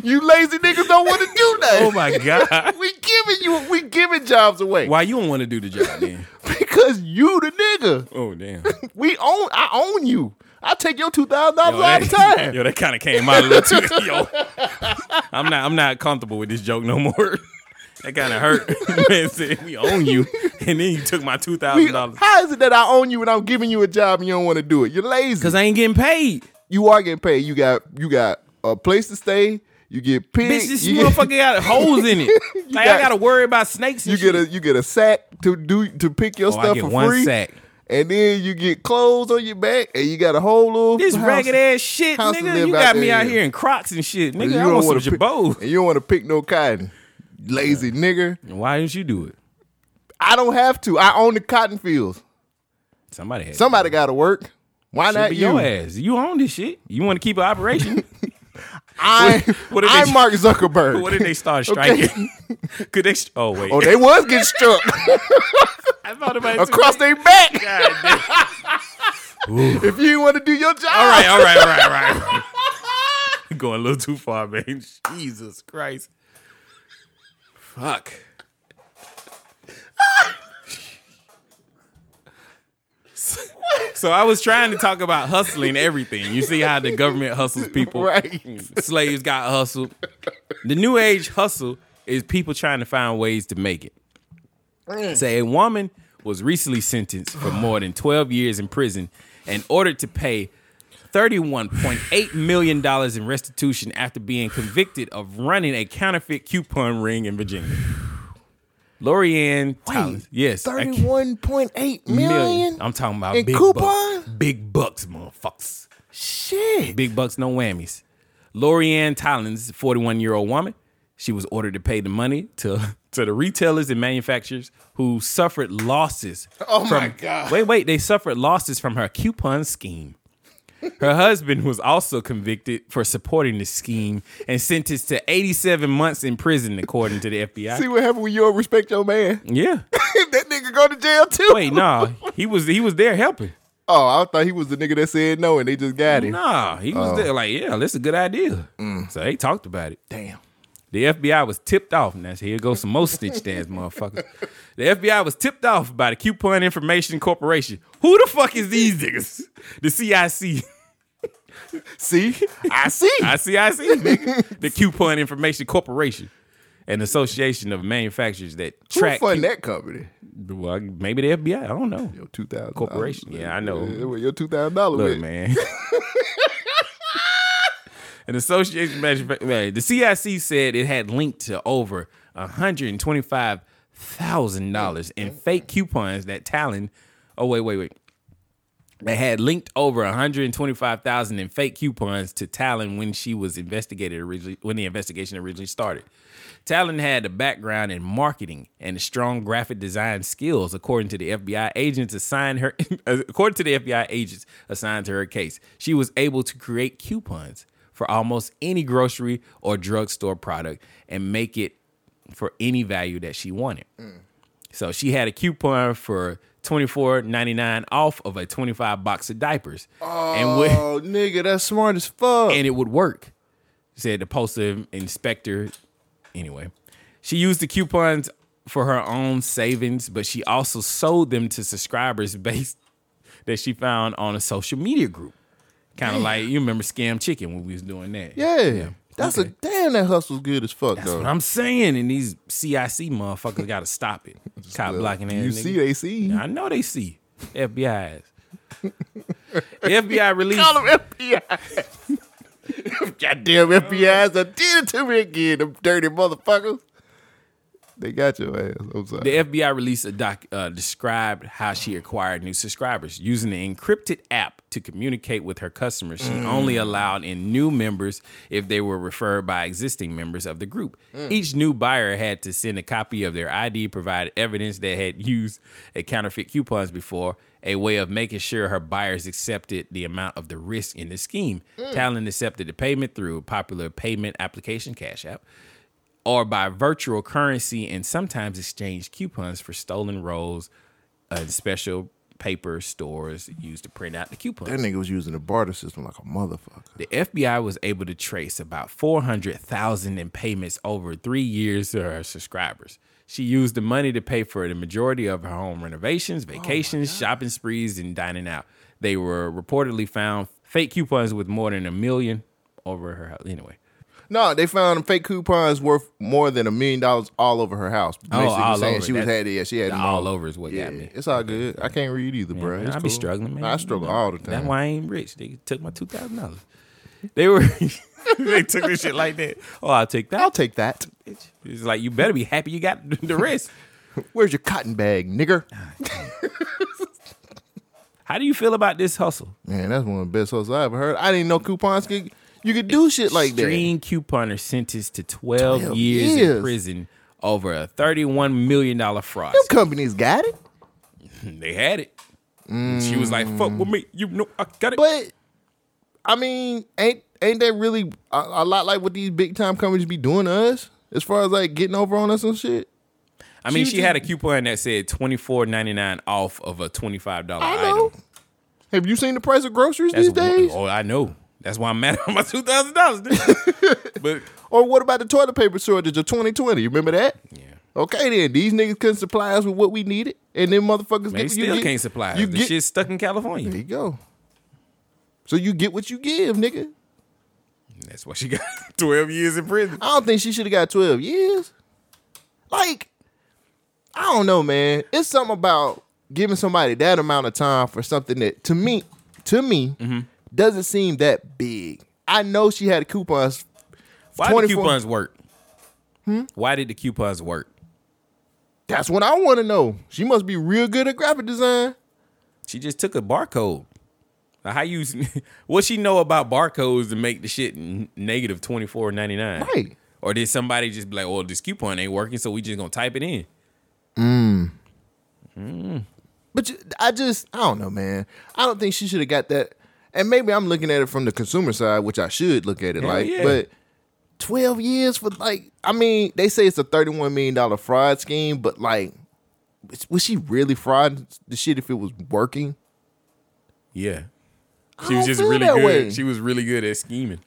[SPEAKER 2] you lazy niggas don't want to do that.
[SPEAKER 1] oh my god!
[SPEAKER 2] We giving you we giving jobs away
[SPEAKER 1] Why you don't want to do the job then?
[SPEAKER 2] because you the nigga.
[SPEAKER 1] Oh damn!
[SPEAKER 2] We own I own you. I take your two thousand dollars all the
[SPEAKER 1] that,
[SPEAKER 2] time.
[SPEAKER 1] yo, that kind of came out a little too. Yo, I'm not. I'm not comfortable with this joke no more. That kind of hurt. Man said we own you, and then you took my two
[SPEAKER 2] We-
[SPEAKER 1] thousand dollars
[SPEAKER 2] how is it that I own you and I'm giving you a job and you don't want to do it? You're lazy.
[SPEAKER 1] because I ain't getting paid.
[SPEAKER 2] You are getting paid. You got you got a place to stay. You get picked.
[SPEAKER 1] Bitch, this
[SPEAKER 2] you get-
[SPEAKER 1] motherfucker got holes in it. Like
[SPEAKER 2] got-
[SPEAKER 1] I gotta worry about snakes. And
[SPEAKER 2] You get a you get a sack to do to pick your
[SPEAKER 1] Oh, I
[SPEAKER 2] stuff
[SPEAKER 1] get
[SPEAKER 2] for
[SPEAKER 1] one
[SPEAKER 2] free,
[SPEAKER 1] sack.
[SPEAKER 2] and then you get clothes on your back, and you got a whole little
[SPEAKER 1] This
[SPEAKER 2] house,
[SPEAKER 1] ragged ass shit,
[SPEAKER 2] house to
[SPEAKER 1] nigga.
[SPEAKER 2] live
[SPEAKER 1] You
[SPEAKER 2] out
[SPEAKER 1] got me
[SPEAKER 2] there.
[SPEAKER 1] out here in Crocs and shit,
[SPEAKER 2] and
[SPEAKER 1] nigga. I want some
[SPEAKER 2] wanna
[SPEAKER 1] Jabot.
[SPEAKER 2] pick, and you don't want to pick no cotton, lazy nigga.
[SPEAKER 1] Why didn't you do it?
[SPEAKER 2] I don't have to. I own the cotton fields.
[SPEAKER 1] Somebody had
[SPEAKER 2] Somebody got to work. Why
[SPEAKER 1] Should
[SPEAKER 2] not
[SPEAKER 1] be
[SPEAKER 2] you?
[SPEAKER 1] your ass. You own this shit. You want to keep an operation?
[SPEAKER 2] I
[SPEAKER 1] What did they-
[SPEAKER 2] I'm Mark Zuckerberg.
[SPEAKER 1] what did they start striking? Could they? St- oh wait.
[SPEAKER 2] oh, they was getting struck
[SPEAKER 1] I thought about it too.
[SPEAKER 2] across their back. if you want to do your job,
[SPEAKER 1] All right, all right, all right, all right. going a little too far, man. Jesus Christ. Fuck. so I was trying to talk about hustling everything. You see how the government hustles people.
[SPEAKER 2] Right.
[SPEAKER 1] Slaves got hustled. The new age hustle is people trying to find ways to make it.
[SPEAKER 2] Mm.
[SPEAKER 1] Say a woman was recently sentenced for more than 12 years in prison and ordered to pay $31.8 million in restitution after being convicted of running a counterfeit coupon ring in Virginia. Lorianne Thomas. Yes. I can't-
[SPEAKER 2] Thirty-one point eight million.
[SPEAKER 1] million. I'm talking about
[SPEAKER 2] in
[SPEAKER 1] big bucks.
[SPEAKER 2] coupon?
[SPEAKER 1] Big bucks, motherfuckers.
[SPEAKER 2] Shit.
[SPEAKER 1] Big bucks, no whammies. Lorianne Tollins, 41 year old woman, she was ordered to pay the money to, to the retailers and manufacturers who suffered losses.
[SPEAKER 2] Oh my God.
[SPEAKER 1] Wait, wait, they suffered losses from her coupon scheme. Her husband was also convicted for supporting the scheme and sentenced to 87 months in prison, according to the FBI.
[SPEAKER 2] See what happened when you don't respect your man.
[SPEAKER 1] yeah.
[SPEAKER 2] that nigga go to jail too.
[SPEAKER 1] Wait, no, he was he was there helping.
[SPEAKER 2] Oh, I thought he was the nigga that said no and they just got him.
[SPEAKER 1] Nah, he
[SPEAKER 2] Oh.
[SPEAKER 1] was there like, yeah, that's a good idea.
[SPEAKER 2] Mm.
[SPEAKER 1] So they talked about it.
[SPEAKER 2] Damn.
[SPEAKER 1] The FBI was tipped off. Now here goes some more stitched ass motherfuckers. The FBI was tipped off by the Coupon Information Corporation. Who the fuck is these niggas? The CIC.
[SPEAKER 2] See, I see.
[SPEAKER 1] ICIC, nigga. The Coupon Information Corporation. An association of manufacturers that
[SPEAKER 2] Who
[SPEAKER 1] track
[SPEAKER 2] fund that company?
[SPEAKER 1] well, maybe the FBI. I don't know.
[SPEAKER 2] Your two thousand
[SPEAKER 1] Corporation. Yeah, I know.
[SPEAKER 2] Your two thousand dollars.
[SPEAKER 1] Look, man. An association measure, man, the CIC said it had linked to over $125,000 in fake coupons that Talon, oh, wait, wait, wait. They had linked over 125,000 in fake coupons to Talon when she was investigated originally, when the investigation originally started. Talon had a background in marketing and strong graphic design skills, according to the FBI agents assigned her. according to the FBI agents assigned to her case, she was able to create coupons for almost any grocery or drugstore product and make it for any value that she wanted. So she had a coupon for twenty four ninety nine off of a twenty five box of diapers, and would,
[SPEAKER 2] Oh, nigga, that's smart as fuck.
[SPEAKER 1] and it would work. Said the postal inspector. Anyway, she used the coupons for her own savings, but she also sold them to subscribers based that she found on a social media group. Kind of like you remember Scam Chicken when we was doing that.
[SPEAKER 2] yeah. That's a damn. That hustle's good as fuck
[SPEAKER 1] That's
[SPEAKER 2] though.
[SPEAKER 1] what I'm saying, and these CIC motherfuckers got to stop it. Cop blocking ass
[SPEAKER 2] you
[SPEAKER 1] niggas.
[SPEAKER 2] see, they see.
[SPEAKER 1] I know they see FBI's. The FBI released.
[SPEAKER 2] Call them FBI. Goddamn FBI's that did it to me again. Them dirty motherfuckers. They got your ass. I'm sorry.
[SPEAKER 1] The FBI released a doc uh, described how she acquired new subscribers using an encrypted app to communicate with her customers. She only allowed in new members if they were referred by existing members of the group. Each new buyer had to send a copy of their ID, provide evidence they had used a counterfeit coupons before, a way of making sure her buyers accepted the amount of the risk in the scheme. Talon accepted the payment through popular payment application Cash App or by virtual currency and sometimes exchange coupons for stolen rolls and special paper stores used to print out the
[SPEAKER 2] that
[SPEAKER 1] coupons.
[SPEAKER 2] nigga was using the barter system like a motherfucker.
[SPEAKER 1] The FBI was able to trace about 400,000 in payments over 3 years to her subscribers. She used the money to pay for the majority of her home
[SPEAKER 2] Oh
[SPEAKER 1] renovations, vacations, shopping sprees and dining out. They were reportedly found fake coupons with more than a million over her house. Anyway,
[SPEAKER 2] No, they found fake coupons worth more than a million dollars all over her house. Basically
[SPEAKER 1] Oh, all
[SPEAKER 2] saying
[SPEAKER 1] over.
[SPEAKER 2] she was
[SPEAKER 1] That-
[SPEAKER 2] had it. Yeah, she had them
[SPEAKER 1] all over is what
[SPEAKER 2] Yeah,
[SPEAKER 1] got me.
[SPEAKER 2] it's all good. I can't read either, bro.
[SPEAKER 1] Man, I be struggling, man.
[SPEAKER 2] I struggle all the
[SPEAKER 1] That's
[SPEAKER 2] time.
[SPEAKER 1] why I ain't rich. They took my two thousand dollars. They were they took this shit like that. Oh, I'll take
[SPEAKER 2] I'll
[SPEAKER 1] that.
[SPEAKER 2] take that.
[SPEAKER 1] bitch. It's like you better be happy you got the rest.
[SPEAKER 2] Where's your cotton bag, nigger?
[SPEAKER 1] How do you feel about this hustle?
[SPEAKER 2] Man, that's one of the best hustles I ever heard. I didn't know coupons could you could do shit like that.
[SPEAKER 1] Extreme couponer sentenced to twelve,
[SPEAKER 2] 12
[SPEAKER 1] years,
[SPEAKER 2] years.
[SPEAKER 1] in prison over a thirty-one million dollar fraud.
[SPEAKER 2] Them companies got it,
[SPEAKER 1] They had it. She was like, "Fuck with me, you know I got it."
[SPEAKER 2] but I mean, ain't ain't that really a, a lot like what these big time companies be doing to us as far as like getting over on us and shit?
[SPEAKER 1] I mean,
[SPEAKER 2] she
[SPEAKER 1] she
[SPEAKER 2] was
[SPEAKER 1] had a coupon that said twenty-four ninety-nine off of a twenty-five dollar
[SPEAKER 2] I
[SPEAKER 1] item.
[SPEAKER 2] know. Have you seen the price of groceries these
[SPEAKER 1] That's-
[SPEAKER 2] days?
[SPEAKER 1] Oh, I know. That's why I'm mad at my two thousand dollars. but
[SPEAKER 2] Or what about the toilet paper shortage of 2020? You remember that?
[SPEAKER 1] yeah,
[SPEAKER 2] Okay, then these niggas couldn't supply us with what we needed, and then motherfuckers
[SPEAKER 1] they
[SPEAKER 2] get,
[SPEAKER 1] still can't supply. us.
[SPEAKER 2] You
[SPEAKER 1] the
[SPEAKER 2] get,
[SPEAKER 1] shit's stuck in
[SPEAKER 2] There
[SPEAKER 1] California.
[SPEAKER 2] you go. So you get what you give, nigga.
[SPEAKER 1] That's why she got twelve years in prison.
[SPEAKER 2] I don't think she should have got 12 years. Like, I don't know, man. It's something about giving somebody that amount of time for something that to me, to me,
[SPEAKER 1] Mm-hmm.
[SPEAKER 2] doesn't seem that big. I know she had coupons.
[SPEAKER 1] Why did
[SPEAKER 2] 24
[SPEAKER 1] coupons work?
[SPEAKER 2] Hmm?
[SPEAKER 1] Why did the coupons work?
[SPEAKER 2] That's what I want to know. She must be real good at graphic design.
[SPEAKER 1] She just took a barcode. Now, How you? What she know about barcodes to make the shit n- negative twenty four ninety nine?
[SPEAKER 2] Right.
[SPEAKER 1] Or did somebody just be like, "Well, this coupon ain't working, so we just gonna type it in."
[SPEAKER 2] But you, I just, I don't know, man. I don't think she should have got that. And maybe I'm looking at it from the consumer side, which I should look at it
[SPEAKER 1] Hell
[SPEAKER 2] like.
[SPEAKER 1] yeah.
[SPEAKER 2] But 12 years for like, I mean, they say it's a 31 million dollar fraud scheme, but like, was- was she really fraud the shit if it was working?
[SPEAKER 1] Yeah.
[SPEAKER 2] I
[SPEAKER 1] She was
[SPEAKER 2] don't
[SPEAKER 1] just
[SPEAKER 2] feel
[SPEAKER 1] really
[SPEAKER 2] that
[SPEAKER 1] good.
[SPEAKER 2] way.
[SPEAKER 1] She was really good at scheming.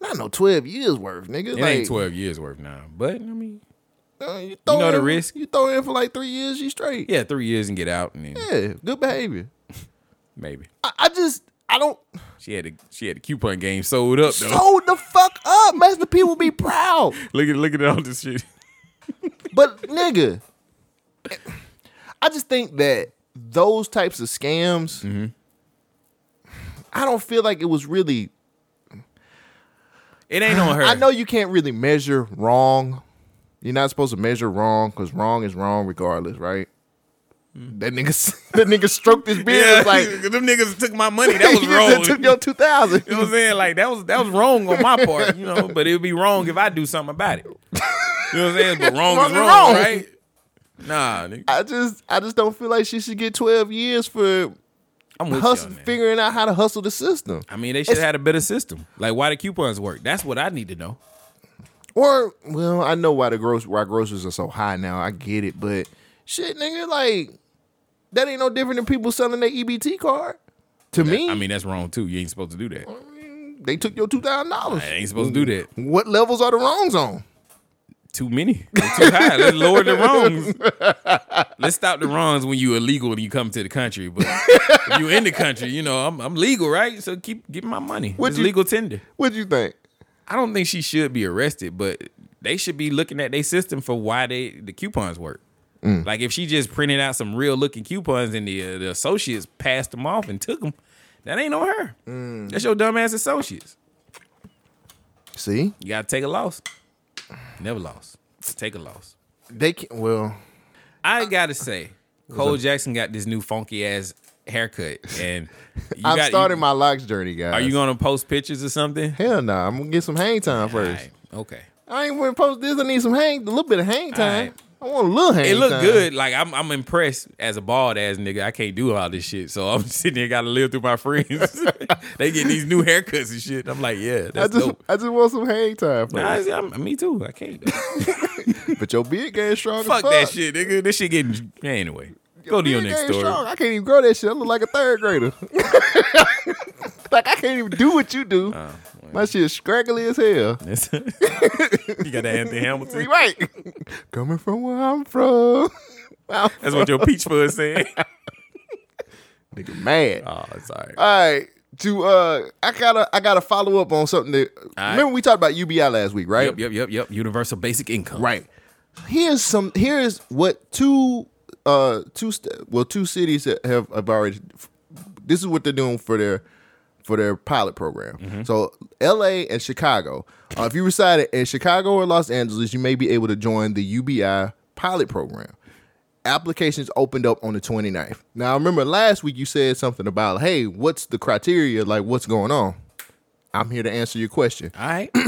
[SPEAKER 2] Not no 12 years worth, nigga.
[SPEAKER 1] It
[SPEAKER 2] like,
[SPEAKER 1] ain't twelve years worth now, but I mean,
[SPEAKER 2] uh, you, throw
[SPEAKER 1] know the
[SPEAKER 2] in-
[SPEAKER 1] risk.
[SPEAKER 2] You throw in for like three years, you straight.
[SPEAKER 1] yeah, three years and get out, and then
[SPEAKER 2] yeah good behavior.
[SPEAKER 1] maybe
[SPEAKER 2] I, I just, I don't.
[SPEAKER 1] she had a, she had the coupon game sold up though.
[SPEAKER 2] Sold the fuck up. Master P will be proud.
[SPEAKER 1] look at look at all this shit.
[SPEAKER 2] But nigga, I just think that those types of scams,
[SPEAKER 1] Mm-hmm.
[SPEAKER 2] I don't feel like it was really.
[SPEAKER 1] It ain't on her.
[SPEAKER 2] I know you can't really measure wrong. You're not supposed to measure wrong because wrong is wrong regardless, right? That nigga, that nigga stroked his beard
[SPEAKER 1] Mm. Yeah,
[SPEAKER 2] it's like
[SPEAKER 1] them niggas took my money. That was
[SPEAKER 2] "You just
[SPEAKER 1] wrong.
[SPEAKER 2] Took your two thousand.
[SPEAKER 1] You know what I'm saying? Like that was that was wrong on my part, you know, but it would be wrong if I do something about it. You know what I'm saying? But wrong,
[SPEAKER 2] Wrong
[SPEAKER 1] is
[SPEAKER 2] is
[SPEAKER 1] wrong,
[SPEAKER 2] wrong.
[SPEAKER 1] right? Nah, nigga.
[SPEAKER 2] I just, I just don't feel like she should get twelve years for
[SPEAKER 1] I'm with
[SPEAKER 2] hustle,
[SPEAKER 1] you on that.
[SPEAKER 2] figuring out how to hustle the system.
[SPEAKER 1] I mean, they should have had a better system. Like why the coupons work? That's what I need to know.
[SPEAKER 2] Or well, I know why the gross why groceries are so high now. I get it, but shit, nigga, like that ain't no different than people selling their EBT card. To me,
[SPEAKER 1] I mean, that's wrong too. You ain't supposed to do that.
[SPEAKER 2] they took your two thousand dollars.
[SPEAKER 1] I ain't supposed
[SPEAKER 2] Mm.
[SPEAKER 1] to do that.
[SPEAKER 2] What levels are the wrongs on?
[SPEAKER 1] Too many. They're too high. Let's lower the wrongs. Let's stop the wrongs when you illegal and you come to the country. But if you in the country, you know, I'm, I'm legal, right? So keep getting my money.
[SPEAKER 2] Would
[SPEAKER 1] it's
[SPEAKER 2] you-
[SPEAKER 1] legal tender.
[SPEAKER 2] What you think?
[SPEAKER 1] I don't think she should be arrested, but they should be looking at their system for why they the coupons work. Like if she just printed out some real looking coupons and the uh, the associates passed them off and took them, that ain't on her. That's your dumb ass associates.
[SPEAKER 2] See,
[SPEAKER 1] You gotta take a loss. Never lost. Take a loss.
[SPEAKER 2] they can well.
[SPEAKER 1] I gotta say, Cole Jackson got this new funky ass haircut, and you
[SPEAKER 2] I'm
[SPEAKER 1] got-
[SPEAKER 2] starting
[SPEAKER 1] you-
[SPEAKER 2] my locks journey, guys.
[SPEAKER 1] Are you gonna post pictures or something?
[SPEAKER 2] Hell nah, I'm gonna get some hang time
[SPEAKER 1] All
[SPEAKER 2] first.
[SPEAKER 1] right, okay.
[SPEAKER 2] I ain't gonna post this. I need some hang, a little bit of hang time.
[SPEAKER 1] right.
[SPEAKER 2] I want a little hang.
[SPEAKER 1] It looked
[SPEAKER 2] time.
[SPEAKER 1] good. Like I'm, I'm impressed as a bald ass nigga. I can't do all this shit, so I'm sitting here got to live through my friends. they get these new haircuts and shit. I'm like, yeah,
[SPEAKER 2] I
[SPEAKER 1] that's
[SPEAKER 2] just,
[SPEAKER 1] dope.
[SPEAKER 2] I just want some hang time first.
[SPEAKER 1] Nah, it's- I'm- me too. I can't.
[SPEAKER 2] But your beard getting strong. as
[SPEAKER 1] fuck that shit, nigga. This shit getting anyway. Go to your
[SPEAKER 2] Big
[SPEAKER 1] next
[SPEAKER 2] ain't
[SPEAKER 1] story.
[SPEAKER 2] strong. I can't even grow that shit. I look like a third grader. like I can't even do what you
[SPEAKER 1] Oh,
[SPEAKER 2] do. My shit is scraggly as hell.
[SPEAKER 1] you got that Anthony Hamilton.
[SPEAKER 2] right. Coming from where I'm from. I'm
[SPEAKER 1] That's what your peach fuzz said.
[SPEAKER 2] nigga mad.
[SPEAKER 1] oh, sorry.
[SPEAKER 2] All right. To uh I gotta I gotta follow up on something that
[SPEAKER 1] right.
[SPEAKER 2] remember we talked about UBI last week, right?
[SPEAKER 1] Yep, yep, yep, yep. Universal basic income.
[SPEAKER 2] Right. Here's some here's what two uh two st- well two cities that have, have already this is what they're doing for their for their pilot program. So LA and Chicago. Uh, if you reside in Chicago or Los Angeles, you may be able to join the UBI pilot program. Applications opened up on the 29th. Now, I remember last week you said something about, hey, what's the criteria? Like, what's going on? I'm here to answer your question.
[SPEAKER 1] All right.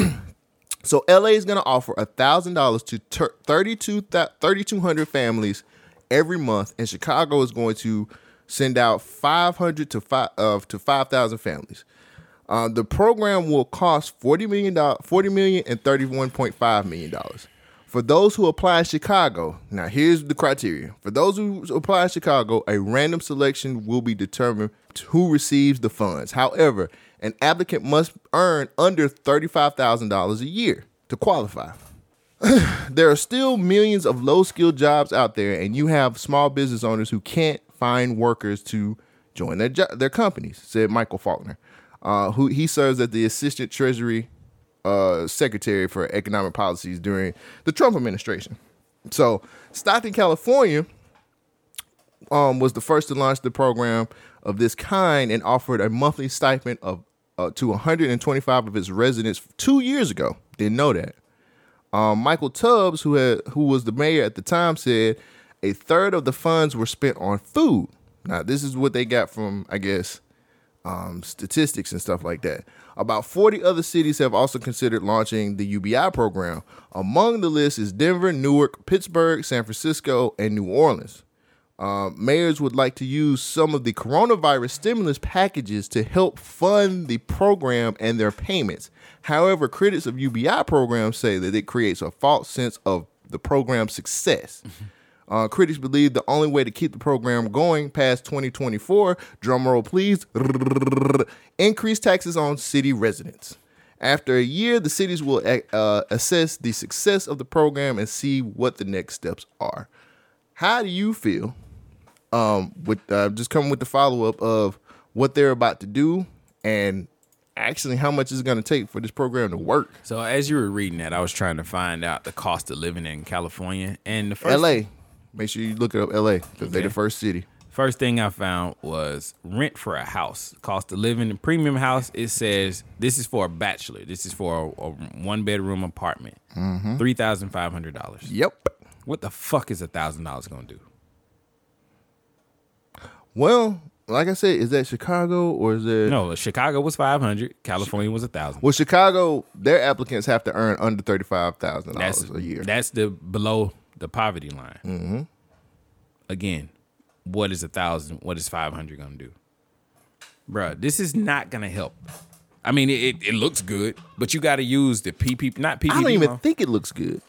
[SPEAKER 2] So LA is going to offer $1,000 to ter- 32 thou- 3,200 families every month, and Chicago is going to send out 500 to five uh, to 5,000 families. Uh, the program will cost 40 million dollars, 40 million and 31.5 million dollars. For those who apply in Chicago, now here's the criteria. For those who apply in Chicago, a random selection will be determined to who receives the funds. However, an applicant must earn under $35,000 a year to qualify. there are still millions of low skilled jobs out there, and you have small business owners who can't find workers to join their, jo- their companies, said Michael Faulkner, uh, who he serves as the assistant treasury uh, secretary for economic policies during the Trump administration. So, Stockton, California um, was the first to launch the program of this kind and offered a monthly stipend of uh, to 125 of its residents two years ago. Didn't know that. Um, Michael Tubbs, who had who was the mayor at the time, said a third of the funds were spent on food. Now, this is what they got from, I guess, um, statistics and stuff like that. About 40 other cities have also considered launching the UBI program. Among the list is Denver, Newark, Pittsburgh, San Francisco, and New Orleans. Uh, mayors would like to use some of the coronavirus stimulus packages to help fund the program and their payments. However, critics of UBI programs say that it creates a false sense of the program's success. Uh, critics believe the only way to keep the program going past 2024, drumroll please, increase taxes on city residents. After a year, the cities will uh, assess the success of the program and see what the next steps are. How do you feel? Um, with uh, just coming with the follow up of what they're about to do and actually how much it's going to take for this program to work.
[SPEAKER 1] So as you were reading that, I was trying to find out the cost of living in California, and the first
[SPEAKER 2] L.A. Make sure you look it up, L.A. Because they're
[SPEAKER 1] Okay.
[SPEAKER 2] the first city.
[SPEAKER 1] First thing I found was rent for a house. Cost of living, the premium house. It says this is for a bachelor. This is for a, a one bedroom apartment. thousand five hundred dollars.
[SPEAKER 2] Yep.
[SPEAKER 1] What the fuck is a thousand dollars gonna do?
[SPEAKER 2] Well, like I said, is that Chicago or is it?
[SPEAKER 1] No, Chicago was five hundred. California was a thousand.
[SPEAKER 2] Well, Chicago, their applicants have to earn under thirty five thousand
[SPEAKER 1] That's
[SPEAKER 2] dollars a year.
[SPEAKER 1] That's the below the poverty line. Mm-hmm. Again, what is a thousand? What is five hundred gonna do, Bruh, This is not gonna help. I mean, it, it, it looks good, but you got to use the PP, not PPP.
[SPEAKER 2] I don't even
[SPEAKER 1] loan.
[SPEAKER 2] think it looks good.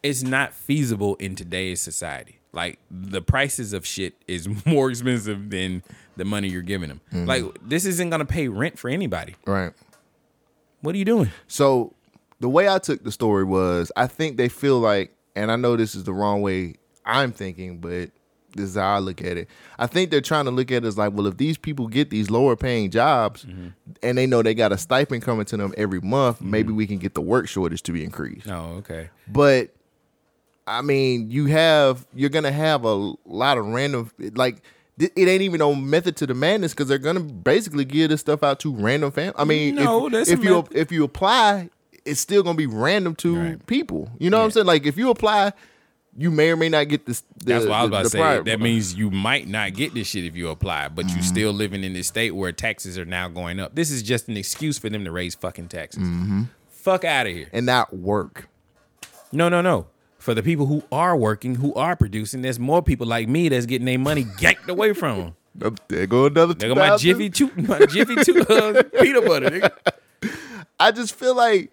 [SPEAKER 1] it's not feasible in today's society. Like the prices of shit is more expensive than the money you're giving them.
[SPEAKER 2] Mm-hmm.
[SPEAKER 1] Like this isn't gonna pay rent for anybody.
[SPEAKER 2] Right.
[SPEAKER 1] What are you doing?
[SPEAKER 2] So the way I took the story was, I think they feel like, and I know this is the wrong way I'm thinking, but this is how I look at it. I think they're trying to look at it as like, well, if these people get these lower paying jobs, and they know they got a stipend coming to them every month, maybe we can get the work shortage to be increased.
[SPEAKER 1] Oh, okay.
[SPEAKER 2] but I mean, you have you're gonna have a lot of random like th- it ain't even no method to the madness because they're gonna basically give this stuff out to random fam. I mean,
[SPEAKER 1] No,
[SPEAKER 2] if,
[SPEAKER 1] that's
[SPEAKER 2] if
[SPEAKER 1] a
[SPEAKER 2] you
[SPEAKER 1] method.
[SPEAKER 2] if you apply, it's still gonna be random to
[SPEAKER 1] Right.
[SPEAKER 2] people. You know what I'm saying? Like if you apply, you may or may not get this. The,
[SPEAKER 1] That's what I was
[SPEAKER 2] the-
[SPEAKER 1] about
[SPEAKER 2] the
[SPEAKER 1] to say.
[SPEAKER 2] prior-
[SPEAKER 1] that means you might not get this shit if you apply, but
[SPEAKER 2] Mm-hmm.
[SPEAKER 1] you still living in this state where taxes are now going up. This is just an excuse for them to raise fucking taxes.
[SPEAKER 2] Mm-hmm.
[SPEAKER 1] Fuck out of here.
[SPEAKER 2] and not work.
[SPEAKER 1] No, no, no. For the people who are working, who are producing, there's more people like me that's getting their money yanked away from them.
[SPEAKER 2] Up There go another.
[SPEAKER 1] Nigga, my
[SPEAKER 2] 2,000.
[SPEAKER 1] Jiffy Chew, my Jiffy Chew uh, peanut butter. Nigga.
[SPEAKER 2] I just feel like,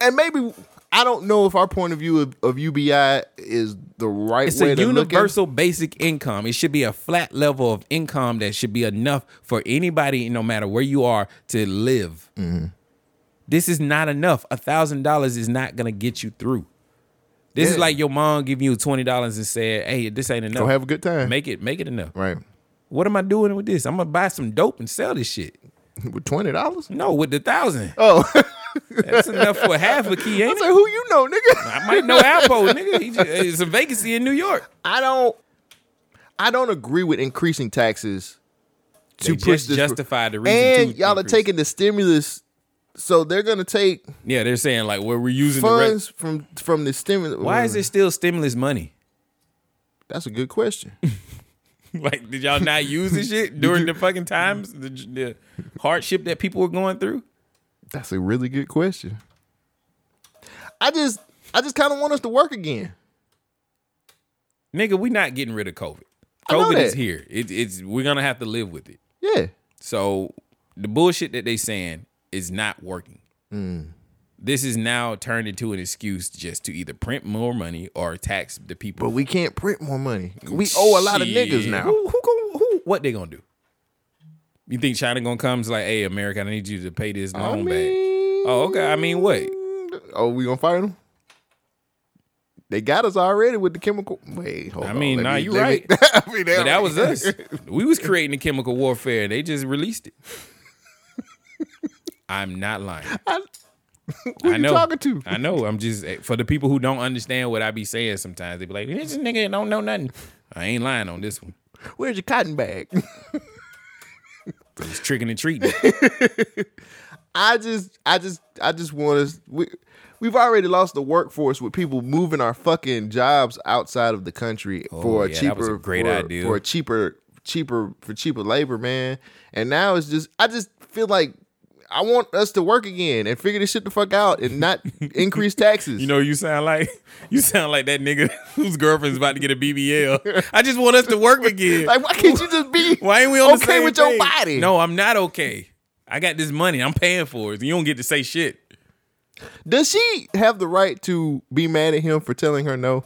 [SPEAKER 2] and maybe I don't know if our point of view of, of UBI is the right
[SPEAKER 1] It's
[SPEAKER 2] way
[SPEAKER 1] a
[SPEAKER 2] to look at.
[SPEAKER 1] universal basic income. It should be a flat level of income that should be enough for anybody, no matter where you are, to live.
[SPEAKER 2] Mm-hmm.
[SPEAKER 1] This is not enough. A thousand dollars is not gonna get you through. This is
[SPEAKER 2] Yeah.
[SPEAKER 1] like your mom giving you twenty dollars and said, "Hey, this ain't enough.
[SPEAKER 2] Go have a good time.
[SPEAKER 1] Make it, make it enough."
[SPEAKER 2] Right.
[SPEAKER 1] What am I doing with this? I'm gonna buy some dope and sell this shit.
[SPEAKER 2] With twenty dollars?
[SPEAKER 1] No, with the thousand,
[SPEAKER 2] Oh,
[SPEAKER 1] that's enough for half a key,
[SPEAKER 2] I
[SPEAKER 1] ain't
[SPEAKER 2] was
[SPEAKER 1] it?
[SPEAKER 2] like, who you know, nigga?
[SPEAKER 1] I might know Apple, nigga. He just, it's a vacancy in New York.
[SPEAKER 2] I don't. I don't agree with increasing taxes to
[SPEAKER 1] They
[SPEAKER 2] push
[SPEAKER 1] just
[SPEAKER 2] this-
[SPEAKER 1] justify the reason.
[SPEAKER 2] and
[SPEAKER 1] to
[SPEAKER 2] y'all
[SPEAKER 1] increase.
[SPEAKER 2] are taking the stimulus. So they're gonna take
[SPEAKER 1] Yeah, they're saying like where we're using the
[SPEAKER 2] funds
[SPEAKER 1] rest.
[SPEAKER 2] from from the stimulus.
[SPEAKER 1] Why is it still stimulus money?
[SPEAKER 2] That's a good question.
[SPEAKER 1] Like, did y'all not use this shit during the fucking times, the, the hardship that people were going through?
[SPEAKER 2] That's a really good question. I just, I just kind of want us to work again.
[SPEAKER 1] Nigga, we not getting rid of COVID.
[SPEAKER 2] I know
[SPEAKER 1] COVID is
[SPEAKER 2] that.
[SPEAKER 1] here. It, it's we're gonna have to live with it.
[SPEAKER 2] Yeah,
[SPEAKER 1] So the bullshit that they saying is not working.
[SPEAKER 2] Mm.
[SPEAKER 1] This is now turned into an excuse just to either print more money or tax the people.
[SPEAKER 2] but we can't print more money. We owe a lot of niggas
[SPEAKER 1] Shit.
[SPEAKER 2] now.
[SPEAKER 1] Who, who, gon- who, what they gonna do? You think China gonna come? It's like, hey, America, I need you to pay this
[SPEAKER 2] I
[SPEAKER 1] loan back.
[SPEAKER 2] mean,
[SPEAKER 1] Oh, okay. I mean, what?
[SPEAKER 2] oh, we gonna fight them? They got us already with the chemical. Wait, hold
[SPEAKER 1] I
[SPEAKER 2] on.
[SPEAKER 1] mean,
[SPEAKER 2] let
[SPEAKER 1] nah,
[SPEAKER 2] me-
[SPEAKER 1] you
[SPEAKER 2] let me-
[SPEAKER 1] right.
[SPEAKER 2] I mean, they
[SPEAKER 1] But that
[SPEAKER 2] already-
[SPEAKER 1] was us. We was creating the chemical warfare. They just released it. I'm not lying.
[SPEAKER 2] Who
[SPEAKER 1] I
[SPEAKER 2] you
[SPEAKER 1] know.
[SPEAKER 2] talking to?
[SPEAKER 1] I know. I'm just eh, for the people who don't understand what I be saying. Sometimes they be like, "This nigga don't know nothing." I ain't lying on this one.
[SPEAKER 2] Where's your cotton bag?
[SPEAKER 1] It's tricking and treating.
[SPEAKER 2] I just, I just, I just want us. We, we've already lost the workforce with people moving our fucking jobs outside of the country for a
[SPEAKER 1] Oh, yeah,
[SPEAKER 2] cheaper,
[SPEAKER 1] that was a great
[SPEAKER 2] for,
[SPEAKER 1] idea.
[SPEAKER 2] for a cheaper, cheaper for cheaper labor, man. And now it's just, I just feel like I want us to work again and figure this shit the fuck out and not increase taxes.
[SPEAKER 1] You know, you sound like you sound like that nigga whose girlfriend's about to get a BBL. I just want us to work again.
[SPEAKER 2] like why can't you just be?
[SPEAKER 1] Why ain't we on the
[SPEAKER 2] okay
[SPEAKER 1] same
[SPEAKER 2] with your
[SPEAKER 1] page?
[SPEAKER 2] body?
[SPEAKER 1] No, I'm not okay. I got this money. I'm paying for it. You don't get to say shit.
[SPEAKER 2] Does she have the right to be mad at him for telling her no?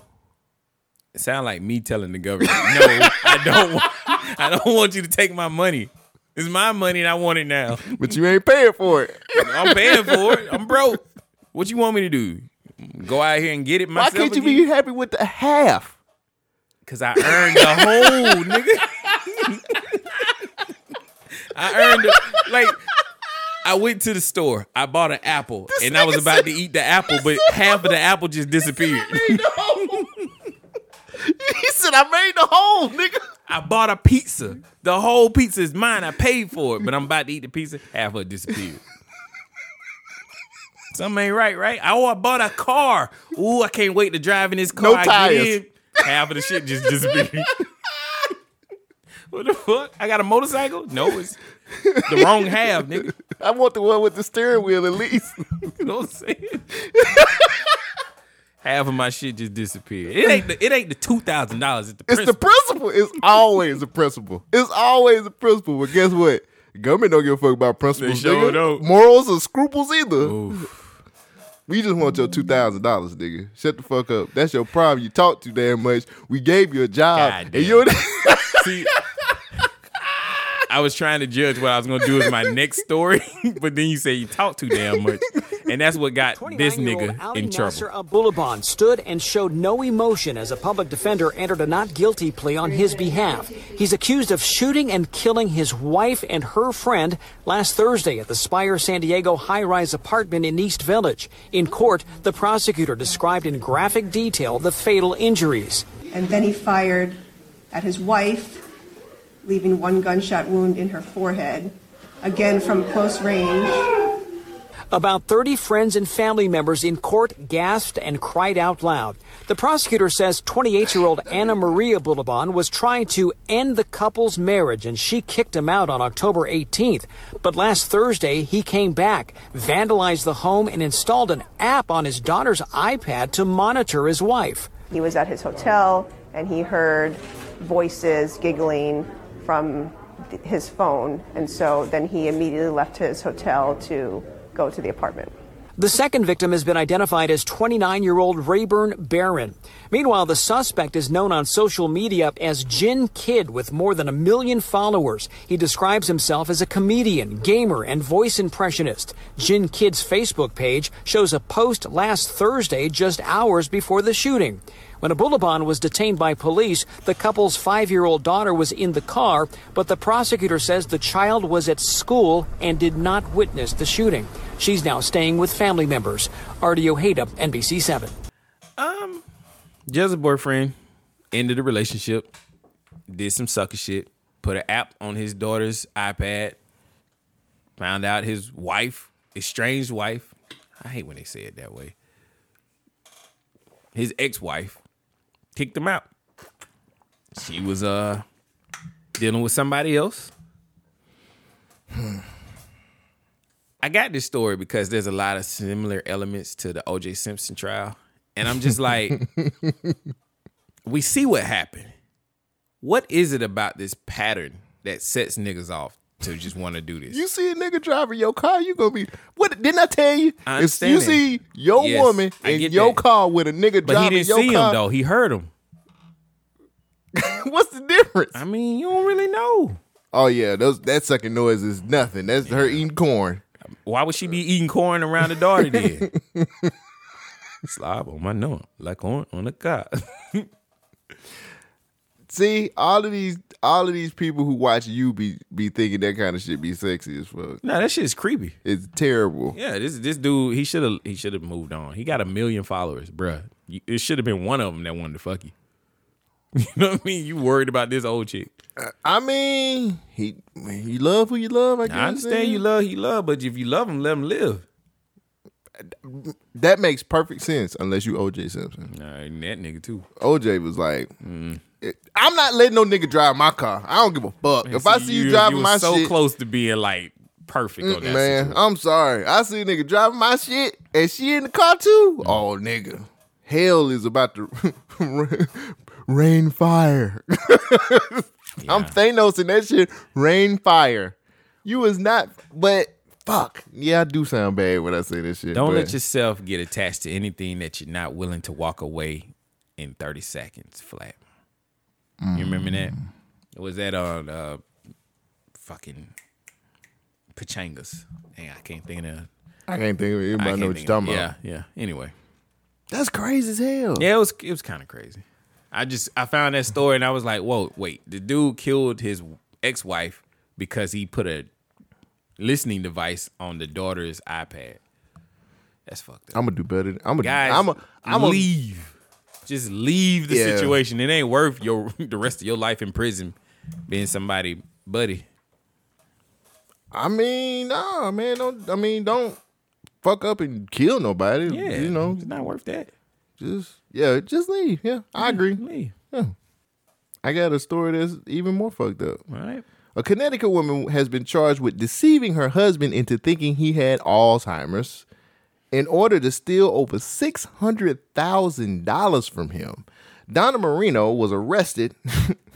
[SPEAKER 1] It sound like me telling the government, no, I don't. Want, I don't want you to take my money. It's my money, and I want it now.
[SPEAKER 2] But you ain't paying for it.
[SPEAKER 1] I'm paying for it. I'm broke. What you want me to do? Go out here and get it
[SPEAKER 2] Why
[SPEAKER 1] myself?
[SPEAKER 2] can't you be happy with the half?
[SPEAKER 1] Because I earned the whole, nigga. I earned the, like. I went to the store. I bought an apple, and I was
[SPEAKER 2] nigga
[SPEAKER 1] about
[SPEAKER 2] said-
[SPEAKER 1] to eat the apple, but half of the apple just disappeared.
[SPEAKER 2] He said, I made the whole, nigga.
[SPEAKER 1] I bought a pizza. The whole pizza is mine. I paid for it, but I'm about to eat the pizza. Half of it disappeared. Something ain't right, right? Oh, I bought a car. Ooh, I can't wait to drive in this car.
[SPEAKER 2] No
[SPEAKER 1] I
[SPEAKER 2] tires.
[SPEAKER 1] Get in. Half of the shit just disappeared. what the fuck? I got a motorcycle? No, it's the wrong half, nigga.
[SPEAKER 2] I want the one with the steering wheel at least.
[SPEAKER 1] You know what I'm saying? half of my shit just disappeared. It ain't the, it ain't the two thousand dollars. It's the
[SPEAKER 2] It's
[SPEAKER 1] principal.
[SPEAKER 2] the principle. It's always the principle. It's always the principle. But guess what? Government don't give a fuck about principles.
[SPEAKER 1] They sure
[SPEAKER 2] nigga.
[SPEAKER 1] don't.
[SPEAKER 2] Morals or scruples either. We just want your two thousand dollars, nigga. Shut the fuck up. That's your problem. You talk too damn much. We gave you a job,
[SPEAKER 1] Goddamn.
[SPEAKER 2] and you're
[SPEAKER 1] See, I was trying to judge what I was gonna do with my next story, but then you say you talk too damn much, and that's what got this
[SPEAKER 4] 29-year-old
[SPEAKER 1] nigga
[SPEAKER 4] Ali
[SPEAKER 1] in trouble.
[SPEAKER 4] Nasser Abulaban stood and showed no emotion as a public defender entered a not guilty plea on his behalf. He's accused of shooting and killing his wife and her friend last Thursday at the Spire San Diego high rise apartment in East Village. In court, the prosecutor described in graphic detail the fatal injuries.
[SPEAKER 6] and then he fired at his wife, leaving one gunshot wound in her forehead, again from close range.
[SPEAKER 4] About 30 friends and family members in court gasped and cried out loud. The prosecutor says 28 year old Anna Maria Boulabon was trying to end the couple's marriage and she kicked him out on October 18th. But last Thursday, he came back, vandalized the home, and installed an app on his daughter's iPad to monitor his wife.
[SPEAKER 6] He was at his hotel and he heard voices giggling from th- his phone, and so then he immediately left his hotel to go to the apartment.
[SPEAKER 4] The second victim has been identified as 29 year old Rayburn Barron. Meanwhile, the suspect is known on social media as Jin Kid with more than a million followers. He describes himself as a comedian, gamer, and voice impressionist. Jin Kid's Facebook page shows a post last Thursday, just hours before the shooting. When Abulaban was detained by police, the couple's five year old daughter was in the car, but the prosecutor says the child was at school and did not witness the shooting. She's now staying with family members. Artie Ojeda, NBC 7.
[SPEAKER 1] Just a boyfriend, ended the relationship, did some sucker shit, put an app on his daughter's iPad, found out his wife, estranged wife. I hate when they say it that way. His ex-wife kicked him out. She was uh dealing with somebody else. I got this story because there's a lot of similar elements to the OJ Simpson trial. And I'm just like, we see what happened. What is it about this pattern that sets niggas off to just want to do this?
[SPEAKER 2] you see a nigga driving your car, you gonna be what? Didn't I tell you?
[SPEAKER 1] I
[SPEAKER 2] If
[SPEAKER 1] understand
[SPEAKER 2] you
[SPEAKER 1] that.
[SPEAKER 2] see your
[SPEAKER 1] Yes,
[SPEAKER 2] woman
[SPEAKER 1] I
[SPEAKER 2] in
[SPEAKER 1] get
[SPEAKER 2] your
[SPEAKER 1] that.
[SPEAKER 2] car with a nigga
[SPEAKER 1] But he
[SPEAKER 2] driving
[SPEAKER 1] didn't
[SPEAKER 2] your
[SPEAKER 1] see
[SPEAKER 2] car,
[SPEAKER 1] him though. He heard him.
[SPEAKER 2] what's the difference?
[SPEAKER 1] I mean, you don't really know.
[SPEAKER 2] Oh yeah, those that sucking noise is nothing. That's her eating corn.
[SPEAKER 1] Why would she be eating corn around the daughter then? Slob on my nose, like corn on the cob.
[SPEAKER 2] See, all of these all of these people who watch you be be thinking that kind of shit be sexy as fuck.
[SPEAKER 1] nah, that shit's creepy.
[SPEAKER 2] It's terrible.
[SPEAKER 1] Yeah, this this dude, he should have he should have moved on. He got a million followers, bruh. You- It should have been one of them that wanted to fuck you. You know what I mean? You worried about this old chick.
[SPEAKER 2] I mean, he you love who you love. I, guess
[SPEAKER 1] I understand you love he love, but if you love him, let him live.
[SPEAKER 2] That makes perfect sense unless you OJ Simpson.
[SPEAKER 1] Nah, and that nigga too.
[SPEAKER 2] OJ was like,
[SPEAKER 1] Mm-hmm.
[SPEAKER 2] I'm not letting no nigga drive my car. I don't give a fuck. if I see you, driving
[SPEAKER 1] you
[SPEAKER 2] my
[SPEAKER 1] was so
[SPEAKER 2] shit,
[SPEAKER 1] close to being like perfect on that
[SPEAKER 2] man,
[SPEAKER 1] situation.
[SPEAKER 2] I'm sorry. I see a nigga driving my shit and she in the car too.
[SPEAKER 1] Mm-hmm.
[SPEAKER 2] Oh, nigga, hell is about to rain fire. I'm Thanos in that shit. Rain fire. You was not, but fuck. Yeah, I do sound bad when I say this shit.
[SPEAKER 1] Don't
[SPEAKER 2] but-
[SPEAKER 1] let yourself get attached to anything that you're not willing to walk away in 30 seconds flat. You remember that?
[SPEAKER 2] Mm.
[SPEAKER 1] Was that on uh fucking Pachangas? Dang, I can't think of
[SPEAKER 2] I can't think of it.
[SPEAKER 1] I
[SPEAKER 2] Everybody
[SPEAKER 1] can't
[SPEAKER 2] know what you're
[SPEAKER 1] think
[SPEAKER 2] talking
[SPEAKER 1] of-
[SPEAKER 2] about.
[SPEAKER 1] Yeah, yeah. Anyway.
[SPEAKER 2] That's crazy as hell.
[SPEAKER 1] Yeah, it was it was kind of crazy. I just I found that story and I was like, whoa, wait, the dude killed his ex wife because he put a listening device on the daughter's iPad. That's fucked up.
[SPEAKER 2] I'm gonna do better. I'm gonna.
[SPEAKER 1] Guys,
[SPEAKER 2] I'm gonna. I'm gonna.
[SPEAKER 1] leave. Just leave the
[SPEAKER 2] Yeah.
[SPEAKER 1] situation. It ain't worth your the rest of your life in prison being somebody buddy.
[SPEAKER 2] I mean, nah, man. Don't. I mean, don't fuck up and kill nobody.
[SPEAKER 1] Yeah,
[SPEAKER 2] You know,
[SPEAKER 1] it's not worth that.
[SPEAKER 2] just yeah, just leave. Yeah, I agree.
[SPEAKER 1] Leave.
[SPEAKER 2] I got a story that's even more fucked up.
[SPEAKER 1] All right.
[SPEAKER 2] A Connecticut woman has been charged with deceiving her husband into thinking he had Alzheimer's in order to steal over $600,000 from him. Donna Marino was arrested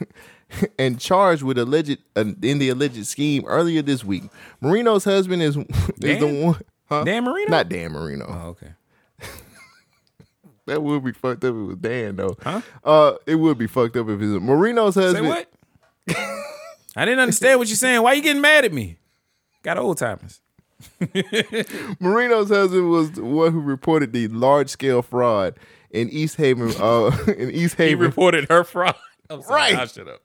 [SPEAKER 2] and charged with alleged uh, in the alleged scheme earlier this week. Marino's husband is, is the
[SPEAKER 1] Dan?
[SPEAKER 2] one huh?
[SPEAKER 1] Dan Marino?
[SPEAKER 2] Not Dan Marino.
[SPEAKER 1] Oh, okay.
[SPEAKER 2] That would be fucked up if it was Dan though. Uh it would be fucked up if it's Marino's
[SPEAKER 1] Say
[SPEAKER 2] husband.
[SPEAKER 1] what? I didn't understand what you're saying. Why you getting mad at me? Got old timers.
[SPEAKER 2] Marino's husband was the one who reported the large scale fraud in East Haven. Uh, in East
[SPEAKER 1] He
[SPEAKER 2] Haven,
[SPEAKER 1] reported her fraud. I'm sorry,
[SPEAKER 2] Right.
[SPEAKER 1] I shut up.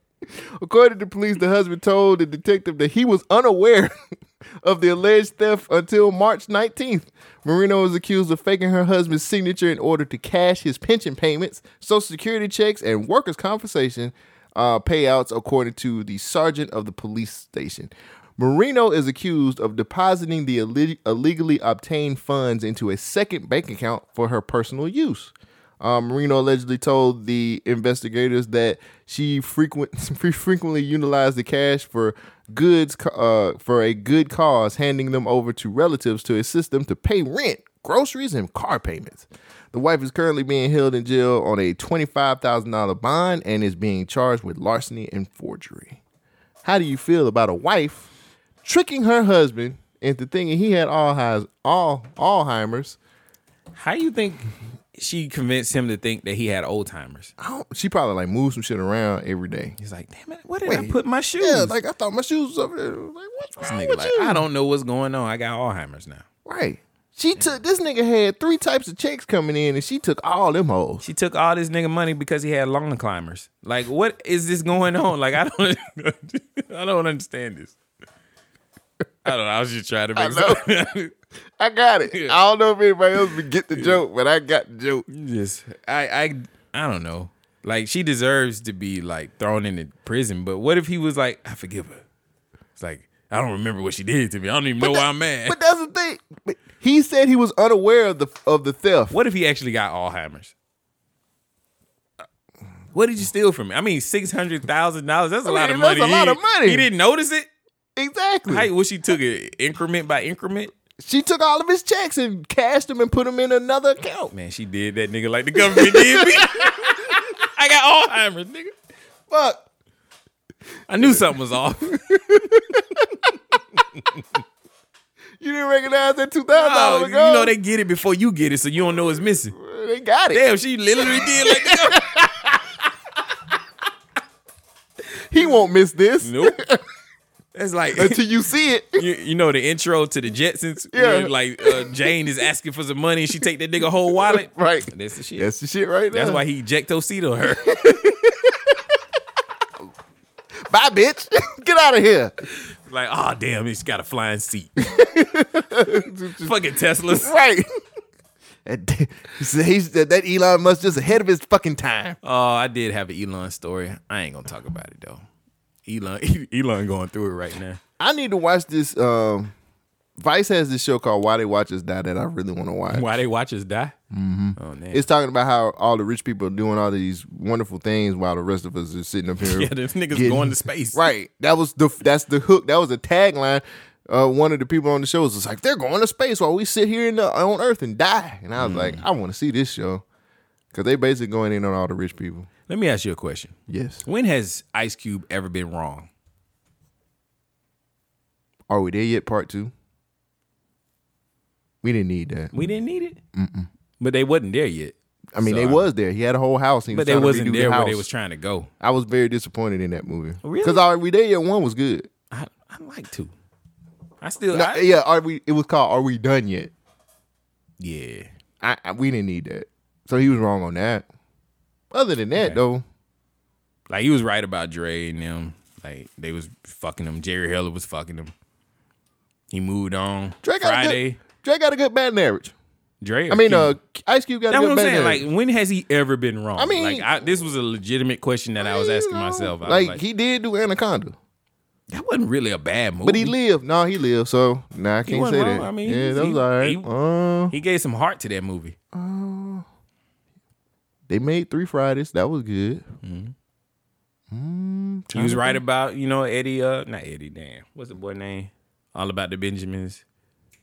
[SPEAKER 2] according to police, the husband told the detective that he was unaware of the alleged theft until March 19th. Marino was accused of faking her husband's signature in order to cash his pension payments, Social Security checks, and workers' compensation uh, payouts, according to the sergeant of the police station. Marino is accused of depositing the illi- illegally obtained funds into a second bank account for her personal use. Um, Marino allegedly told the investigators that she frequent fre- frequently utilized the cash for goods co- uh, for a good cause, handing them over to relatives to assist them to pay rent, groceries, and car payments. The wife is currently being held in jail on a twenty-five thousand dollar bond and is being charged with larceny and forgery. How do you feel about a wife tricking her husband into thinking he had Alzheimer's? All Alzheimer's.
[SPEAKER 1] How you think she convinced him to think that he had old timers?
[SPEAKER 2] I don't- She probably like moves some shit around every day.
[SPEAKER 1] He's like, damn it, where did I
[SPEAKER 2] Wait.
[SPEAKER 1] put my shoes?
[SPEAKER 2] Yeah, like I thought my shoes was over there. Like, what's wrong
[SPEAKER 1] Nigga,
[SPEAKER 2] with
[SPEAKER 1] like,
[SPEAKER 2] you?
[SPEAKER 1] I don't know what's going on. I got Alzheimer's now.
[SPEAKER 2] Right. She took this nigga had three types of checks coming in, and she took all them hoes.
[SPEAKER 1] She took all this nigga money because he had lawn climbers. Like, what is this going on? Like, I don't, I don't understand this. I don't know. I was just trying to make something.
[SPEAKER 2] I got it. I don't know if anybody else would get the joke, but I got the joke.
[SPEAKER 1] just, I, I, I don't know. Like, she deserves to be like thrown into prison. But what if he was like, I forgive her? It's like I don't remember what she did to me. I don't even know why I'm mad.
[SPEAKER 2] But that's the thing. But He said he was unaware of the of the theft.
[SPEAKER 1] What if he actually got Alzheimer's? What did you steal from me? I mean, six hundred thousand dollars. That's a
[SPEAKER 2] I
[SPEAKER 1] lot
[SPEAKER 2] mean,
[SPEAKER 1] of
[SPEAKER 2] that's
[SPEAKER 1] money.
[SPEAKER 2] a lot of
[SPEAKER 1] He-
[SPEAKER 2] money.
[SPEAKER 1] He didn't notice it.
[SPEAKER 2] Exactly.
[SPEAKER 1] Hey, well, she took it increment by increment.
[SPEAKER 2] She took all of his checks and cashed them and put them in another account.
[SPEAKER 1] Man, she did that nigga like the government did me. I got Alzheimer's, nigga.
[SPEAKER 2] Fuck.
[SPEAKER 1] I knew something was off. Oh,
[SPEAKER 2] You didn't recognize that two thousand
[SPEAKER 1] Oh,
[SPEAKER 2] dollars
[SPEAKER 1] you
[SPEAKER 2] ago.
[SPEAKER 1] know they get it before you get it, so you don't know it's missing.
[SPEAKER 2] they, got it.
[SPEAKER 1] Damn, she literally did like the government.
[SPEAKER 2] He won't miss this.
[SPEAKER 1] Nope. It's like
[SPEAKER 2] until you see it.
[SPEAKER 1] you, you know the intro to the Jetsons.
[SPEAKER 2] Yeah.
[SPEAKER 1] where, like uh, Jane is asking for some money and she take that nigga whole wallet.
[SPEAKER 2] Right.
[SPEAKER 1] That's the shit.
[SPEAKER 2] That's the shit right there.
[SPEAKER 1] That's why he ejectocetoed her.
[SPEAKER 2] Bye, bitch. Get out of here.
[SPEAKER 1] like, oh damn, he's got a flying seat. Fucking Teslas.
[SPEAKER 2] Right. That, d- he's, that that Elon Musk just ahead of his fucking time.
[SPEAKER 1] Oh, I did have an Elon story. I ain't gonna talk about it though. Elon, Elon going through it right now.
[SPEAKER 2] I need to watch this. Um, Vice has this show called Why They Watch Us Die that I really want to watch.
[SPEAKER 1] Why they watch us die? Mm-hmm. Oh man.
[SPEAKER 2] It's talking about how all the rich people are doing all these wonderful things while the rest of us are sitting up here.
[SPEAKER 1] yeah, this niggas
[SPEAKER 2] getting-
[SPEAKER 1] going to space.
[SPEAKER 2] Right. That was the that's the hook. That was the tagline. Uh, one of the people on the show was just like, "They're going to space while we sit here in the, on Earth and die." And I was like, "I want to see this show," because they basically going in on all the rich people.
[SPEAKER 1] Let me ask you a question.
[SPEAKER 2] Yes.
[SPEAKER 1] When has Ice Cube ever been wrong?
[SPEAKER 2] Are Oh, we there yet? Part two. We didn't need that.
[SPEAKER 1] We didn't need it. But they wasn't there yet.
[SPEAKER 2] I mean,
[SPEAKER 1] So
[SPEAKER 2] they
[SPEAKER 1] I-
[SPEAKER 2] was there. He had a whole house. He was
[SPEAKER 1] But they
[SPEAKER 2] trying to
[SPEAKER 1] wasn't
[SPEAKER 2] redo the
[SPEAKER 1] there where they
[SPEAKER 2] house.
[SPEAKER 1] was trying to go.
[SPEAKER 2] I was very disappointed in that movie.
[SPEAKER 1] Really?
[SPEAKER 2] Because Are We There Yet one was good.
[SPEAKER 1] I, I like to. I still,
[SPEAKER 2] No,
[SPEAKER 1] I-
[SPEAKER 2] yeah, are we? It was called Are We Done Yet?
[SPEAKER 1] yeah.
[SPEAKER 2] I, I we didn't need that. So he was wrong on that. Other than that,
[SPEAKER 1] Okay.
[SPEAKER 2] though,
[SPEAKER 1] Like he was right about Dre and them. Like they was fucking him. Jerry Heller was fucking him. He moved on.
[SPEAKER 2] Drake got a
[SPEAKER 1] Friday.
[SPEAKER 2] good, Drake got a good batting average.
[SPEAKER 1] Dre.
[SPEAKER 2] I
[SPEAKER 1] or
[SPEAKER 2] mean,
[SPEAKER 1] Cube?
[SPEAKER 2] uh, Ice Cube got
[SPEAKER 1] that's what
[SPEAKER 2] a good
[SPEAKER 1] I'm
[SPEAKER 2] batting
[SPEAKER 1] saying.
[SPEAKER 2] average.
[SPEAKER 1] Like when has he ever been wrong?
[SPEAKER 2] I mean-
[SPEAKER 1] like I, this was a legitimate question that I was asking
[SPEAKER 2] You know,
[SPEAKER 1] myself. I was
[SPEAKER 2] like,
[SPEAKER 1] like,
[SPEAKER 2] he did do Anaconda,
[SPEAKER 1] that wasn't really a bad movie.
[SPEAKER 2] but he lived. No, he lived. So nah, I can't
[SPEAKER 1] wasn't
[SPEAKER 2] say
[SPEAKER 1] wrong.
[SPEAKER 2] that.
[SPEAKER 1] I mean,
[SPEAKER 2] yeah,
[SPEAKER 1] he-
[SPEAKER 2] that was
[SPEAKER 1] he-
[SPEAKER 2] all right.
[SPEAKER 1] he-
[SPEAKER 2] Uh,
[SPEAKER 1] He gave some heart to that movie.
[SPEAKER 2] they made three Fridays. That was good.
[SPEAKER 1] He was right about, you know, Eddie, uh, not Eddie, damn. What's the boy name? All about the Benjamins.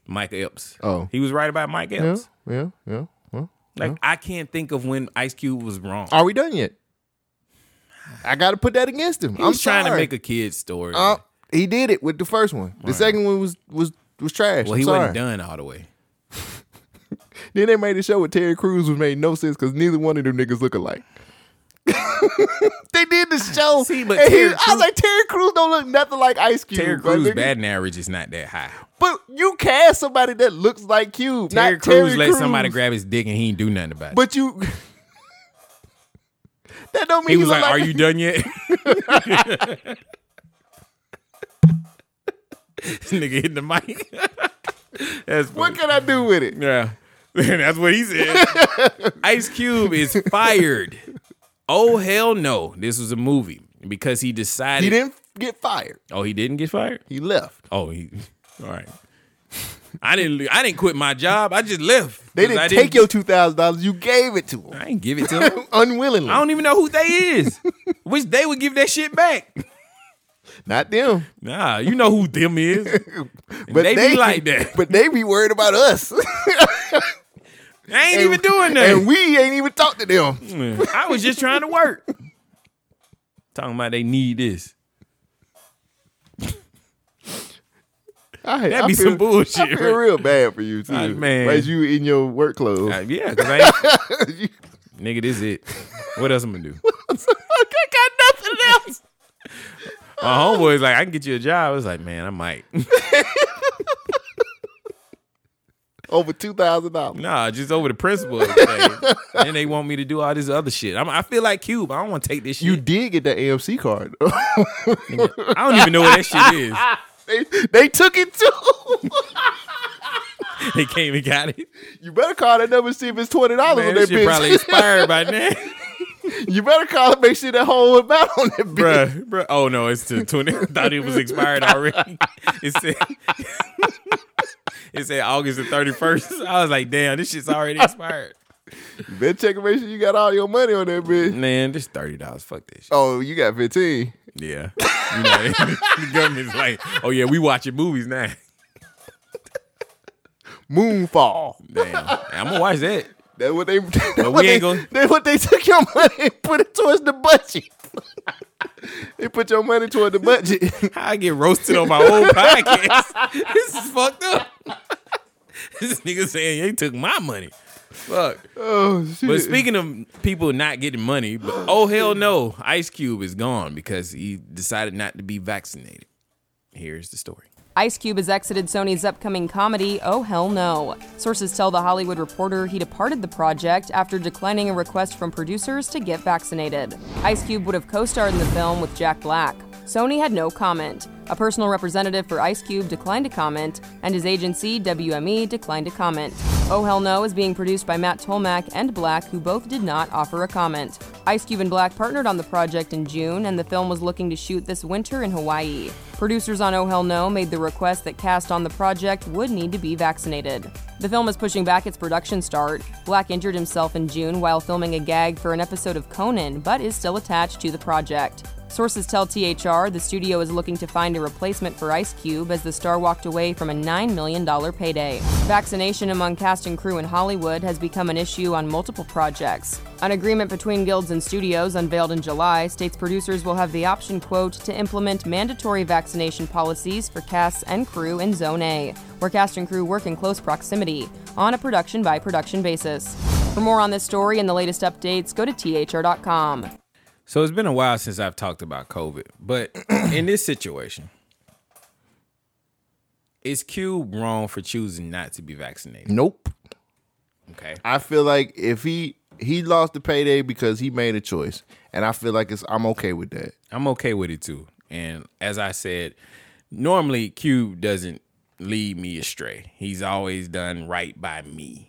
[SPEAKER 1] Mike Epps.
[SPEAKER 2] Oh.
[SPEAKER 1] He was right about Mike
[SPEAKER 2] Yeah,
[SPEAKER 1] Epps.
[SPEAKER 2] yeah, yeah. Well,
[SPEAKER 1] Like, I can't think of when Ice Cube was wrong.
[SPEAKER 2] are we done yet? I got to put that against him.
[SPEAKER 1] He
[SPEAKER 2] I'm
[SPEAKER 1] was trying to
[SPEAKER 2] sorry.
[SPEAKER 1] make a kid's story.
[SPEAKER 2] Uh, he did it with the first one. The second one was was was trash.
[SPEAKER 1] well,
[SPEAKER 2] I'm
[SPEAKER 1] he
[SPEAKER 2] sorry.
[SPEAKER 1] wasn't done all the way.
[SPEAKER 2] Then they made a show with Terry Crews, which made no sense because neither one of them niggas look alike. they did the show.
[SPEAKER 1] See, but
[SPEAKER 2] and he-
[SPEAKER 1] Terry
[SPEAKER 2] I was
[SPEAKER 1] Crews-
[SPEAKER 2] like, Terry Crews don't look nothing like Ice Cube.
[SPEAKER 1] Terry
[SPEAKER 2] my
[SPEAKER 1] Crews'
[SPEAKER 2] nigga.
[SPEAKER 1] batting average is not that high.
[SPEAKER 2] But you cast somebody that looks like Cube.
[SPEAKER 1] Terry
[SPEAKER 2] not
[SPEAKER 1] Crews
[SPEAKER 2] Terry
[SPEAKER 1] let somebody
[SPEAKER 2] Crews.
[SPEAKER 1] grab his dick and he didn't do nothing about it.
[SPEAKER 2] But you. that don't
[SPEAKER 1] he
[SPEAKER 2] mean
[SPEAKER 1] was
[SPEAKER 2] look
[SPEAKER 1] like, Are you done yet? This nigga hitting the mic. That's
[SPEAKER 2] What
[SPEAKER 1] funny.
[SPEAKER 2] can I do with it?
[SPEAKER 1] Yeah. That's what he said. Ice Cube is fired. Oh hell no. This was a movie. Because he decided
[SPEAKER 2] He didn't get fired.
[SPEAKER 1] Oh, he didn't get fired?
[SPEAKER 2] He left.
[SPEAKER 1] Oh he all right. I didn't I didn't quit my job. I just left.
[SPEAKER 2] They
[SPEAKER 1] 'Cause I
[SPEAKER 2] didn't take your two thousand dollars. You gave it to him
[SPEAKER 1] I didn't give it to him.
[SPEAKER 2] unwillingly.
[SPEAKER 1] I don't even know who they is. Which they would give that shit back.
[SPEAKER 2] Not them.
[SPEAKER 1] Nah, you know who them is.
[SPEAKER 2] But
[SPEAKER 1] they be like that.
[SPEAKER 2] But they be worried about us.
[SPEAKER 1] They ain't
[SPEAKER 2] And-
[SPEAKER 1] even doing nothing.
[SPEAKER 2] and we ain't even talk to them.
[SPEAKER 1] I was just trying to work. Talking about they need this.
[SPEAKER 2] I,
[SPEAKER 1] That'd be some bullshit,
[SPEAKER 2] I feel
[SPEAKER 1] right?
[SPEAKER 2] real bad for you too,
[SPEAKER 1] Ah, man.
[SPEAKER 2] Like you in your work clothes.
[SPEAKER 1] Uh, yeah, because I ain't. nigga, this it. What else I'm going to do?
[SPEAKER 2] I got nothing else.
[SPEAKER 1] My homeboy's like, I can get you a job. I was like, man, I might.
[SPEAKER 2] Over two thousand dollars.
[SPEAKER 1] nah, just over the principal. of the thing. and they want me to do all this other shit. I'm, I feel like Cube. I don't want to take this shit.
[SPEAKER 2] You did get that AMC card.
[SPEAKER 1] I don't even know what that shit is.
[SPEAKER 2] they, they took it too.
[SPEAKER 1] They came and got it.
[SPEAKER 2] you better call that number and see if it's twenty dollars on
[SPEAKER 1] Man,
[SPEAKER 2] that
[SPEAKER 1] that shit
[SPEAKER 2] bitch.
[SPEAKER 1] probably expired by now.
[SPEAKER 2] you better call and make sure that whole amount on that bitch.
[SPEAKER 1] bruh, bruh. Oh, no, it's to 20. I thought it was expired already. It said. It said August the 31st. I was like, damn, this shit's already expired.
[SPEAKER 2] You better check and make sure you got all your money on that bitch.
[SPEAKER 1] Man, this $30. Fuck this shit.
[SPEAKER 2] Oh, you got fifteen.
[SPEAKER 1] Yeah. You know, the government's like, oh yeah, we watching movies now.
[SPEAKER 2] Moonfall.
[SPEAKER 1] Damn. I'm gonna watch that.
[SPEAKER 2] That's what they. That's
[SPEAKER 1] But
[SPEAKER 2] what
[SPEAKER 1] we ain't
[SPEAKER 2] they,
[SPEAKER 1] gonna-
[SPEAKER 2] That's what they took your money and put it towards the budget. they put your money toward the budget.
[SPEAKER 1] How I get roasted on my own podcast. this is fucked up. this nigga saying they took my money. Fuck.
[SPEAKER 2] oh shit!
[SPEAKER 1] But speaking of people not getting money, but oh hell no, Ice Cube is gone because he decided not to be vaccinated. Here's the story.
[SPEAKER 7] Ice Cube has exited Sony's upcoming comedy, Oh Hell No. Sources tell The Hollywood Reporter he departed the project after declining a request from producers to get vaccinated. Ice Cube would have co starred in the film with Jack Black. Sony had no comment. A personal representative for Ice Cube declined to comment, and his agency, WME, declined to comment. Oh Hell No is being produced by Matt Tolmack and Black, who both did not offer a comment. Ice Cube and Black partnered on the project in June, and the film was looking to shoot this winter in Hawaii. Producers on Oh Hell No made the request that cast on the project would need to be vaccinated. The film is pushing back its production start. Black injured himself in June while filming a gag for an episode of Conan, but is still attached to the project. Sources tell THR the studio is looking to find a replacement for Ice Cube as the star walked away from a $9 million payday. Vaccination among cast and crew in Hollywood has become an issue on multiple projects. An agreement between guilds and studios, unveiled in July, states producers will have the option, quote, to implement mandatory vaccination policies for casts and crew in Zone A, where cast and crew work in close proximity, on a production by production basis. For more on this story and the latest updates, go to thr.com.
[SPEAKER 1] So it's been a while since I've talked about COVID, but in this situation, is Cube wrong for choosing not to be vaccinated?
[SPEAKER 2] Nope.
[SPEAKER 1] Okay.
[SPEAKER 2] I feel like if he he lost the payday because he made a choice, and I feel like it's I'm okay with that.
[SPEAKER 1] I'm okay with it too. And as I said, normally Cube doesn't lead me astray. He's always done right by me.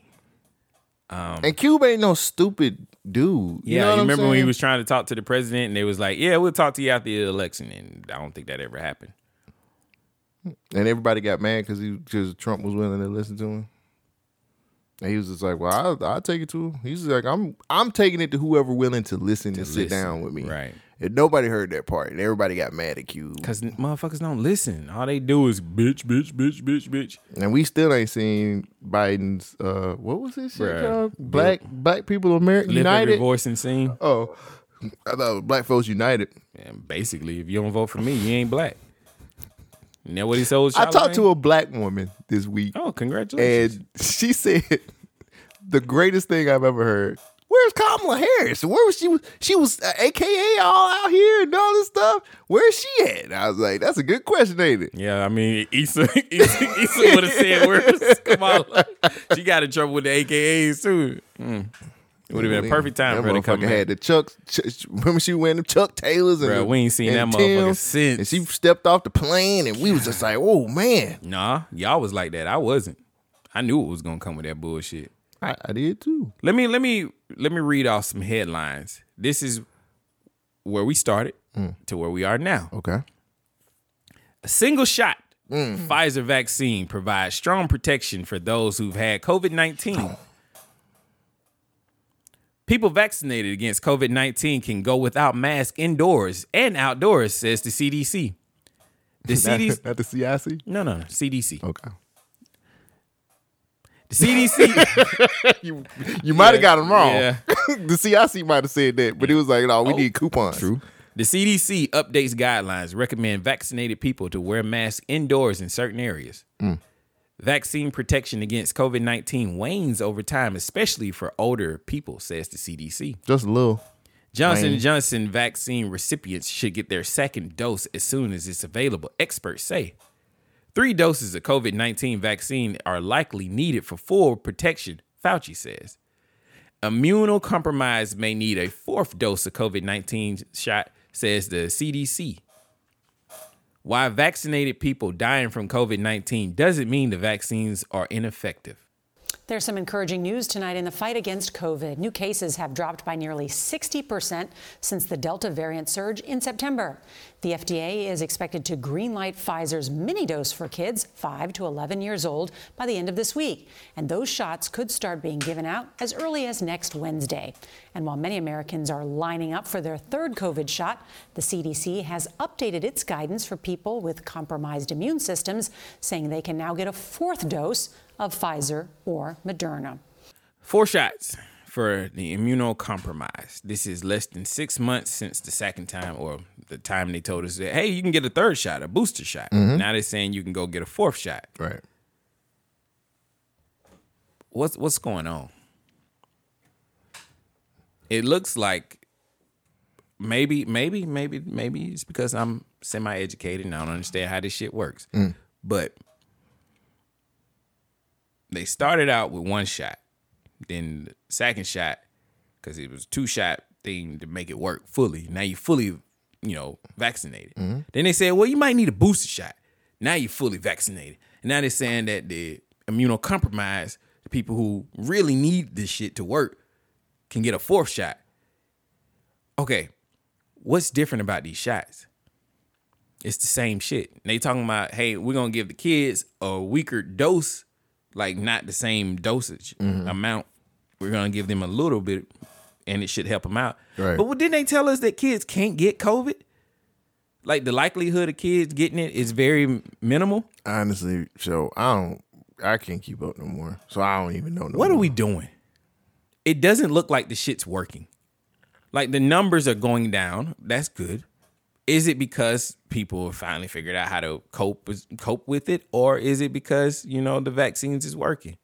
[SPEAKER 2] and Cube ain't no stupid dude.
[SPEAKER 1] Um, Yeah, you,
[SPEAKER 2] know what I'm
[SPEAKER 1] remember when he
[SPEAKER 2] saying?
[SPEAKER 1] was trying to talk to the president and they was like, "Yeah, we'll talk to you after the election," and I don't think that ever happened.
[SPEAKER 2] and everybody got mad because he because Trump was willing to listen to him. And he was just like, "Well, I'll, I'll take it to him." He's just like, "I'm I'm taking it to whoever willing to listen and sit
[SPEAKER 1] listen,
[SPEAKER 2] down with me."
[SPEAKER 1] right.
[SPEAKER 2] And nobody heard that part, and everybody got mad at Cube.
[SPEAKER 1] Cause n- motherfuckers don't listen. All they do is bitch, bitch, bitch, bitch, bitch.
[SPEAKER 2] And we still ain't seen Biden's uh, what was this shit
[SPEAKER 1] Bruh.
[SPEAKER 2] called? Black Black People America
[SPEAKER 1] Lift every
[SPEAKER 2] United.
[SPEAKER 1] voice and sing.
[SPEAKER 2] Oh, I thought it was Black Folks United.
[SPEAKER 1] And basically, if you don't vote for me, you ain't black. You know what he told
[SPEAKER 2] I talked to
[SPEAKER 1] Charlamagne?
[SPEAKER 2] a black woman this week,
[SPEAKER 1] Oh, congratulations!
[SPEAKER 2] and she said the greatest thing I've ever heard. Where's Kamala Harris? Where was she? She was uh, AKA all out here and all this stuff. Where's she at? And I was like, that's a good question, ain't it?
[SPEAKER 1] yeah, I mean, Issa, Issa, Issa would have said worse. Kamala, she got in trouble with the AKAs too. Mm. It would have been a perfect time
[SPEAKER 2] that
[SPEAKER 1] for her to
[SPEAKER 2] motherfucker
[SPEAKER 1] come. back.
[SPEAKER 2] had the Chuck. Ch- remember she went them Chuck Taylors and
[SPEAKER 1] Bruh,
[SPEAKER 2] the-
[SPEAKER 1] we ain't seen
[SPEAKER 2] and
[SPEAKER 1] that
[SPEAKER 2] Tim's,
[SPEAKER 1] motherfucker since.
[SPEAKER 2] And she stepped off the plane, and we was just like, oh man,
[SPEAKER 1] Nah, y'all was like that. I wasn't. I knew it was gonna come with that bullshit.
[SPEAKER 2] I, I did too.
[SPEAKER 1] Let me let me let me read off some headlines. This is where we started to where we are now.
[SPEAKER 2] Okay.
[SPEAKER 1] A single shot Pfizer vaccine provides strong protection for those who've had COVID 19. People vaccinated against COVID 19 can go without mask indoors and outdoors, says the CDC. The CDC.
[SPEAKER 2] At the CIC.
[SPEAKER 1] No, no, no, CDC.
[SPEAKER 2] Okay.
[SPEAKER 1] The CDC.
[SPEAKER 2] You, you might have got him wrong.
[SPEAKER 1] Yeah. Oh,
[SPEAKER 2] the CIC might have said that, but it was like, no, we need coupons.
[SPEAKER 1] The CDC updates guidelines recommend vaccinated people to wear masks indoors in certain areas. Vaccine protection against COVID 19 wanes over time, especially for older people, says the CDC.
[SPEAKER 2] Just a little.
[SPEAKER 1] Johnson Johnson vaccine recipients should get their second dose as soon as it's available, experts say. Three doses of COVID 19 vaccine are likely needed for full protection, Fauci says. Immunocompromised may need a fourth dose of COVID 19 shot, says the CDC. Why vaccinated people dying from COVID 19 doesn't mean the vaccines are ineffective.
[SPEAKER 8] There's some encouraging news tonight in the fight against COVID. New cases have dropped by nearly 60% since the Delta variant surge in September. The FDA is expected to greenlight Pfizer's mini dose for kids 5 to 11 years old by the end of this week. And those shots could start being given out as early as next Wednesday. And while many Americans are lining up for their third COVID shot, the CDC has updated its guidance for people with compromised immune systems, saying they can now get a fourth dose of Pfizer or Moderna.
[SPEAKER 1] Four shots for the immunocompromised. This is less than six months since the second time, or the time they told us that, hey, you can get a third shot, a booster shot. Now they're saying you can go get a fourth shot.
[SPEAKER 2] Right.
[SPEAKER 1] What's what's going on? It looks like maybe, maybe, maybe, maybe it's because I'm semi-educated and I don't understand how this shit works. But they started out with one shot, then the second shot, because it was two shot thing to make it work fully. Now you fully, you know, vaccinated. Then they said, well, you might need a booster shot. Now you're fully vaccinated. And now they're saying that the immunocompromised, the people who really need this shit to work, can get a fourth shot. Okay, what's different about these shots? It's the same shit. They talking about, hey, we're gonna give the kids a weaker dose, like not the same dosage amount. We're gonna give them a little bit, and it should help them out.
[SPEAKER 2] Right.
[SPEAKER 1] But what didn't they tell us that kids can't get COVID? Like the likelihood of kids getting it is very minimal.
[SPEAKER 2] Honestly, so I don't. I can't keep up no more. So I don't even know. No
[SPEAKER 1] What are
[SPEAKER 2] more.
[SPEAKER 1] we doing? It doesn't look like the shit's working. Like the numbers are going down. That's good. Is it because people have finally figured out how to cope with, cope with it, or is it because you know the vaccines is working?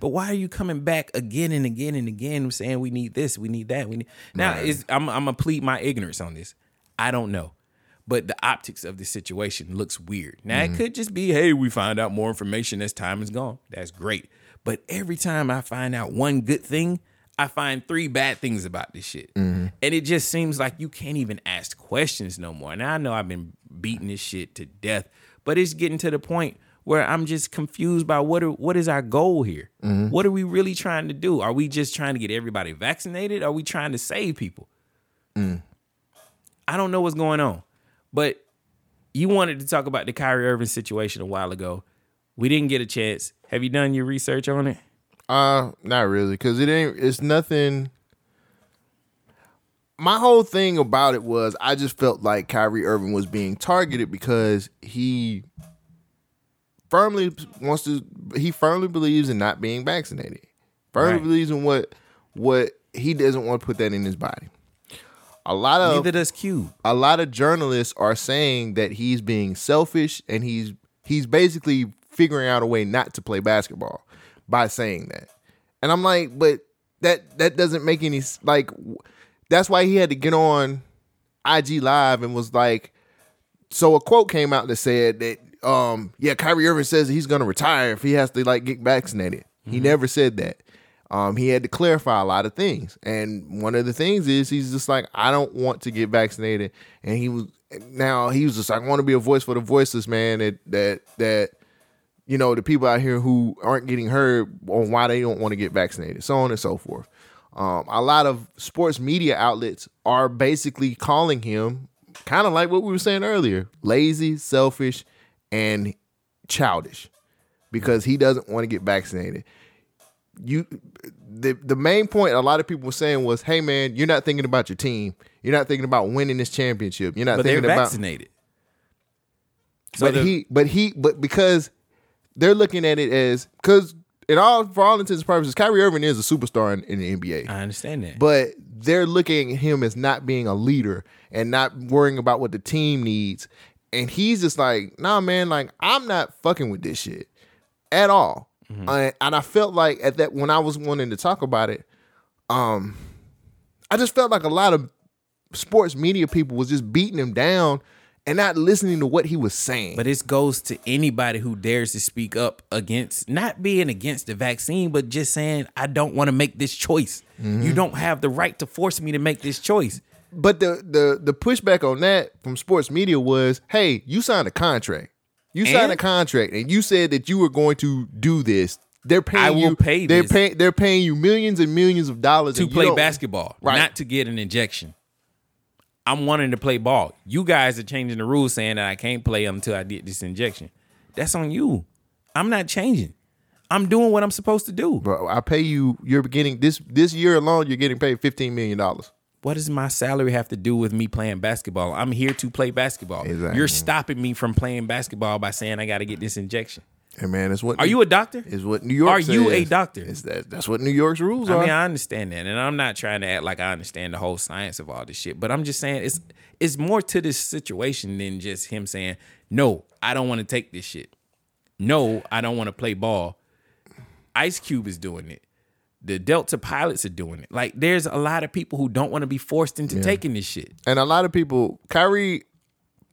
[SPEAKER 1] But why are you coming back again and again and again saying we need this, we need that, we need now? Is I'm I'm gonna plead my ignorance on this. I don't know, but the optics of this situation looks weird. Now it could just be hey, we find out more information as time is gone. That's great, but every time I find out one good thing, I find three bad things about this shit. And it just seems like you can't even ask questions no more. And I know I've been beating this shit to death, but it's getting to the point where I'm just confused by what are, what is our goal here? What are we really trying to do? Are we just trying to get everybody vaccinated? Are we trying to save people? I don't know what's going on. But you wanted to talk about the Kyrie Irving situation a while ago. We didn't get a chance. Have you done your research on it?
[SPEAKER 2] Uh, not really, because it ain't. It's nothing. My whole thing about it was I just felt like Kyrie Irving was being targeted because he firmly wants to. He firmly believes in not being vaccinated. Firmly
[SPEAKER 1] Right.
[SPEAKER 2] believes in what what he doesn't want to put that in his body. A lot of
[SPEAKER 1] Neither does Cube.
[SPEAKER 2] a lot of journalists are saying that he's being selfish and he's he's basically figuring out a way not to play basketball by saying that. And I'm like, but that that doesn't make any s- like w- that's why he had to get on IG live and was like so a quote came out that said that um yeah Kyrie Irving says he's going to retire if he has to like get vaccinated. He never said that. Um he had to clarify a lot of things. And one of the things is he's just like I don't want to get vaccinated and he was now he was just like I want to be a voice for the voiceless man that that that you know the people out here who aren't getting heard on why they don't want to get vaccinated so on and so forth um, a lot of sports media outlets are basically calling him kind of like what we were saying earlier lazy selfish and childish because he doesn't want to get vaccinated you the the main point a lot of people were saying was hey man you're not thinking about your team you're not thinking about winning this championship you're not
[SPEAKER 1] But they're
[SPEAKER 2] thinking about
[SPEAKER 1] vaccinated.
[SPEAKER 2] but
[SPEAKER 1] the-
[SPEAKER 2] he, but he, but because they're looking at it as because in all for all intents and purposes, Kyrie Irving is a superstar in, in the NBA.
[SPEAKER 1] I understand that.
[SPEAKER 2] But they're looking at him as not being a leader and not worrying about what the team needs. And he's just like, nah, man, like I'm not fucking with this shit at all. I- and I felt like at that when I was wanting to talk about it, um, I just felt like a lot of sports media people was just beating him down and not listening to what he was saying.
[SPEAKER 1] But this goes to anybody who dares to speak up against not being against the vaccine, but just saying, I don't want to make this choice.
[SPEAKER 2] Mm-hmm.
[SPEAKER 1] You don't have the right to force me to make this choice.
[SPEAKER 2] But the the the pushback on that from sports media was, "Hey, you signed a contract. You signed
[SPEAKER 1] And?
[SPEAKER 2] a contract, and you said that you were going to do this. They're paying
[SPEAKER 1] I will
[SPEAKER 2] you.
[SPEAKER 1] pay
[SPEAKER 2] they're
[SPEAKER 1] this.
[SPEAKER 2] paying. They're paying you millions and millions of dollars
[SPEAKER 1] To
[SPEAKER 2] and you
[SPEAKER 1] play
[SPEAKER 2] don't-
[SPEAKER 1] basketball,
[SPEAKER 2] Right.
[SPEAKER 1] not to get an injection. I'm wanting to play ball. You guys are changing the rules saying that I can't play until I get this injection. That's on you. I'm not changing. I'm doing what I'm supposed to do.
[SPEAKER 2] Bro, I pay you. You're getting this this year alone. You're getting paid fifteen million dollars.
[SPEAKER 1] what does my salary have to do with me playing basketball? I'm here to play basketball.
[SPEAKER 2] Exactly.
[SPEAKER 1] You're stopping me from playing basketball by saying I got to get this injection.
[SPEAKER 2] Hey man, it's what
[SPEAKER 1] Are you a doctor?
[SPEAKER 2] Is what New York
[SPEAKER 1] Are you a
[SPEAKER 2] says.
[SPEAKER 1] doctor?
[SPEAKER 2] It's that that's what New York's rules
[SPEAKER 1] I
[SPEAKER 2] are.
[SPEAKER 1] mean, I understand that, and I'm not trying to act like I understand the whole science of all this shit. But I'm just saying it's it's more to this situation than just him saying no. I don't want to take this shit. No, I don't want to play ball. Ice Cube is doing it. The Delta pilots are doing it. Like there's a lot of people who don't want to be forced into taking this shit.
[SPEAKER 2] And a lot of people, Kyrie,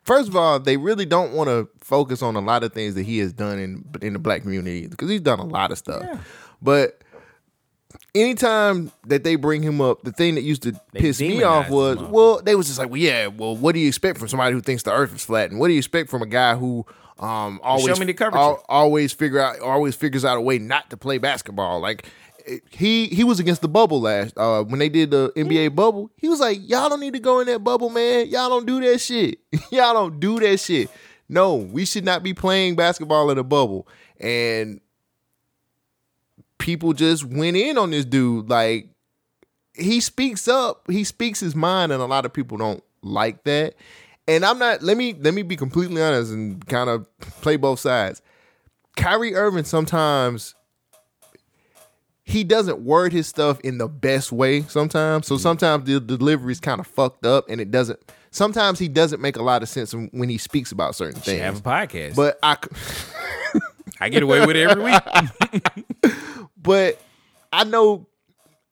[SPEAKER 2] first of all, they really don't want to focus on a lot of things that he has done in in the black community because he's done a lot of stuff. But anytime that they bring him up, the thing that used to piss me
[SPEAKER 1] demonize
[SPEAKER 2] off
[SPEAKER 1] the
[SPEAKER 2] was,
[SPEAKER 1] motherfucker.
[SPEAKER 2] well, they was just like, well, yeah, well, what do you expect from somebody who thinks the Earth is flat, and what do you expect from a guy who um always
[SPEAKER 1] me the curvature.
[SPEAKER 2] al- always figure out always figures out a way not to play basketball like. it- He he was against the bubble last uh, when they did the NBA bubble. He was like, "Y'all don't need to go in that bubble, man. Y'all don't do that shit. Y'all don't do that shit. No, we should not be playing basketball in a bubble." And people just went in on this dude. Like he speaks up, he speaks his mind, and a lot of people don't like that. And I'm not. Let me let me be completely honest and kind of play both sides. Kyrie Irving sometimes he doesn't word his stuff in the best way sometimes. So sometimes the delivery is kind of fucked up, and it doesn't. Sometimes he doesn't make a lot of sense when he speaks about certain
[SPEAKER 1] They have a podcast,
[SPEAKER 2] things.
[SPEAKER 1] but
[SPEAKER 2] But I. c-
[SPEAKER 1] I get away with it every week.
[SPEAKER 2] but I know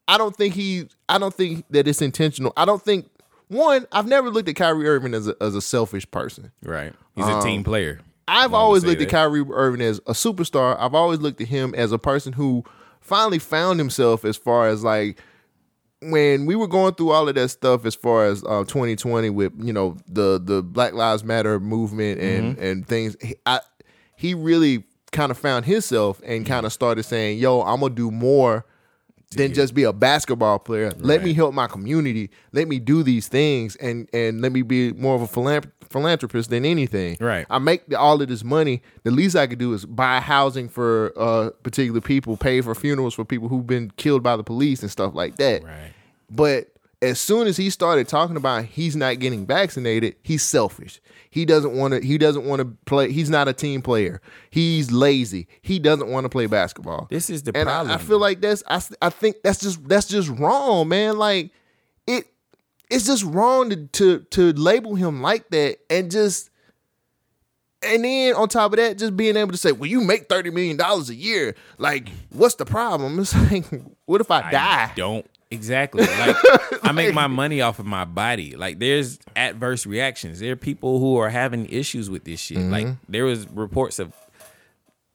[SPEAKER 2] I don't think he I don't think that it's intentional. I don't think one, I've never looked at Kyrie Irving as a, as a selfish person.
[SPEAKER 1] Right, he's a team player.
[SPEAKER 2] Um,
[SPEAKER 1] Wanted
[SPEAKER 2] I've
[SPEAKER 1] to
[SPEAKER 2] always
[SPEAKER 1] say
[SPEAKER 2] looked at
[SPEAKER 1] that.
[SPEAKER 2] Kyrie Irving as a superstar. I've always looked at him as a person who finally found himself as far as like when we were going through all of that stuff as far as uh, 2020 with you know the the Black Lives Matter movement and
[SPEAKER 1] Mm-hmm.
[SPEAKER 2] and things he, I he really kind of found himself and kind of started saying, "Yo, I'm going to do more than just be a basketball player. Let me help my community. Let me do these things, and and let me be more of a philanthrop- philanthropist than anything.
[SPEAKER 1] Right.
[SPEAKER 2] I make the, all of this money. The least I could do is buy housing for uh, particular people, pay for funerals for people who've been killed by the police and stuff like that.
[SPEAKER 1] Right.
[SPEAKER 2] But as soon as he started talking about he's not getting vaccinated, he's selfish. He doesn't want to. He doesn't want to play. He's not a team player. He's lazy. He doesn't want to play basketball.
[SPEAKER 1] This is the
[SPEAKER 2] and I- I,
[SPEAKER 1] problem.
[SPEAKER 2] feel like that's. I s- I think that's just that's just wrong, man. Like it. It's just wrong to to to label him like that and just. And then on top of that, just being able to say, "Well, you make thirty million dollars a year. Like, what's the problem?" It's like, what if I, die?
[SPEAKER 1] Don't exactly. Like I make my money off of my body. Like there's adverse reactions. There are people who are having issues with this shit. Like
[SPEAKER 2] Mm-hmm.
[SPEAKER 1] there was reports of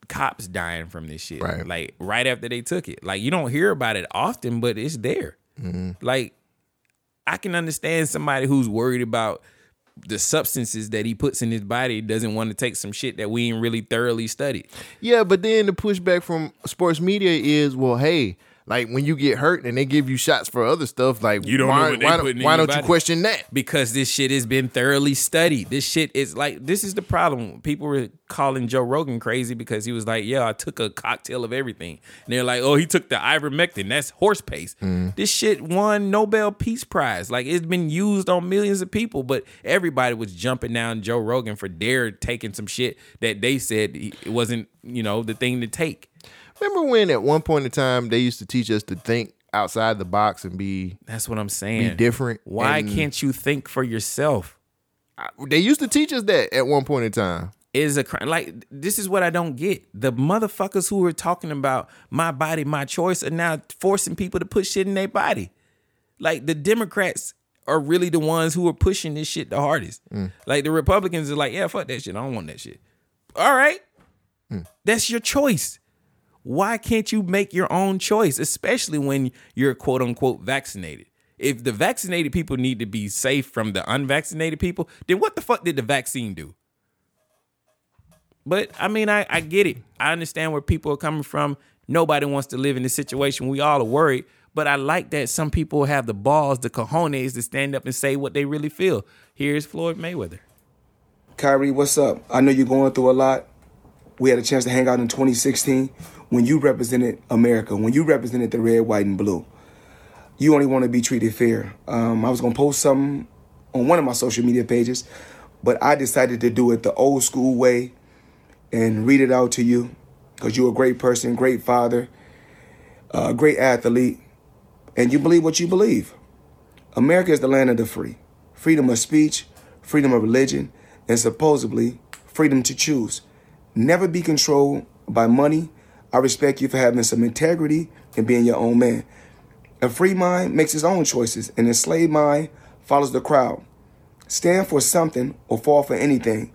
[SPEAKER 1] cops dying from this shit.
[SPEAKER 2] Right.
[SPEAKER 1] Like right after they took it. Like you don't hear about it often, but it's there.
[SPEAKER 2] Mm-hmm.
[SPEAKER 1] Like I can understand somebody who's worried about the substances that he puts in his body doesn't want to take some shit that we ain't really thoroughly studied.
[SPEAKER 2] Yeah, but then the pushback from sports media is, well, hey, like when you get hurt and they give you shots for other stuff, like
[SPEAKER 1] You don't know
[SPEAKER 2] why,
[SPEAKER 1] what they
[SPEAKER 2] why, don't-
[SPEAKER 1] putting in
[SPEAKER 2] why
[SPEAKER 1] your
[SPEAKER 2] don't you
[SPEAKER 1] body.
[SPEAKER 2] question that?
[SPEAKER 1] because this shit has been thoroughly studied. This shit is like this is the problem. People were calling Joe Rogan crazy because he was like, "Yeah, I took a cocktail of everything," and they're like, "Oh, he took the ivermectin. That's horse paste."
[SPEAKER 2] Mm.
[SPEAKER 1] This shit won Nobel Peace Prize. Like it's been used on millions of people, but everybody was jumping down Joe Rogan for dare taking some shit that they said he- it wasn't, you know, the thing to take.
[SPEAKER 2] Remember when at one point in time they used to teach us to think outside the box and be
[SPEAKER 1] That's what I'm saying.
[SPEAKER 2] different
[SPEAKER 1] Why
[SPEAKER 2] and-
[SPEAKER 1] can't you think for yourself?
[SPEAKER 2] uh, they used to teach us that at one point in time.
[SPEAKER 1] is a crime. Like this is what I don't get. The motherfuckers who are talking about my body, my choice, are now forcing people to put shit in their body. Like the Democrats are really the ones who are pushing this shit the hardest. Like the Republicans are like, yeah, fuck that shit. I don't want that shit. All right, that's your choice. Why can't you make your own choice, especially when you're quote unquote vaccinated? If the vaccinated people need to be safe from the unvaccinated people, then what the fuck did the vaccine do? But I mean, I, I get it. I understand where people are coming from. Nobody wants to live in this situation. We all are worried. But I like that some people have the balls, the cojones to stand up and say what they really feel. Here's Floyd Mayweather.
[SPEAKER 9] Kyrie, what's up? I know you're going through a lot. We had a chance to hang out in 2016 when you represented America, when you represented the red, white, and blue. You only want to be treated fair. Um, I was going to post something on one of my social media pages, but I decided to do it the old school way and read it out to you because you're a great person, great father, a great athlete, and you believe what you believe. America is the land of the free freedom of speech, freedom of religion, and supposedly freedom to choose. Never be controlled by money, I respect you for having some integrity and being your own man. A free mind makes its own choices, and a slave mind follows the crowd. Stand for something or fall for anything.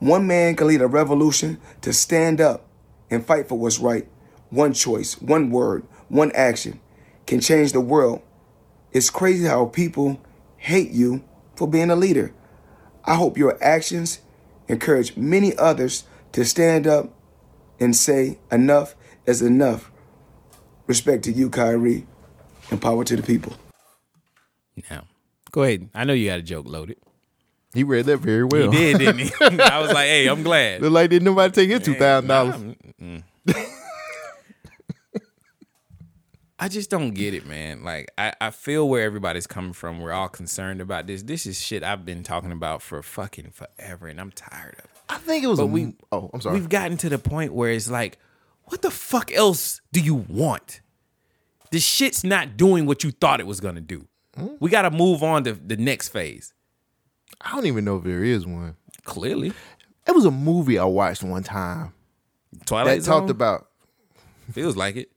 [SPEAKER 9] One man can lead a revolution to stand up and fight for what's right. One choice, one word, one action can change the world. It's crazy how people hate you for being a leader. I hope your actions encourage many others to stand up and say, enough is enough. Respect to you, Kyrie, and power to the people.
[SPEAKER 1] Now, go ahead. I know you had a joke loaded.
[SPEAKER 2] He read that very well.
[SPEAKER 1] He did, didn't he? I was like, hey, I'm glad.
[SPEAKER 2] Look like didn't nobody take his two thousand dollars.
[SPEAKER 1] I just don't get it, man. Like I, I feel where everybody's coming from. We're all concerned about this. This is shit I've been talking about for fucking forever, and I'm tired of it.
[SPEAKER 2] I think it was.
[SPEAKER 1] But
[SPEAKER 2] a-
[SPEAKER 1] we
[SPEAKER 2] oh, I'm sorry.
[SPEAKER 1] We've gotten to the point where it's like, what the fuck else do you want? The shit's not doing what you thought it was gonna do.
[SPEAKER 2] Hmm?
[SPEAKER 1] We gotta move on to the next phase.
[SPEAKER 2] I don't even know if there is one.
[SPEAKER 1] Clearly.
[SPEAKER 2] It was a movie I watched one time
[SPEAKER 1] Twilight
[SPEAKER 2] that talked
[SPEAKER 1] Zone?
[SPEAKER 2] about
[SPEAKER 1] feels like it.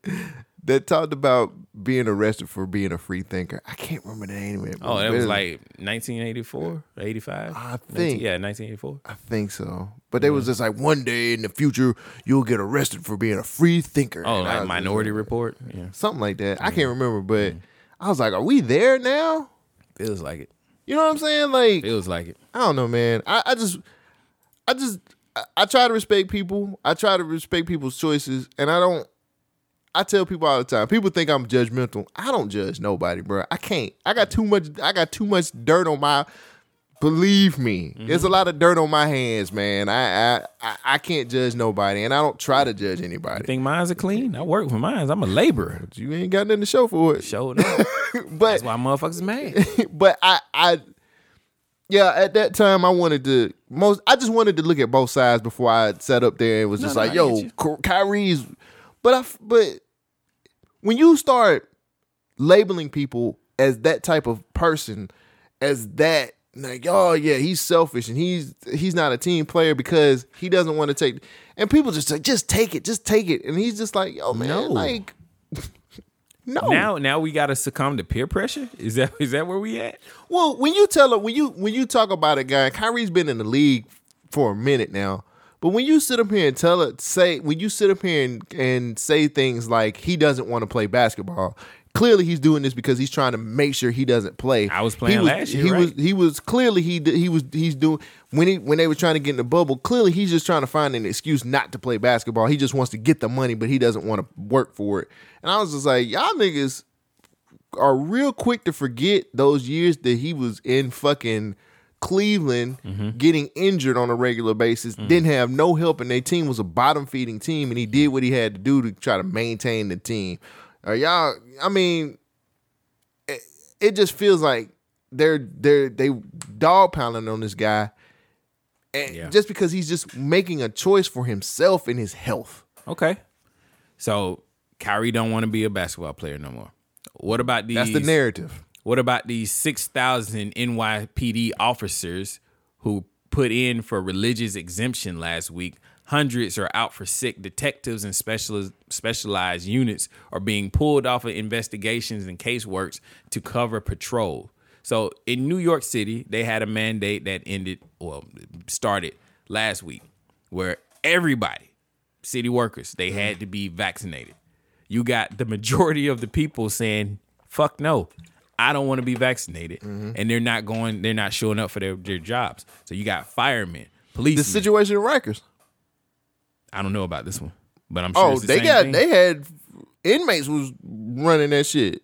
[SPEAKER 2] that talked about being arrested for being a free thinker. I can't remember the name of it.
[SPEAKER 1] Oh, that
[SPEAKER 2] Really.
[SPEAKER 1] was like 1984, 85.
[SPEAKER 2] I think.
[SPEAKER 1] yeah, 1984.
[SPEAKER 2] I think so. But they was just like one day in the future you'll get arrested for being a free thinker.
[SPEAKER 1] Oh,
[SPEAKER 2] And I
[SPEAKER 1] like
[SPEAKER 2] was
[SPEAKER 1] Minority Mm-hmm. Report. Yeah,
[SPEAKER 2] just- something like that. I can't remember, but
[SPEAKER 1] Mm-hmm.
[SPEAKER 2] I was like, are we there now?
[SPEAKER 1] feels like it.
[SPEAKER 2] You know what I'm saying? Like
[SPEAKER 1] Feels like it.
[SPEAKER 2] I don't know, man. I, I just, I just, I, I try to respect people. I try to respect people's choices, and I don't. I tell people all the time. People think I'm judgmental. I don't judge nobody, bro. I can't. I got too much. I got too much dirt on my. Believe me, there's
[SPEAKER 1] Mm-hmm.
[SPEAKER 2] a lot of dirt on my hands, man. I, I I I can't judge nobody, and I don't try to judge anybody.
[SPEAKER 1] Think mines are clean? I work for mines. I'm a laborer.
[SPEAKER 2] you ain't got nothing to show for it,
[SPEAKER 1] Showed up.
[SPEAKER 2] but
[SPEAKER 1] That's why motherfuckers mad.
[SPEAKER 2] but I, I, yeah, at that time I wanted to most. I just wanted to look at both sides before I sat up there and was just
[SPEAKER 1] no,
[SPEAKER 2] like,
[SPEAKER 1] I
[SPEAKER 2] "Yo,
[SPEAKER 1] get you.
[SPEAKER 2] Ky- Kyrie's." But I, f- but when you start labeling people as that type of person, as that like, oh yeah, he's selfish and he's he's not a team player because he doesn't want to take. And people just like, just take it, just take it, and he's just like, yo man,
[SPEAKER 1] No.
[SPEAKER 2] like, no.
[SPEAKER 1] Now, now we gotta succumb to peer pressure. Is that is that where we at?
[SPEAKER 2] Well, when you tell him when you when you talk about a guy, Kyrie's been in the league for a minute now. But when you sit up here and tell it, say when you sit up here and, and say things like he doesn't want to play basketball, clearly he's doing this because he's trying to make sure he doesn't play.
[SPEAKER 1] I was playing
[SPEAKER 2] he
[SPEAKER 1] last year,
[SPEAKER 2] He was
[SPEAKER 1] right?
[SPEAKER 2] he was clearly he did- he was he's doing when he when they were trying to get in the bubble. Clearly he's just trying to find an excuse not to play basketball. He just wants to get the money, but he doesn't want to work for it. And I was just like, y'all niggas are real quick to forget those years that he was in fucking Cleveland getting injured on a regular basis, didn't have no help, and their team was a bottom feeding team, and he did what he had to do to try to maintain the team. Are y'all, I mean, it, it just feels like they're they're they dog pounding on this guy, and
[SPEAKER 1] Yeah.
[SPEAKER 2] just because he's just making a choice for himself and his health.
[SPEAKER 1] Okay. So Kyrie don't want to be a basketball player no more. What about these?
[SPEAKER 2] That's the narrative.
[SPEAKER 1] What about these six thousand NYPD officers who put in for religious exemption last week? Hundreds are out for sick. Detectives and specialist specialized units are being pulled off of investigations and caseworks to cover patrol. So in New York City, they had a mandate that ended, well, started last week, where everybody city workers they had to be vaccinated you got the majority of the people saying fuck no i don't want to be vaccinated
[SPEAKER 2] Mm-hmm.
[SPEAKER 1] and they're not going they're not showing up for their, their jobs so you got firemen
[SPEAKER 2] The
[SPEAKER 1] police
[SPEAKER 2] situation in Rikers.
[SPEAKER 1] i don't know about this one but i'm sure
[SPEAKER 2] Oh,
[SPEAKER 1] it's the
[SPEAKER 2] they
[SPEAKER 1] same
[SPEAKER 2] got
[SPEAKER 1] thing.
[SPEAKER 2] they had inmates was running that shit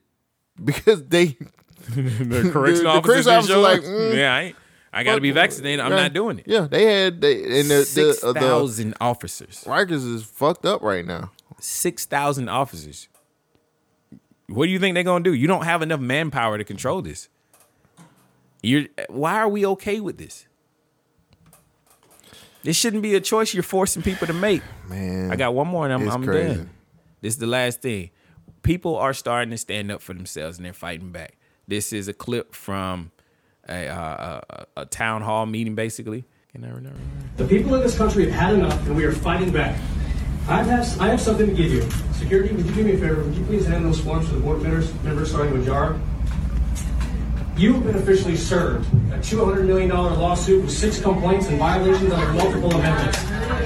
[SPEAKER 2] because they
[SPEAKER 1] the correction
[SPEAKER 2] the
[SPEAKER 1] officers,
[SPEAKER 2] correction
[SPEAKER 1] didn't
[SPEAKER 2] officer
[SPEAKER 1] show
[SPEAKER 2] like,
[SPEAKER 1] up.
[SPEAKER 2] mm,
[SPEAKER 1] yeah i, ain't- I got to be vaccinated i'm not doing it
[SPEAKER 2] Yeah, they had they and the the, uh, the
[SPEAKER 1] 6000 officers
[SPEAKER 2] Rikers is fucked up right now.
[SPEAKER 1] 6000 officers what do you think they're going to do you don't have enough manpower to control this you're why are we okay with this this shouldn't be a choice you're forcing people to make
[SPEAKER 2] Man,
[SPEAKER 1] i got one more and i'm,
[SPEAKER 2] it's
[SPEAKER 1] I'm
[SPEAKER 2] crazy.
[SPEAKER 1] done this is the last thing people are starting to stand up for themselves and they're fighting back this is a clip from a, uh, a, a town hall meeting basically can i remember
[SPEAKER 10] The people in this country have had enough, and we are fighting back. I have, I have something to give you. Security, would you do me a favor? Would you please hand those forms to the board members, members starting with Jar? You've been officially served a $200 million lawsuit with six complaints and violations under multiple amendments.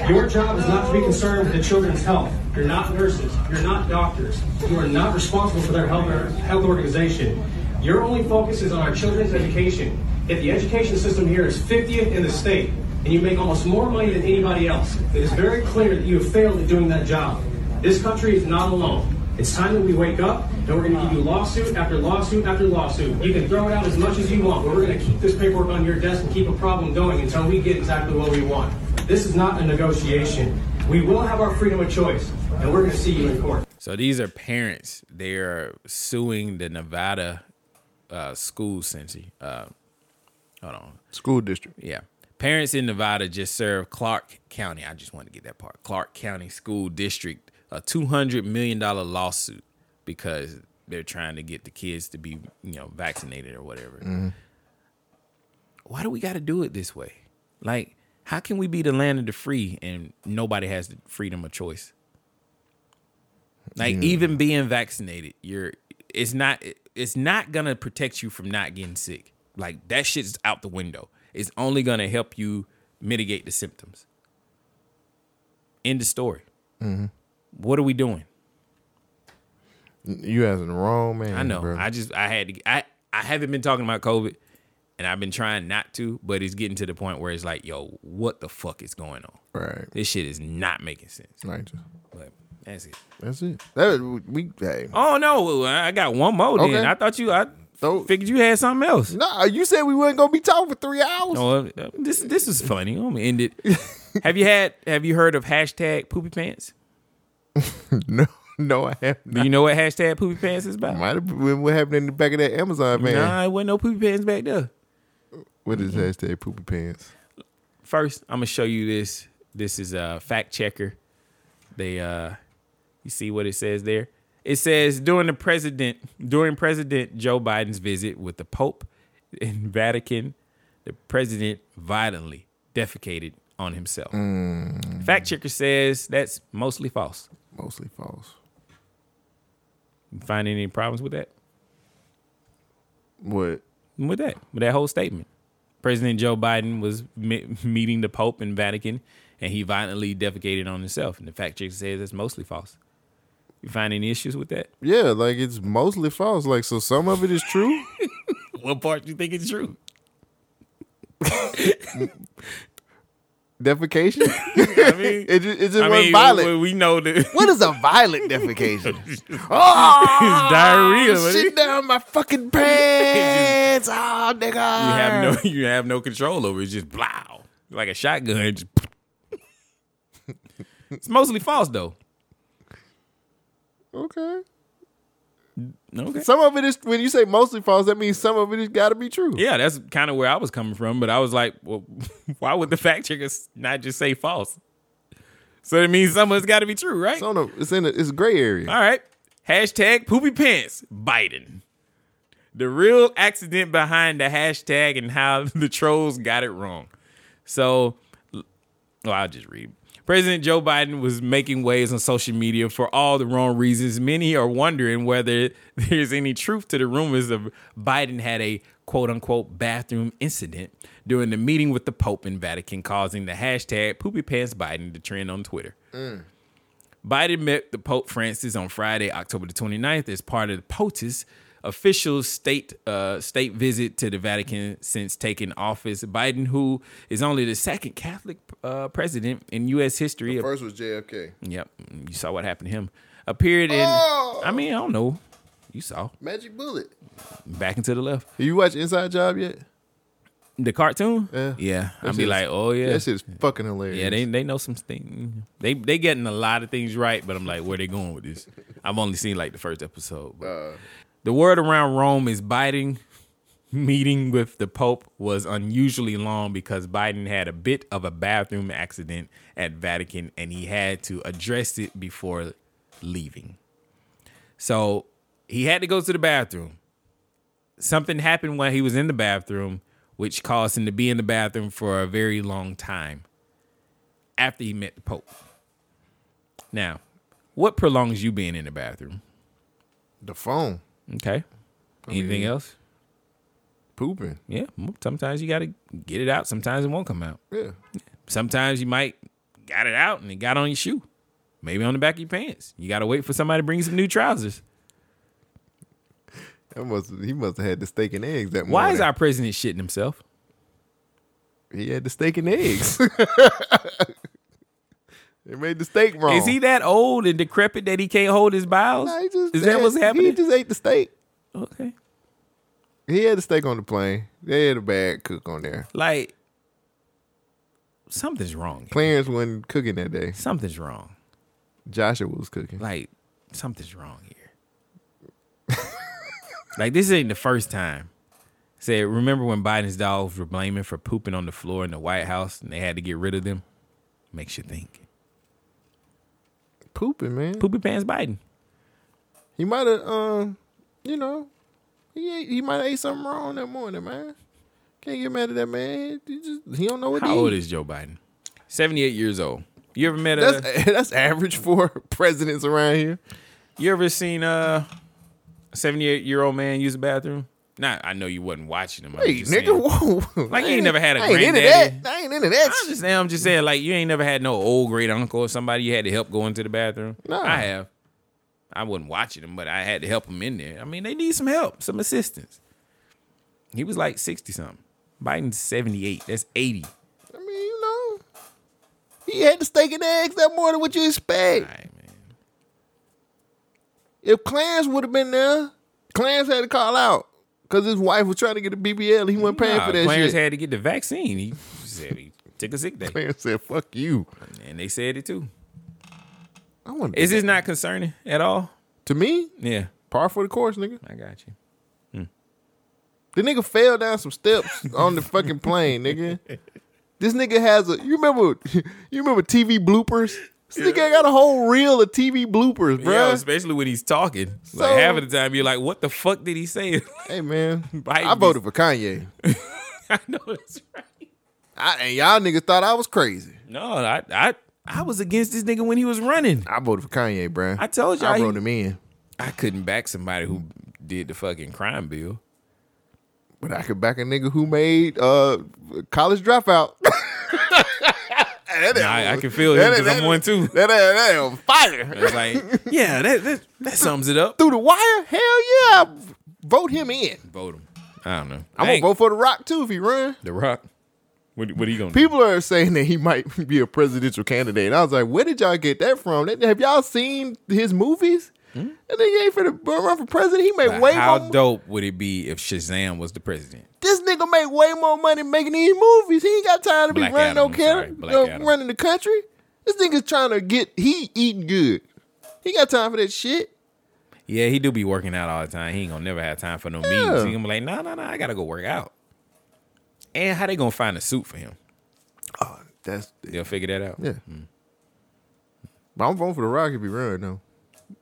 [SPEAKER 10] Your job is not to be concerned with the children's health. You're not nurses. You're not doctors. You are not responsible for their health, health organization. Your only focus is on our children's education. If the education system here is 50th in the state, and you make almost more money than anybody else, it is very clear that you have failed at doing that job. This country is not alone. It's time that we wake up, and we're going to give you lawsuit after lawsuit after lawsuit. You can throw it out as much as you want, but we're going to keep this paperwork on your desk and keep a problem going until we get exactly what we want. This is not a negotiation. We will have our freedom of choice, and we're going to see you in court.
[SPEAKER 1] So these are parents. They are suing the Nevada uh, school, essentially. Uh, hold on.
[SPEAKER 2] School district.
[SPEAKER 1] Yeah. Parents in Nevada just served Clark County. I just wanted to get that part. Clark County School District a $200 million lawsuit because they're trying to get the kids to be, you know, vaccinated or whatever. Why do we got to do it this way? Like, how can we be the land of the free and nobody has the freedom of choice? Like even being vaccinated, you're it's not it's not gonna protect you from not getting sick. Like that shit's out the window. It's only gonna help you mitigate the symptoms. End of story. What are we doing?
[SPEAKER 2] You as in the wrong man.
[SPEAKER 1] I know.
[SPEAKER 2] bro.
[SPEAKER 1] I just I had to, I I haven't been talking about COVID, and I've been trying not to, but it's getting to the point where it's like, yo, what the fuck is going on?
[SPEAKER 2] right.
[SPEAKER 1] This shit is not making sense.
[SPEAKER 2] Like, just-
[SPEAKER 1] But that's it.
[SPEAKER 2] that's it. That we. Hey.
[SPEAKER 1] Oh no, I got one more. Then
[SPEAKER 2] Okay.
[SPEAKER 1] I thought you I
[SPEAKER 2] So-
[SPEAKER 1] figured you had something else.
[SPEAKER 2] Nah, you said we weren't gonna be talking for three hours.
[SPEAKER 1] No, uh, this this is funny. I'm gonna end it. have you had Have you heard of hashtag poopy pants?
[SPEAKER 2] No, no, I haven't.
[SPEAKER 1] Do you know what hashtag poopy pants is about?
[SPEAKER 2] Might have been what happened in the back of that Amazon van
[SPEAKER 1] Nah, it wasn't no poopy pants back there.
[SPEAKER 2] with his hashtag poopy pants.
[SPEAKER 1] first i'm gonna show you this this is a fact checker they uh you see what it says there it says during the president during president joe biden's visit with the pope in vatican the president violently defecated on himself fact checker says that's mostly false
[SPEAKER 2] Mostly false.
[SPEAKER 1] you find any problems with that
[SPEAKER 2] What?
[SPEAKER 1] with that with that whole statement. President Joe Biden was me- meeting the Pope in Vatican, and he violently defecated on himself. And the fact checker says that's mostly false. You find any issues with that?
[SPEAKER 2] Yeah, like it's mostly false. Like so, some of it is true.
[SPEAKER 1] What part do you think is true?
[SPEAKER 2] defecation.
[SPEAKER 1] I mean,
[SPEAKER 2] It just, it just
[SPEAKER 1] I
[SPEAKER 2] wasn't
[SPEAKER 1] mean,
[SPEAKER 2] violent.
[SPEAKER 1] we- We know that
[SPEAKER 2] what is a violent defecation? oh,
[SPEAKER 1] diarrhea, buddy.
[SPEAKER 2] Shit down my fucking pants. oh, nigga. You
[SPEAKER 1] you have no you have no control over. it. It's just blow like a shotgun. just it's mostly false though.
[SPEAKER 2] Okay.
[SPEAKER 1] Okay.
[SPEAKER 2] Some of it is when you say mostly false. That means some of it has got to be true.
[SPEAKER 1] Yeah, that's kind of where I was coming from, but I was like, well, why would the fact checkers not just say false? So it means some of it's got to be true, right?
[SPEAKER 2] It's on a, it's in a, it's gray area.
[SPEAKER 1] All right. Hashtag poopy pants Biden. The real accident behind the hashtag and how the trolls got it wrong. So, well, I'll just read. President Joe Biden was making waves on social media for all the wrong reasons. Many are wondering whether there's any truth to the rumors of Biden had a quote unquote bathroom incident during the meeting with the Pope in Vatican, causing the hashtag poopy pants Biden to trend on Twitter. Biden met the Pope Francis on Friday, October the 29th, as part of the POTUS official state uh, state visit to the Vatican since taking office. Biden, who is only the second Catholic uh, president in U.S. history,
[SPEAKER 2] First Oh! was JFK.
[SPEAKER 1] yep, you saw what happened to him, appeared in. I mean, I don't know. You saw
[SPEAKER 2] Magic Bullet.
[SPEAKER 1] back into the left
[SPEAKER 2] You watch Inside Job yet?
[SPEAKER 1] the cartoon.
[SPEAKER 2] Yeah.
[SPEAKER 1] I'd
[SPEAKER 2] That
[SPEAKER 1] be
[SPEAKER 2] shit's-
[SPEAKER 1] like, oh yeah,
[SPEAKER 2] That shit's fucking hilarious.
[SPEAKER 1] Yeah, they they know some things. They they getting a lot of things right, but I'm like, where they going with this? I've only seen like the first episode. But. The word around Rome is Biden meeting with the Pope was unusually long because Biden had a bit of a bathroom accident at Vatican and he had to address it before leaving. So he had to go to the bathroom. Something happened while he was in the bathroom, which caused him to be in the bathroom for a very long time after he met the Pope. Now, what prolongs you being in the bathroom?
[SPEAKER 2] The phone
[SPEAKER 1] Okay. Anything else?
[SPEAKER 2] pooping.
[SPEAKER 1] Yeah. well, Sometimes you got to get it out. Sometimes it won't come out.
[SPEAKER 2] Yeah.
[SPEAKER 1] Sometimes you might got it out and it got on your shoe, maybe on the back of your pants. You got to wait for somebody to bring some new trousers.
[SPEAKER 2] That must he must have had the steak and eggs that morning.
[SPEAKER 1] Why is our president shitting himself?
[SPEAKER 2] he had the steak and eggs? they made the steak wrong.
[SPEAKER 1] Is he that old and decrepit that he can't hold his bowels?
[SPEAKER 2] Nah, he just
[SPEAKER 1] Is that
[SPEAKER 2] had-
[SPEAKER 1] what's
[SPEAKER 2] He
[SPEAKER 1] happening?
[SPEAKER 2] just ate the steak.
[SPEAKER 1] okay.
[SPEAKER 2] He had the steak on the plane. They had a bad cook on there.
[SPEAKER 1] Like something's wrong.
[SPEAKER 2] Clarence wasn't cooking that day.
[SPEAKER 1] Something's wrong.
[SPEAKER 2] Joshua was cooking.
[SPEAKER 1] Like something's wrong here. like this ain't the first time. Said, remember when Biden's dogs were blaming for pooping on the floor in the White House and they had to get rid of them? Makes you think.
[SPEAKER 2] Pooping, man.
[SPEAKER 1] Poopy pants Biden.
[SPEAKER 2] He might have, um, you know, he ate, he might have ate something wrong that morning, man. Can't get mad at that man. He just he don't know what. to
[SPEAKER 1] How old
[SPEAKER 2] eat.
[SPEAKER 1] is Joe Biden? Seventy-eight years old. You ever met a?
[SPEAKER 2] That's that's average for presidents around here.
[SPEAKER 1] You ever seen uh, a 78 year old man use a bathroom? Nah, I know you wasn't watching him. I'm
[SPEAKER 2] Hey,
[SPEAKER 1] just
[SPEAKER 2] nigga,
[SPEAKER 1] saying.
[SPEAKER 2] whoa, whoa.
[SPEAKER 1] Like,
[SPEAKER 2] I
[SPEAKER 1] you ain't never had a
[SPEAKER 2] I ain't into
[SPEAKER 1] granddaddy.
[SPEAKER 2] that. I ain't into that.
[SPEAKER 1] I'm just saying, I'm just saying, like, you ain't never had no old great uncle or somebody you had to help go into the bathroom.
[SPEAKER 2] Nah.
[SPEAKER 1] I have. I wasn't watching him, but I had to help him in there. I mean, they need some help, some assistance. He was like 60 something. Biden's 78. That's 80.
[SPEAKER 2] I mean, you know, he had the steak and eggs that morning. What you expect?
[SPEAKER 1] All right, man.
[SPEAKER 2] If Clarence would have been there, Clarence had to call out because his wife was trying to get a BBL. He wasn't paying
[SPEAKER 1] Nah,
[SPEAKER 2] for that
[SPEAKER 1] Clarence
[SPEAKER 2] shit.
[SPEAKER 1] had to get the vaccine. He said he took a sick day.
[SPEAKER 2] Clarence said, "Fuck you."
[SPEAKER 1] And they said it too.
[SPEAKER 2] I want
[SPEAKER 1] Is this not concerning at all?
[SPEAKER 2] to me
[SPEAKER 1] Yeah,
[SPEAKER 2] par for the course, nigga.
[SPEAKER 1] I got you.
[SPEAKER 2] The nigga fell down some steps on the fucking plane, nigga. This nigga has a you remember you remember TV bloopers? This nigga got a whole reel of TV bloopers, bro.
[SPEAKER 1] Yeah, especially when he's talking.
[SPEAKER 2] So-
[SPEAKER 1] like half of the time, you're like, "What the fuck did he say?"
[SPEAKER 2] hey man,
[SPEAKER 1] Biden
[SPEAKER 2] I voted for Kanye.
[SPEAKER 1] I know that's right.
[SPEAKER 2] I, and y'all niggas thought I was crazy.
[SPEAKER 1] No, I, I, I was against this nigga when he was running.
[SPEAKER 2] I voted for Kanye, bruh.
[SPEAKER 1] I told y'all
[SPEAKER 2] I
[SPEAKER 1] he-
[SPEAKER 2] wrote him in,
[SPEAKER 1] I couldn't back somebody who did the fucking crime bill.
[SPEAKER 2] but I could back a nigga who made uh college dropout.
[SPEAKER 1] Nah, I, I can feel him because I'm one too.
[SPEAKER 2] That, that, that on fire
[SPEAKER 1] It's like, yeah, that, that that sums it up.
[SPEAKER 2] through the wire. Hell yeah, vote him in.
[SPEAKER 1] Vote him. I don't know.
[SPEAKER 2] I'm gonna vote for the Rock too if he run.
[SPEAKER 1] The Rock. What, what are you gonna? do?
[SPEAKER 2] people are saying that he might be a presidential candidate. And I was like, where did y'all get that from? That- Have y'all seen his movies? That nigga ain't for the run for president. He made
[SPEAKER 1] Hmm? But
[SPEAKER 2] way
[SPEAKER 1] How
[SPEAKER 2] more.
[SPEAKER 1] dope would it be if Shazam was the president?
[SPEAKER 2] this nigga make way more money making these movies. He ain't got time to be
[SPEAKER 1] Black
[SPEAKER 2] running
[SPEAKER 1] Adam,
[SPEAKER 2] no
[SPEAKER 1] I'm sorry.
[SPEAKER 2] county,
[SPEAKER 1] Black Adam.
[SPEAKER 2] running the country. This nigga's trying to get he eating good. He got time for that shit.
[SPEAKER 1] Yeah, he do be working out all the time. He ain't gonna never have time for no meetings. He gonna be like, no, no, no, I gotta go work out. And how they gonna find a suit for him?
[SPEAKER 2] That's
[SPEAKER 1] They'll figure that out.
[SPEAKER 2] yeah. But I'm voting for the Rock if he run though.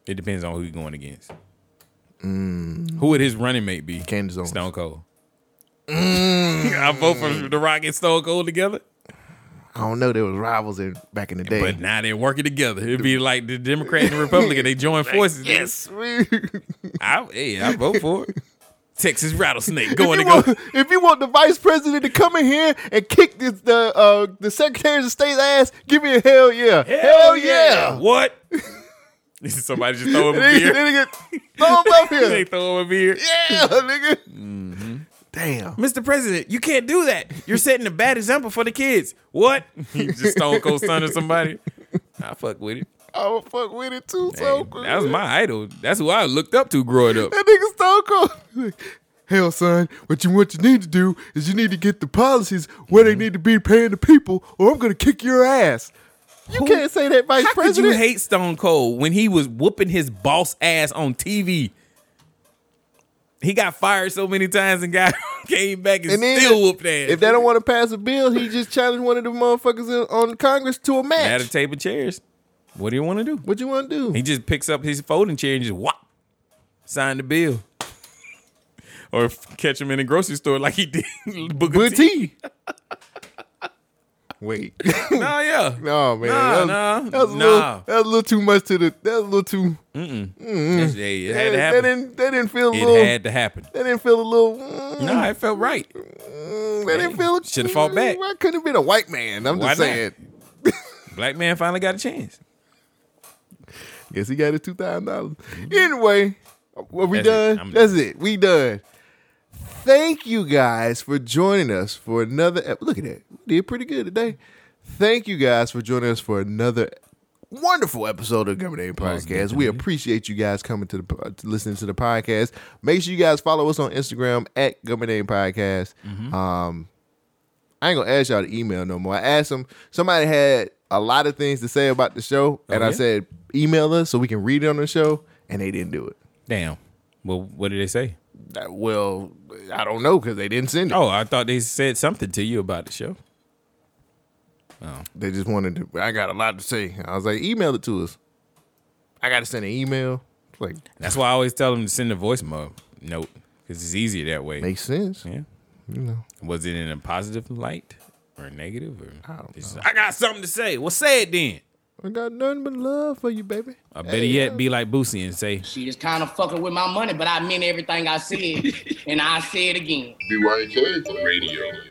[SPEAKER 1] It depends on who you're going against. Who would his running mate be?
[SPEAKER 2] Candace Owens.
[SPEAKER 1] Stone Cold. Mm. I vote for The Rock and Stone Cold together,
[SPEAKER 2] I don't know. There was rivals in back in the day.
[SPEAKER 1] but now they're working together. It'd be like the Democrat and the Republican. They join forces.
[SPEAKER 2] yes, we-
[SPEAKER 1] I, hey, I vote for it. Texas rattlesnake going to
[SPEAKER 2] if
[SPEAKER 1] go.
[SPEAKER 2] you, want, if you want the vice president to come in here and kick this, the uh, the secretary of state's ass, give me a hell yeah, hell, yeah.
[SPEAKER 1] What? Somebody just throw him a
[SPEAKER 2] And then,
[SPEAKER 1] beer.
[SPEAKER 2] then he get throw him up
[SPEAKER 1] they
[SPEAKER 2] here.
[SPEAKER 1] throw him a beer.
[SPEAKER 2] yeah, nigga.
[SPEAKER 1] Mm-hmm.
[SPEAKER 2] Damn.
[SPEAKER 1] Mr. President, you can't do that. You're setting a bad example for the kids. What? Just Stone Cold Son or somebody. I fuck with it.
[SPEAKER 2] I would fuck with it too.
[SPEAKER 1] Hey,
[SPEAKER 2] so cool.
[SPEAKER 1] that was my idol. That's who I looked up to growing up.
[SPEAKER 2] That nigga Stone Cold. Hell, son, what you what you need to do is you need to get the policies where
[SPEAKER 1] Mm-hmm.
[SPEAKER 2] they need to be paying the people, or I'm gonna kick your ass. You can't say that, vice
[SPEAKER 1] How could
[SPEAKER 2] president.
[SPEAKER 1] you hate Stone Cold when he was whooping his boss ass on TV? He got fired so many times and got came back and,
[SPEAKER 2] And then
[SPEAKER 1] still whooped ass.
[SPEAKER 2] If they don't want to pass a bill, he just challenged one of the motherfuckers in, on Congress to a
[SPEAKER 1] at a
[SPEAKER 2] match.
[SPEAKER 1] table of chairs, what do you want to do?
[SPEAKER 2] what you want to
[SPEAKER 1] He
[SPEAKER 2] do?
[SPEAKER 1] just picks up his folding chair and just whop, sign the bill. Or f- catch him in a grocery store like he did Booker
[SPEAKER 2] Booker
[SPEAKER 1] T.
[SPEAKER 2] T. Wait.
[SPEAKER 1] Nah, yeah.
[SPEAKER 2] No man,
[SPEAKER 1] Nah,
[SPEAKER 2] that's,
[SPEAKER 1] nah,
[SPEAKER 2] that's, a
[SPEAKER 1] nah.
[SPEAKER 2] little, that's a little too much to the. That's a little too.
[SPEAKER 1] That's- hey, it had
[SPEAKER 2] mm. that,
[SPEAKER 1] to
[SPEAKER 2] that
[SPEAKER 1] happen.
[SPEAKER 2] didn't. That didn't feel a little.
[SPEAKER 1] It had to happen.
[SPEAKER 2] that didn't feel a little. mm,
[SPEAKER 1] No, it felt right.
[SPEAKER 2] mm, that didn't feel. mm,
[SPEAKER 1] Shoulda fought back.
[SPEAKER 2] I couldn't have been a white man. I'm
[SPEAKER 1] Why
[SPEAKER 2] just
[SPEAKER 1] not?
[SPEAKER 2] saying.
[SPEAKER 1] Black man finally got a chance.
[SPEAKER 2] Guess he got his two thousand dollars. Anyway, are we
[SPEAKER 1] Mm-hmm. That's it.
[SPEAKER 2] done?
[SPEAKER 1] I'm
[SPEAKER 2] That's it. We done. Thank you guys for joining us for another. ep- Look at that. We did pretty good today. Thank you guys for joining us for another wonderful episode of Government Name Podcast. We appreciate you guys coming to the po- to listening to the podcast. Make sure you guys follow us on Instagram at Government Name Podcast.
[SPEAKER 1] Mm-hmm.
[SPEAKER 2] Um, I ain't gonna ask y'all to email no more. I asked them. Somebody had a lot of things to say about the show, and I
[SPEAKER 1] yeah?
[SPEAKER 2] said email us so we can read it on the show, and they didn't do it.
[SPEAKER 1] Damn. Well, what did they say?
[SPEAKER 2] That- well, I don't know because they didn't send it.
[SPEAKER 1] Oh, I thought they said something to you about the show.
[SPEAKER 2] They just wanted to. I got a lot to say. I was like, email it to us. I got to send an email. It's like
[SPEAKER 1] That's why I always tell them to send a voice mo- note because it's easier that way.
[SPEAKER 2] makes sense.
[SPEAKER 1] yeah. You know. Was it in a positive light or a negative? Or I
[SPEAKER 2] don't
[SPEAKER 1] I got something to say. Well, say it then.
[SPEAKER 2] I got nothing but love for you, baby.
[SPEAKER 1] Or better yet, be like Boosie and say,
[SPEAKER 11] She just kind of fucking with my money, but I meant everything I said, and I say it again.
[SPEAKER 12] BYK Radio.